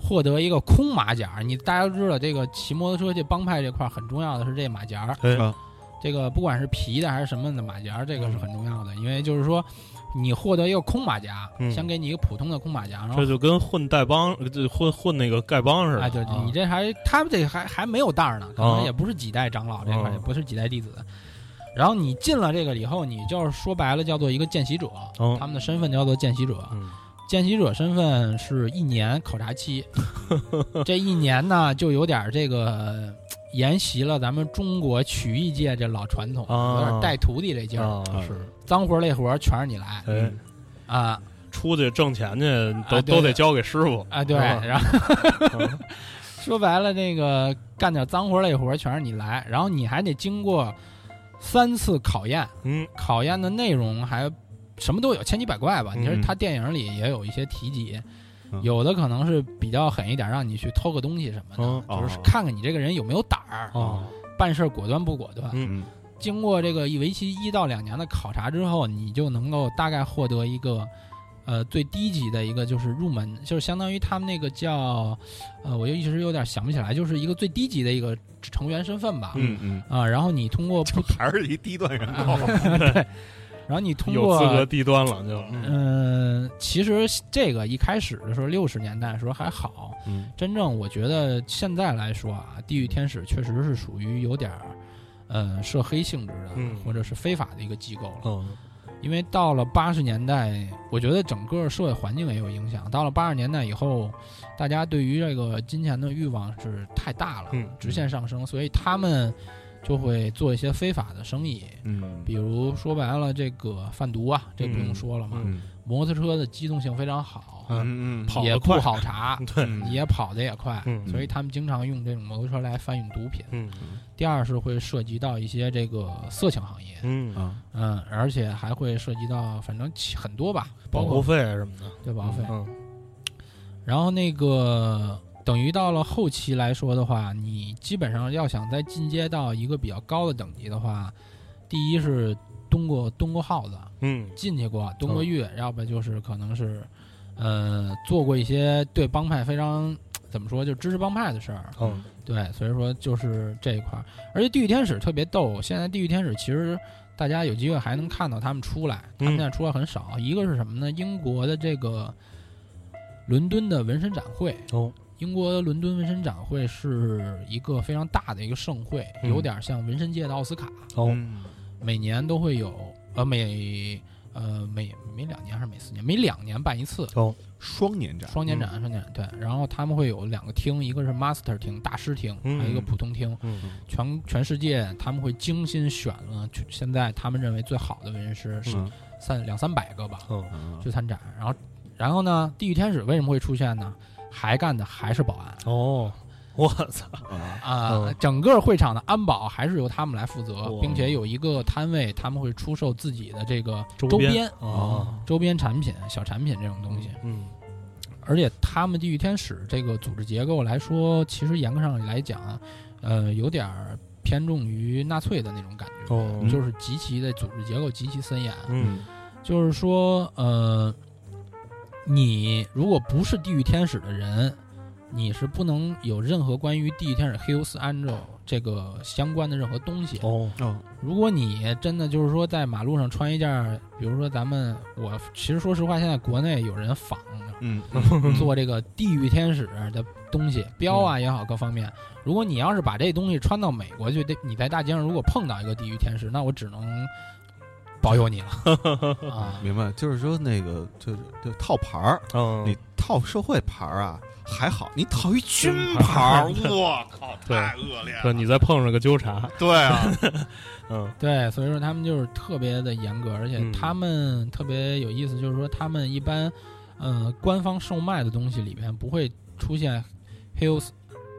Speaker 3: 获得一个空马甲。你大家都知道，这个骑摩托车这帮派这块儿很重要的是这马甲，
Speaker 1: 哎
Speaker 2: 啊
Speaker 3: 这个不管是皮的还是什么的马甲，这个是很重要的，因为就是说你获得一个空马甲，
Speaker 1: 嗯
Speaker 3: 先给你一个普通的空马甲，然后
Speaker 1: 这就跟混丐帮，这混混那个丐帮似的，
Speaker 3: 哎，对
Speaker 1: 啊
Speaker 3: 你这还他们这还还没有档儿呢，可
Speaker 1: 啊
Speaker 3: 能也不是几代长老这块
Speaker 1: 啊
Speaker 3: 儿，也不是几代弟子。然后你进了这个以后，你就是说白了叫做一个见习者，
Speaker 1: 哦
Speaker 3: 他们的身份叫做见习者。
Speaker 1: 嗯
Speaker 3: 见习者身份是一年考 察期，这一年呢就有点儿这个呃沿袭了咱们中国曲艺界这老传统，
Speaker 1: 啊
Speaker 3: 有点儿带徒弟这劲儿，
Speaker 1: 啊是，
Speaker 3: 脏活儿累活儿全是你来
Speaker 1: 哎，
Speaker 3: 啊
Speaker 1: 出去挣钱去都
Speaker 3: 啊对
Speaker 1: 都得
Speaker 3: 对
Speaker 1: 交给师傅，
Speaker 3: 啊！对，
Speaker 1: 啊
Speaker 3: 然后。
Speaker 1: 嗯
Speaker 3: 说白了，那个干点脏活累活全是你来，然后你还得经过三次考验，
Speaker 1: 嗯
Speaker 3: 考验的内容还什么都有，千奇百怪吧。
Speaker 1: 嗯
Speaker 3: 你说他电影里也有一些提及
Speaker 2: 嗯，
Speaker 3: 有的可能是比较狠一点，让你去偷个东西什么的，
Speaker 4: 啊
Speaker 1: 嗯
Speaker 2: 哦
Speaker 3: 就是看看你这个人有没有胆儿，
Speaker 1: 哦
Speaker 3: 办事果断不果断。
Speaker 1: 嗯
Speaker 3: 经过这个一为期一到两年的考察之后，你就能够大概获得一个，呃，最低级的一个就是入门，就是相当于他们那个叫，呃，我就一时有点想不起来，就是一个最低级的一个成员身份吧。
Speaker 2: 嗯嗯
Speaker 3: 啊，然后你通过不，
Speaker 4: 还是一低端人口。
Speaker 3: 然后你通
Speaker 1: 啊有资格
Speaker 3: 过，
Speaker 1: 低端了就，嗯
Speaker 3: 嗯、其实这个一开始的时候，六十年代的时候还好，
Speaker 2: 嗯
Speaker 3: 真正我觉得现在来说啊，地狱天使确实是属于有点儿，呃，涉黑性质的，
Speaker 1: 嗯
Speaker 3: 或者是非法的一个机构了。
Speaker 1: 嗯
Speaker 3: 因为到了八十年代，我觉得整个社会环境也有影响。到了八十年代以后，大家对于这个金钱的欲望是太大了，
Speaker 1: 嗯
Speaker 3: 直线上升，所以他们就会做一些非法的生意，
Speaker 2: 嗯
Speaker 3: 比如说白了，这个贩毒啊，这不用说了嘛。
Speaker 2: 嗯
Speaker 3: 摩托车的机动性非常好，
Speaker 2: 嗯嗯
Speaker 1: 跑
Speaker 3: 也
Speaker 1: 得
Speaker 3: 不
Speaker 1: 快，
Speaker 3: 好查，
Speaker 1: 对，
Speaker 3: 也跑得也快，
Speaker 1: 嗯
Speaker 3: 所以他们经常用这种摩托车来贩运毒品。
Speaker 1: 嗯
Speaker 3: 第二是会涉及到一些这个色情行业，
Speaker 1: 嗯，
Speaker 4: 哦
Speaker 2: 啊
Speaker 3: 嗯，而且还会涉及到，反正其很多吧，
Speaker 1: 保
Speaker 3: 包
Speaker 1: 护
Speaker 3: 括
Speaker 1: 费啊什么的，
Speaker 3: 对保护费。
Speaker 1: 嗯
Speaker 3: 然后那个等于到了后期来说的话，你基本上要想再进阶到一个比较高的等级的话，第一是蹲过蹲过耗子，啊
Speaker 1: 嗯
Speaker 3: 进去过，蹲过狱，要不就是可能是，呃，做过一些对帮派非常怎么说，就支持帮派的事儿。
Speaker 1: 嗯
Speaker 3: 对，所以说就是这一块儿。而且地狱天使特别逗，现在地狱天使其实大家有机会还能看到他们出来，他们
Speaker 1: 嗯
Speaker 3: 现在出来很少。一个是什么呢？英国的这个伦敦的纹身展会，
Speaker 1: 哦
Speaker 3: 英国伦敦纹身展会是一个非常大的一个盛会，
Speaker 1: 嗯
Speaker 3: 有点像纹身界的奥斯卡，
Speaker 1: 哦
Speaker 2: 嗯
Speaker 3: 每年都会有，呃，每呃每每两年还是每四年，每两年办一次。
Speaker 1: 哦
Speaker 2: 双年展
Speaker 3: 双年
Speaker 1: 嗯
Speaker 3: 展，双年展对，然后他们会有两个厅，一个是 master 厅，大师厅，
Speaker 1: 嗯
Speaker 3: 还有一个普通厅。
Speaker 1: 嗯
Speaker 3: 全全世界他们会精心选了，就现在他们认为最好的纹身师是
Speaker 2: 嗯
Speaker 3: 三两三百个吧
Speaker 4: 啊
Speaker 1: 嗯
Speaker 2: 嗯
Speaker 3: 去参展。然后，然后呢，地狱天使为什么会出现呢？还干的还是保安
Speaker 1: 哦，我操，
Speaker 2: 啊
Speaker 3: 啊、
Speaker 1: 嗯
Speaker 3: 整个会场的安保还是由他们来负责
Speaker 1: 哇，
Speaker 3: 并且有一个摊位他们会出售自己的这个
Speaker 1: 周
Speaker 3: 周
Speaker 1: 边
Speaker 3: 边啊
Speaker 1: 哦
Speaker 3: 周边产品、小产品这种东西。
Speaker 1: 嗯
Speaker 3: 而且他们地狱天使这个组织结构来说，其实严格上来讲，呃，有点儿偏重于纳粹的那种感觉，
Speaker 1: 哦
Speaker 3: 就是极其的组织结构极其森严。
Speaker 1: 嗯
Speaker 3: 就是说，呃，你如果不是地狱天使的人，你是不能有任何关于地狱天使 Hills Angel 这个相关的任何东西。
Speaker 1: 哦
Speaker 3: 如果你真的就是说在马路上穿一件儿，比如说咱们我其实说实话，现在国内有人仿
Speaker 4: 嗯，
Speaker 3: 做这个地狱天使的东西，标啊也好，各方面。如果你要是把这东西穿到美国去，这你在大街上如果碰到一个地狱天使，那我只能保佑你了啊！
Speaker 2: 明白，就是说那个就是就套牌儿，
Speaker 1: 嗯，
Speaker 2: 你套社会牌儿啊还好，你套一军牌
Speaker 4: 牌
Speaker 2: 儿
Speaker 4: 儿，我靠，太恶劣了。
Speaker 1: 对，你再碰上个纠察，
Speaker 4: 对啊，
Speaker 1: 嗯
Speaker 3: 对，所以说他们就是特别的严格，而且
Speaker 1: 嗯
Speaker 3: 他们特别有意思，就是说他们一般，呃，官方售卖的东西里边不会出现 Hills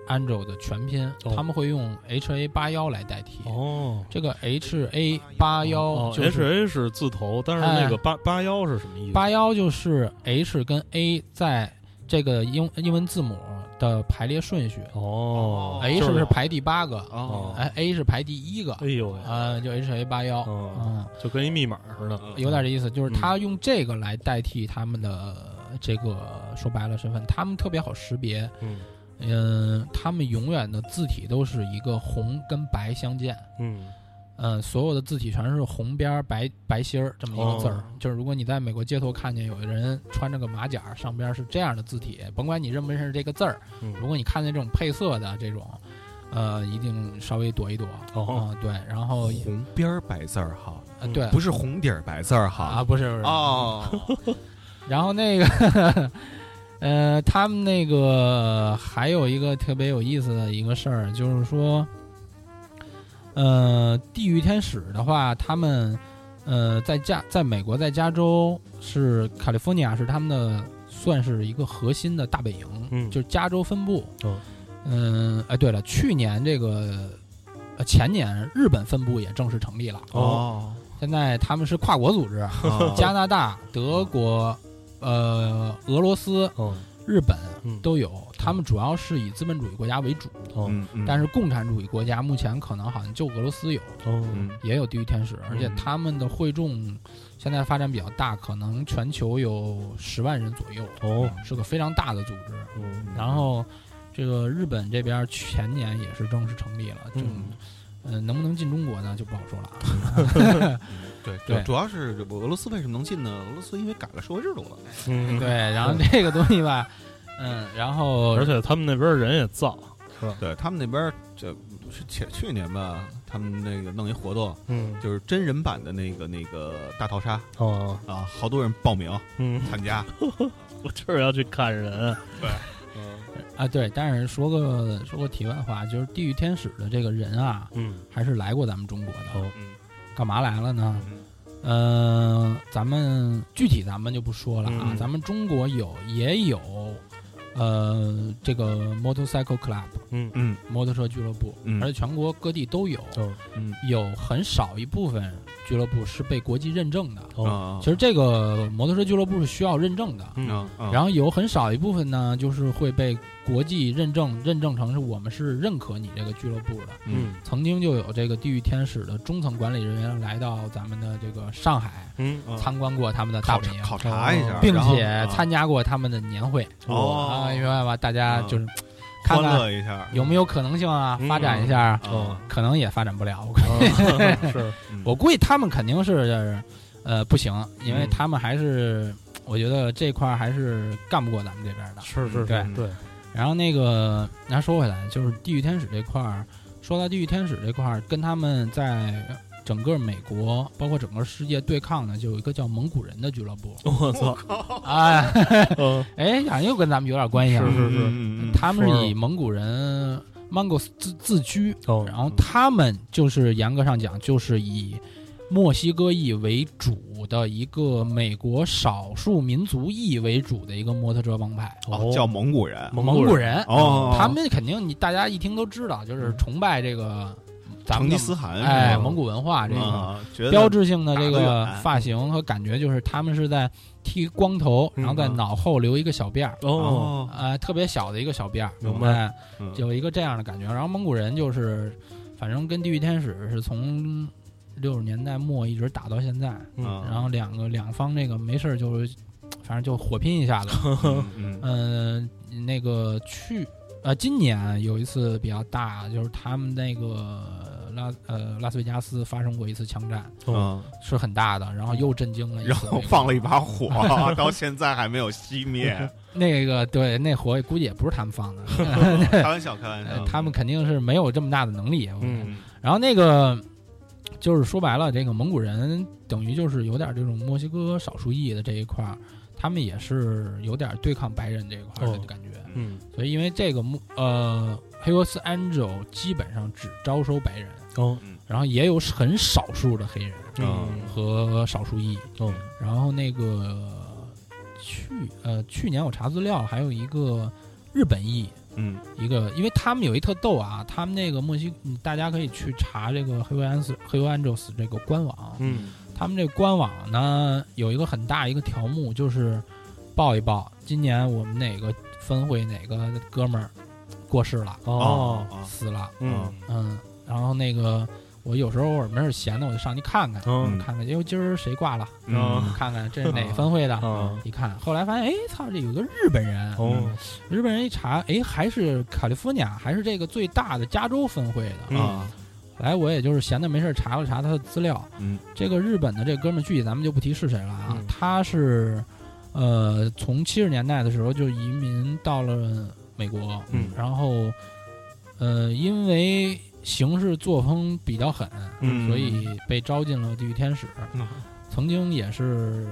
Speaker 3: Angel 的全拼，
Speaker 1: 哦
Speaker 3: 他们会用 HA 八幺来代替。
Speaker 1: 哦。
Speaker 3: 这个 HA 八幺
Speaker 1: 哦
Speaker 3: 就是哎
Speaker 1: H A 是字头，但是那个八八幺是什么意思？
Speaker 3: 八幺就是 H 跟 A 在这个英英文字母的排列顺序、
Speaker 1: 哦
Speaker 3: h 哎是排第八个，
Speaker 1: 哦，
Speaker 3: 哎，A 是排第一个，
Speaker 1: 哎呦喂，
Speaker 3: 呃，就 HA 八幺，
Speaker 1: 嗯
Speaker 3: 嗯，
Speaker 1: 就跟一密码似的，
Speaker 3: 有点这意思，就是
Speaker 1: 嗯
Speaker 3: 他用这个来代替他们的这个说白了身份，他们特别好识别，
Speaker 1: 嗯
Speaker 3: 嗯，他们永远的字体都是一个红跟白相间。
Speaker 1: 嗯
Speaker 3: 嗯，所有的字体全是红边儿白白心儿这么一个字儿、
Speaker 1: 哦
Speaker 3: 就是如果你在美国街头看见有人穿着个马甲儿，上边儿是这样的字体，甭管你认不认识这个字儿，
Speaker 1: 嗯，
Speaker 3: 如果你看见这种配色的这种，呃，一定稍微躲一躲。
Speaker 1: 哦
Speaker 3: 啊对，然后、
Speaker 2: 红边儿白字儿哈，
Speaker 3: 呃、对，
Speaker 2: 不是红底儿白字儿哈。
Speaker 3: 啊，不是不是，
Speaker 2: 哦，
Speaker 3: 然后那个，呃，他们那个还有一个特别有意思的一个事儿，就是说，呃，地狱天使的话，他们呃在加在美国在加州是 California 是他们的算是一个核心的大本营，
Speaker 1: 嗯
Speaker 3: 就是加州分部。
Speaker 1: 哦
Speaker 3: 嗯，哎，对了，去年这个。呃，前年日本分部也正式成立了，
Speaker 2: 哦，
Speaker 3: 现在他们是跨国组织，
Speaker 1: 哦
Speaker 3: 加拿大、德国、呃、俄罗斯、
Speaker 1: 哦
Speaker 3: 日本
Speaker 1: 嗯
Speaker 3: 都有，他们主要是以资本主义国家为主，
Speaker 1: 哦
Speaker 2: 嗯嗯，
Speaker 3: 但是共产主义国家目前可能好像就俄罗斯有，
Speaker 1: 哦
Speaker 2: 嗯
Speaker 3: 也有地狱天使，而且他们的会众现在发展比较大，可能全球有十万人左右，嗯
Speaker 1: 哦，
Speaker 3: 是个非常大的组织。
Speaker 1: 嗯
Speaker 3: 然后，这个日本这边前年也是正式成立了，
Speaker 1: 嗯
Speaker 3: 嗯，呃，能不能进中国呢就不好 说了啊。
Speaker 2: 对
Speaker 3: 对
Speaker 2: 主要是这俄罗斯为什么能进呢？俄罗斯因为改了社会制度了。
Speaker 1: 嗯，
Speaker 3: 对，然后这个东西吧，嗯，然后
Speaker 1: 而且他们那边人也造，
Speaker 2: 对他们那边儿这是前去年吧，他们那个弄一活动，
Speaker 1: 嗯
Speaker 2: 就是真人版的那个那个大逃杀
Speaker 1: 哦
Speaker 2: 啊，好多人报名
Speaker 1: 嗯，
Speaker 2: 参加。
Speaker 1: 我就是要去看人，
Speaker 3: 啊，对，但是说个说个题外话，就是地狱天使的这个人啊，
Speaker 1: 嗯
Speaker 3: 还是来过咱们中国的。
Speaker 1: 哦
Speaker 4: 嗯
Speaker 3: 干嘛来了呢？嗯、呃，咱们具体咱们就不说了啊，
Speaker 1: 嗯
Speaker 3: 咱们中国有也有，呃，这个 motorcycle club
Speaker 1: 嗯
Speaker 2: 嗯
Speaker 3: 摩托车俱乐部，
Speaker 2: 嗯
Speaker 3: 而且全国各地都有，
Speaker 1: 哦
Speaker 2: 嗯
Speaker 3: 有很少一部分俱乐部是被国际认证的。
Speaker 1: 哦
Speaker 2: 啊
Speaker 3: 其实这个摩托车俱乐部是需要认证的，
Speaker 1: 嗯
Speaker 2: 啊啊
Speaker 3: 然后有很少一部分呢，就是会被国际认证，认证成是我们是认可你这个俱乐部的。
Speaker 1: 嗯
Speaker 3: 曾经就有这个地狱天使的中层管理人员来到咱们的这个上海，
Speaker 1: 嗯
Speaker 2: 嗯
Speaker 3: 参观过他们的大
Speaker 2: 考
Speaker 3: 本
Speaker 2: 察
Speaker 3: 营，
Speaker 2: 考察一下，
Speaker 3: 并
Speaker 2: 然后
Speaker 3: 且参加过他们的年会。
Speaker 1: 哦
Speaker 3: 啊，明
Speaker 2: 哦，
Speaker 3: 白吧？大家就是看
Speaker 2: 欢
Speaker 3: 看
Speaker 2: 乐一下
Speaker 3: 有没有可能性啊，
Speaker 1: 嗯
Speaker 3: 发展一下，
Speaker 2: 哦
Speaker 3: 可能也发展不了。我 估
Speaker 1: 是
Speaker 3: 我估计他们肯定是，呃，不行，因为
Speaker 1: 嗯
Speaker 3: 他们还是，我觉得这块儿还是干不过咱们这边的。
Speaker 1: 是是
Speaker 3: 对
Speaker 1: 对，。
Speaker 3: 然后那个，咱说回来，就是地狱天使这块儿，说到地狱天使这块儿，跟他们在整个美国，包括整个世界对抗呢，就有一个叫蒙古人的俱乐部
Speaker 1: 我操，
Speaker 3: 哎
Speaker 1: 嗯
Speaker 3: 哎，好像又跟咱们有点关系啊。
Speaker 1: 哦是是
Speaker 2: 哦嗯嗯嗯
Speaker 3: 他们
Speaker 1: 说说
Speaker 3: 是以蒙古人 Mongols 自自居，
Speaker 1: 哦
Speaker 3: 然后他们就是严格上讲，就是以墨西哥裔为主的一个美国少数民族裔为主的一个摩托车帮派，
Speaker 2: 哦叫蒙古人
Speaker 1: 蒙
Speaker 3: 蒙
Speaker 1: 古
Speaker 3: 古人。
Speaker 2: 哦，
Speaker 3: 他们肯定你大家一听都知道，就是崇拜这个咱
Speaker 2: 成
Speaker 3: 们的
Speaker 2: 吉思汗是吧
Speaker 3: 哎蒙古文化这个
Speaker 2: 啊，觉得
Speaker 3: 标志性的这
Speaker 2: 打得
Speaker 3: 个
Speaker 2: 远
Speaker 3: 发型和感觉，就是他们是在剃光头，
Speaker 1: 嗯
Speaker 3: 然后在脑后留一个小辫儿，
Speaker 1: 哦
Speaker 2: 哦
Speaker 3: 呃，特别小的一个小辫儿，
Speaker 1: 明白
Speaker 3: 哎
Speaker 2: 嗯
Speaker 3: 有一个这样的感觉。然后蒙古人就是，反正跟地狱天使是从六十年代末一直打到现在，
Speaker 2: 嗯
Speaker 3: 然后两个两方这个没事儿就是，反正就火拼一下子，
Speaker 2: 嗯嗯
Speaker 3: 嗯，那啊个去呃，今年有一次比较大，就是他们那个拉呃拉斯维加斯发生过一次枪战，
Speaker 2: 嗯，
Speaker 3: 是很大的，然后又震惊了一次
Speaker 2: 然
Speaker 3: 那
Speaker 2: 后
Speaker 3: 个
Speaker 2: 放了一把火，到现在还没有熄 灭。
Speaker 3: 那个对那火估计也不是他们放 的，
Speaker 2: 开玩笑，开玩
Speaker 3: 呃
Speaker 2: 笑，
Speaker 3: 他们肯定是没有这么大的能力。
Speaker 1: 嗯
Speaker 3: 然后那个就是说白了，这个蒙古人等于就是有点这种墨西哥少数裔的这一块儿，他们也是有点对抗白人这一块儿的
Speaker 1: 哦
Speaker 3: 感觉。
Speaker 1: 嗯
Speaker 3: 所以因为这个墨呃黑俄斯 Angel 基本上只招收白人，
Speaker 1: 哦
Speaker 3: 然后也有很少数的黑人
Speaker 1: 嗯
Speaker 3: 和少数裔。
Speaker 1: 哦
Speaker 3: 然后那个去呃去年我查资料，还有一个日本裔，
Speaker 2: 嗯，
Speaker 3: 一个，因为他们有一特逗啊，他们那个墨西，嗯大家可以去查这个黑俄安斯黑俄安州斯这个官网，
Speaker 1: 嗯
Speaker 3: 他们这个官网呢有一个很大一个条目，就是报一报今年我们哪个分会哪个哥们儿过世了，
Speaker 1: 哦
Speaker 2: 啊
Speaker 3: 死了，
Speaker 1: 嗯
Speaker 3: 嗯，然后那个我有时候偶尔没事闲的我就上去看看，
Speaker 1: 嗯
Speaker 3: 看看，因为今儿谁挂
Speaker 1: 哦
Speaker 3: 了，
Speaker 2: 嗯
Speaker 3: 看看这是哪分会的。
Speaker 1: 啊
Speaker 3: 一看，后来发现，哎，操，这有个日本人，嗯
Speaker 1: 哦
Speaker 3: 日本人一查，哎，还是卡利福尼亚，还是这个最大的加州分会的。
Speaker 1: 嗯
Speaker 2: 啊，
Speaker 3: 后来我也就是闲的没事儿查了查他的资料，
Speaker 2: 嗯，
Speaker 3: 这个日本的这哥们儿具体咱们就不提是谁了啊，
Speaker 1: 嗯
Speaker 3: 他是，呃，从七十年代的时候就移民到了美国，
Speaker 1: 嗯
Speaker 3: 然后，呃，因为行事作风比较狠，
Speaker 1: 嗯
Speaker 3: 所以被招进了地狱天使，
Speaker 1: 嗯
Speaker 3: 曾经也是，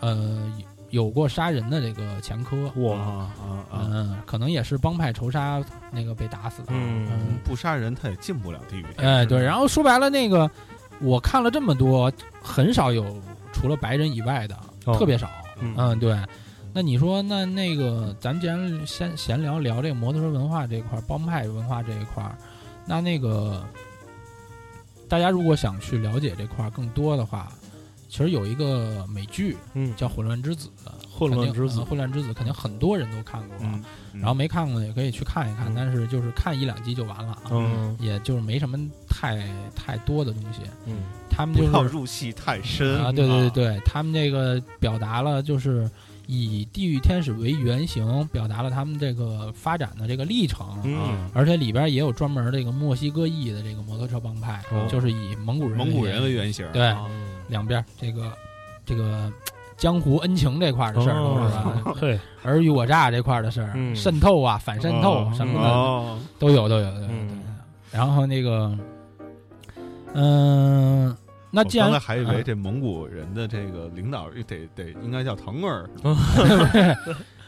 Speaker 3: 呃，有有过杀人的这个前科，
Speaker 1: 哇
Speaker 2: 啊啊啊！
Speaker 3: 嗯，可能也是帮派仇杀那个被打死的。
Speaker 1: 嗯
Speaker 2: 不杀人他也进不了地狱。
Speaker 3: 哎，对，然
Speaker 2: 后
Speaker 3: 后说白了，那个我看了这么多，很少有除了白人以外的，
Speaker 1: 哦
Speaker 3: 特别少。
Speaker 1: 嗯
Speaker 3: 嗯，对。那你说，那那个，咱们既然先闲聊聊这个摩托车文化这一块儿，帮派文化这一块儿，那那个大家如果想去了解这块儿更多的话，其实有一个美剧
Speaker 1: 嗯
Speaker 3: 叫《混乱之子》，
Speaker 1: 混乱
Speaker 3: 肯定
Speaker 1: 之子
Speaker 3: 呃混乱之子肯定很多人都看过啊。
Speaker 2: 嗯
Speaker 3: 然后没看过的也可以去看一看，
Speaker 1: 嗯
Speaker 3: 但是就是看一两集就完了啊，
Speaker 1: 嗯
Speaker 3: 也就是没什么太太多的东西。
Speaker 1: 嗯
Speaker 3: 他们
Speaker 2: 不
Speaker 3: 就
Speaker 2: 要
Speaker 3: 是
Speaker 2: 入戏太深
Speaker 3: 啊，对对对，对，他们这个表达了就是以地狱天使为原型，表达了他们这个发展的这个历程。啊
Speaker 1: 嗯
Speaker 3: 而且里边也有专门这个墨西哥裔的这个摩托车帮派，
Speaker 1: 哦
Speaker 3: 就是以蒙古人
Speaker 2: 蒙古人为
Speaker 3: 为
Speaker 2: 原型。
Speaker 3: 对、
Speaker 1: 嗯
Speaker 3: 两边这个这个江湖恩情这块儿的事儿都是吧，
Speaker 1: 哦嘿
Speaker 3: 尔虞我诈这块儿的事儿，
Speaker 1: 嗯
Speaker 3: 渗透啊、反渗透啊
Speaker 1: 哦
Speaker 3: 什么的，
Speaker 2: 哦，
Speaker 3: 都有都有都有。
Speaker 1: 嗯
Speaker 3: 然后那个，嗯、那
Speaker 2: 我
Speaker 3: 既然啊
Speaker 2: 刚才还以为这蒙古人的这个领导得得应该叫腾儿，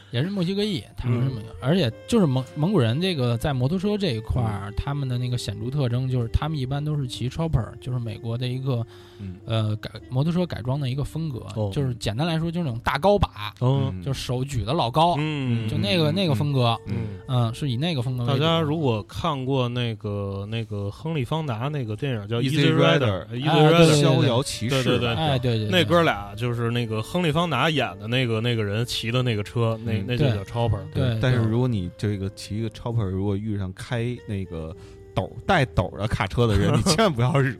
Speaker 3: 也是墨西哥裔，他们是
Speaker 1: 嗯
Speaker 3: 墨西哥，而且就是蒙蒙古人这个在摩托车这一块
Speaker 1: 嗯
Speaker 3: 儿，他们的那个显著特征就是他们一般都是骑 chopper，就是美国的一个
Speaker 2: 嗯
Speaker 3: 呃改摩托车改装的一个风格，
Speaker 1: 哦
Speaker 3: 就是简单来说就是那种大高把，
Speaker 1: 嗯
Speaker 3: 就是手举的老高，
Speaker 1: 嗯
Speaker 3: 就那个、那个风格，
Speaker 1: 嗯。
Speaker 3: 嗯、是以那个风格为
Speaker 1: 大
Speaker 3: 主。
Speaker 1: 家如果看过那个那个亨利·方达那个电影叫《
Speaker 2: Easy Rider 呃
Speaker 1: Easy
Speaker 3: 啊
Speaker 1: E
Speaker 3: 对对
Speaker 1: Rider》，
Speaker 2: 逍遥骑士，
Speaker 1: 对对对
Speaker 3: 哎对对对
Speaker 1: 那哥俩就是那个亨利·方达演的那个那个人骑的那个车，那
Speaker 2: 嗯
Speaker 1: 那就叫
Speaker 3: 对
Speaker 1: Chopper。
Speaker 3: 对，
Speaker 2: 但是
Speaker 3: 对
Speaker 2: 如果你这个骑一个 chopper，如果遇上开那个斗带斗的卡车的 人，你千万不要惹。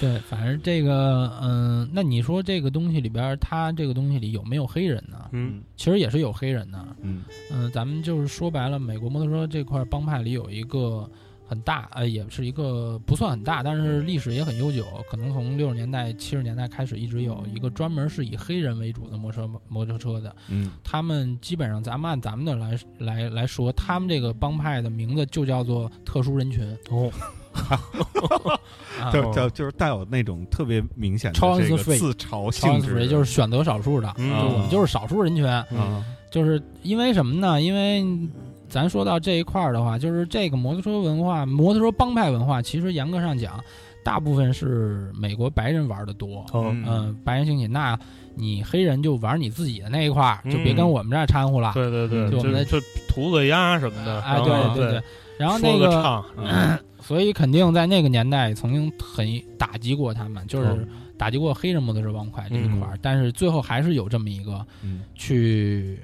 Speaker 3: 对，反正这个，嗯，那你说这个东西里边儿，它这个东西里有没有黑人呢？
Speaker 1: 嗯
Speaker 3: 其实也是有黑人的。
Speaker 2: 嗯
Speaker 3: 嗯、咱们就是说白了，美国摩托车这块帮派里有一个很大，呃，也是一个不算很大，但是历史也很悠久，可能从六十年代、七十年代开始，一直有一个专门是以黑人为主的摩托车摩托车的。
Speaker 2: 嗯
Speaker 3: 他们基本上，咱们按咱们的来来来说，他们这个帮派的名字就叫做特殊人群。
Speaker 1: 哦，
Speaker 3: 啊
Speaker 2: 就就就是带有那种特别明显的
Speaker 3: 超
Speaker 2: 这个
Speaker 3: free
Speaker 2: 自嘲
Speaker 3: 超
Speaker 2: 性
Speaker 3: 人
Speaker 2: 质
Speaker 3: 组
Speaker 2: 的，
Speaker 3: 织就是嗯选择少数的，
Speaker 1: 嗯
Speaker 3: 就我们就是少数人群，
Speaker 2: 啊，
Speaker 3: 就是因为什么呢？因为咱说到这一块儿的话，就是这个摩托车文化、摩托车帮派文化，其实严格上讲，大部分是美国白人玩的多。
Speaker 1: 哦
Speaker 3: 嗯、白人兴起，那你黑人就玩你自己的那一块儿，就别跟我们这儿掺和了。
Speaker 1: 嗯啊对对对，
Speaker 3: 就我们的
Speaker 1: 这这犊子鸭什么的，
Speaker 3: 哎，
Speaker 1: 然后
Speaker 3: 对
Speaker 1: 对
Speaker 3: 对，，然后
Speaker 1: 说
Speaker 3: 那
Speaker 1: 个
Speaker 3: 个，
Speaker 1: 唱，
Speaker 3: 所以肯定在那个年代曾经很打击过他们，就是
Speaker 1: 嗯
Speaker 3: 打击过黑人摩托车帮派这一块儿，但是最后还是有这么一个
Speaker 2: 嗯
Speaker 3: 去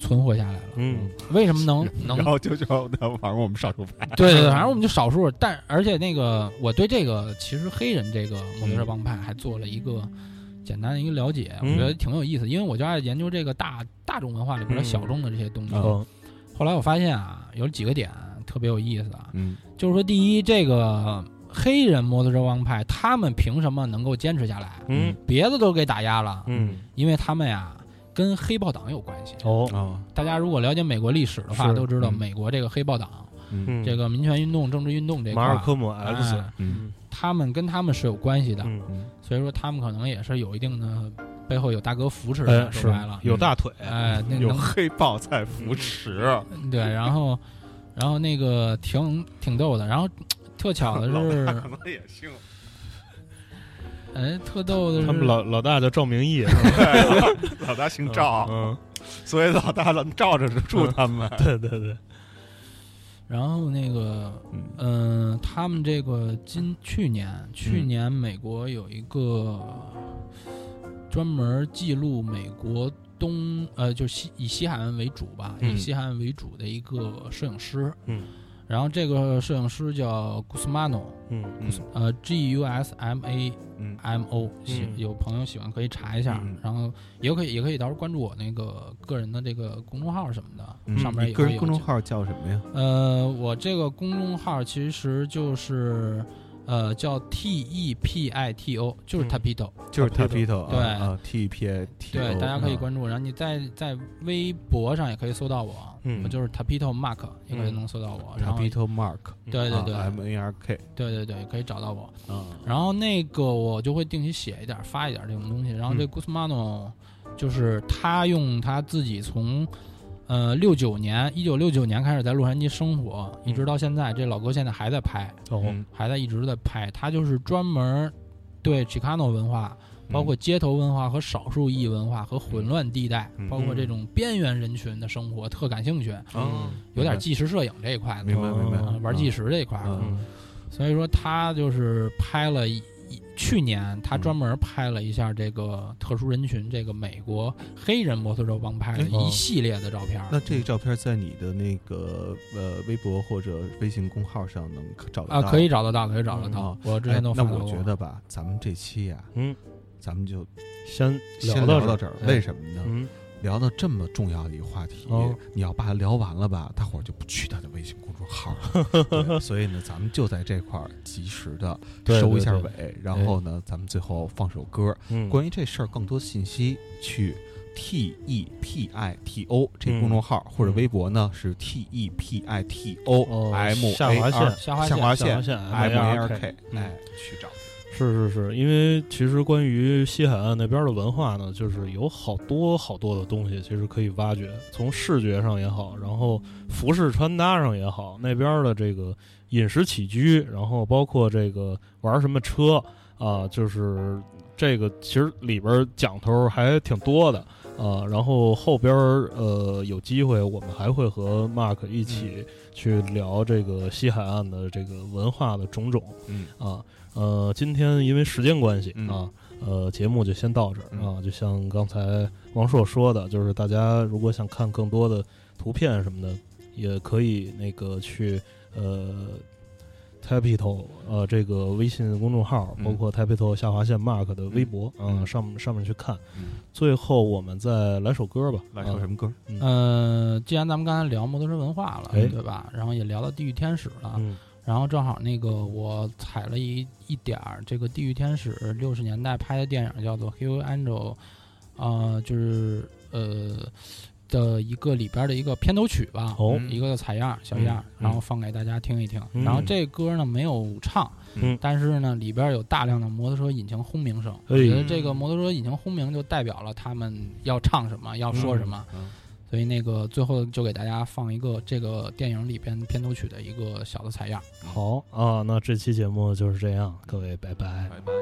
Speaker 3: 存活下来了。
Speaker 1: 嗯
Speaker 3: 为什 么能能
Speaker 2: 然后就就那玩我们少数派，
Speaker 3: 对对对，反正我们就少数，但而且那个我对这个其实黑人这个摩托车帮派还做了一个简单的一个了解，
Speaker 1: 嗯
Speaker 3: 我觉得挺有意思，因为我就爱研究这个大大众文化里边的
Speaker 1: 嗯
Speaker 3: 小众的这些东西。
Speaker 1: 哦
Speaker 3: 后来我发现啊，有几个点特别有意思啊，
Speaker 2: 嗯
Speaker 3: 就是说第一，这个黑人摩托车帮派，他们凭什么能够坚持下来？
Speaker 1: 嗯
Speaker 3: 别的都给打压了，
Speaker 1: 嗯
Speaker 3: 因为他们呀跟黑豹党有关系。
Speaker 1: 哦
Speaker 2: 啊，
Speaker 3: 大家如果了解美国历史的话，
Speaker 1: 是
Speaker 3: 都知道
Speaker 2: 嗯
Speaker 3: 美国这个黑豹党、
Speaker 2: 嗯
Speaker 1: 嗯
Speaker 3: 这个民权运动、政治运动这一块
Speaker 1: 马
Speaker 3: 儿，
Speaker 1: 尔科姆
Speaker 3: 哎
Speaker 1: X
Speaker 2: 嗯
Speaker 3: 他们跟他们是有关系的，
Speaker 1: 嗯
Speaker 2: 嗯
Speaker 3: 所以说他们可能也是有一定的背后有大哥扶持
Speaker 1: 哎
Speaker 3: 的，
Speaker 1: 是
Speaker 3: 啊说白了，
Speaker 1: 有大腿
Speaker 3: 哎，那
Speaker 2: 有
Speaker 3: 能
Speaker 2: 黑豹在扶持，
Speaker 1: 嗯
Speaker 3: 对，然后，然后那个挺挺逗的，然后特 巧的是
Speaker 4: 可，能也 姓
Speaker 3: 哎，特逗的是，
Speaker 1: 他们老老大叫赵明义，
Speaker 4: 老大姓赵，
Speaker 1: 嗯，
Speaker 4: 所以老大咱们罩着住他们。
Speaker 1: 对对对，
Speaker 3: 然后那个，嗯、他们这个今去年去
Speaker 2: 嗯
Speaker 3: 年美国有一个专门记录美国东呃，就西以西海岸为主吧，
Speaker 1: 嗯
Speaker 3: 以西海岸为主的一个摄影师，
Speaker 1: 嗯，
Speaker 3: 然后这个摄影师叫古斯马诺，
Speaker 1: 嗯
Speaker 3: 呃，G U S M A
Speaker 2: 嗯
Speaker 3: M O，喜
Speaker 1: 嗯
Speaker 3: 有朋友喜欢可以查一下，
Speaker 2: 嗯
Speaker 3: 然后也可以也可以到时候关注我那个个人的这个公众号什么的，
Speaker 2: 嗯
Speaker 3: 上面
Speaker 2: 你
Speaker 3: 也
Speaker 2: 个
Speaker 3: 会
Speaker 2: 人
Speaker 3: 有
Speaker 2: 公众
Speaker 3: 这。
Speaker 2: 号叫什么呀？
Speaker 3: 呃，我这个公众号其实就是呃叫 T E P I T O，就是
Speaker 1: 嗯
Speaker 3: Tapito，、
Speaker 2: 就是
Speaker 1: Tapito 嗯
Speaker 2: Tapito，
Speaker 3: 对
Speaker 2: 啊啊，T P I T，
Speaker 3: 对，大家可以关注。然后你在在微博上也可以搜到我，
Speaker 1: 嗯
Speaker 3: 我就是 Tapito Mark，也可以
Speaker 1: 嗯啊
Speaker 3: 能搜到我。然后
Speaker 2: Tapito Mark，
Speaker 3: 对对对、
Speaker 2: ，M A R K，
Speaker 3: 对对对，可以找到我。
Speaker 2: 啊，
Speaker 3: 然后那个我就会定期写一点儿、发一点儿这种东西。然后这
Speaker 1: 嗯
Speaker 3: Guzmano 就是他用他自己从呃六九年，一九六九年开始在洛杉矶生活，一直到现在，这老哥现在还在拍，
Speaker 1: 哦
Speaker 2: 嗯
Speaker 3: 还在一直在拍。他就是专门对 Chicano 文化，
Speaker 2: 嗯
Speaker 3: 包括街头文化和少数裔文化和混乱地带，
Speaker 2: 嗯
Speaker 3: 包括这种边缘人群的生活特感兴趣，
Speaker 2: 啊，
Speaker 3: 有点纪实摄影这一块的
Speaker 2: 明，白
Speaker 1: 哦
Speaker 2: 明白，
Speaker 3: 啊
Speaker 2: 明白
Speaker 3: 玩纪实这一块儿的。
Speaker 2: 嗯
Speaker 1: 嗯
Speaker 3: 所以说他就是拍了一一去年他专门拍了一下这个特殊人群，这个美国黑人摩托车帮派的
Speaker 2: 嗯
Speaker 3: 一系列的照片儿。
Speaker 2: 那这个照片在你的那个呃微博或者微信公号上能找得到
Speaker 3: 啊，可以找得到，可以找得到
Speaker 2: 嗯。
Speaker 3: 我之前都
Speaker 2: 哎
Speaker 3: 发
Speaker 2: 那
Speaker 3: 过。
Speaker 2: 我觉得吧，咱们这期呀，
Speaker 1: 嗯，
Speaker 2: 咱们就
Speaker 1: 先
Speaker 2: 先
Speaker 1: 到
Speaker 2: 聊到
Speaker 1: 这
Speaker 2: 这
Speaker 1: 儿，
Speaker 2: 儿，为什么呢？
Speaker 1: 嗯，
Speaker 2: 聊到这么重要的一个话题
Speaker 1: 哦，
Speaker 2: 你要把它聊完了吧，大伙儿就不去他的微信公众号了。 对所以呢，咱们就在这块儿及时的
Speaker 1: 对
Speaker 2: 收一下
Speaker 1: 对对
Speaker 2: 尾，然后呢，咱们最后放首歌。
Speaker 1: 嗯
Speaker 2: 关于这事儿更多信息，去 T E P I T O 这公众号或者微博呢是 T E P I T O
Speaker 1: 哦
Speaker 2: M
Speaker 1: 下划
Speaker 2: A
Speaker 1: 线
Speaker 2: R
Speaker 3: 下
Speaker 2: 下划
Speaker 3: 划线
Speaker 1: 下划
Speaker 2: 线
Speaker 1: 线
Speaker 2: M A R
Speaker 1: MARK
Speaker 2: K 哎去找。
Speaker 1: 是是是，因为其实关于西海岸那边的文化呢，就是有好多好多的东西，其实可以挖掘，从视觉上也好，然后服饰穿搭上也好，那边的这个饮食起居，然后包括这个玩什么车啊、就是这个其实里边讲头还挺多的啊、然后后边呃有机会我们还会和 Mark 一起去聊这个西海岸的这个文化的种种，
Speaker 2: 嗯
Speaker 1: 啊。呃，今天因为时间关系
Speaker 2: 嗯
Speaker 1: 啊，呃，节目就先到这儿
Speaker 2: 嗯
Speaker 1: 啊。就像刚才王硕说的，就是大家如果想看更多的图片什么的，也可以那个去呃 Tapito 呃这个微信公众号，
Speaker 2: 嗯
Speaker 1: 包括 Tapito 下划线 Mark 的微博
Speaker 2: 嗯
Speaker 1: 啊，
Speaker 2: 嗯
Speaker 1: 上上面去看
Speaker 2: 嗯。
Speaker 1: 最后我们再来首歌吧，
Speaker 2: 来首
Speaker 1: 啊
Speaker 2: 什么歌？
Speaker 3: 呃，既然咱们刚才聊摩托车文化了，
Speaker 1: 哎
Speaker 3: 对吧？然后也聊到地狱天使了，
Speaker 1: 嗯
Speaker 3: 然后正好那个我采了一一点儿这个地狱天使六十年代拍的电影叫做《Hill Angel》，啊、就是呃的一个里边儿的一个片头曲吧，
Speaker 1: 哦
Speaker 2: 嗯
Speaker 3: 一个采样儿小样儿，
Speaker 1: 嗯
Speaker 3: 然后放给大家听一听。
Speaker 1: 嗯
Speaker 3: 然后这歌呢没有唱，
Speaker 1: 嗯
Speaker 3: 但是呢里边有大量的摩托车引擎轰鸣声，
Speaker 1: 哎
Speaker 3: 我觉得这
Speaker 2: 嗯
Speaker 3: 个摩托车引擎轰鸣就代表了他们要唱什么，要说什么。
Speaker 2: 嗯嗯
Speaker 3: 所以那个最后就给大家放一个这个电影里边片头曲的一个小的采样。
Speaker 1: 好啊，那这期节目就是这样，各位拜拜。
Speaker 2: 拜拜。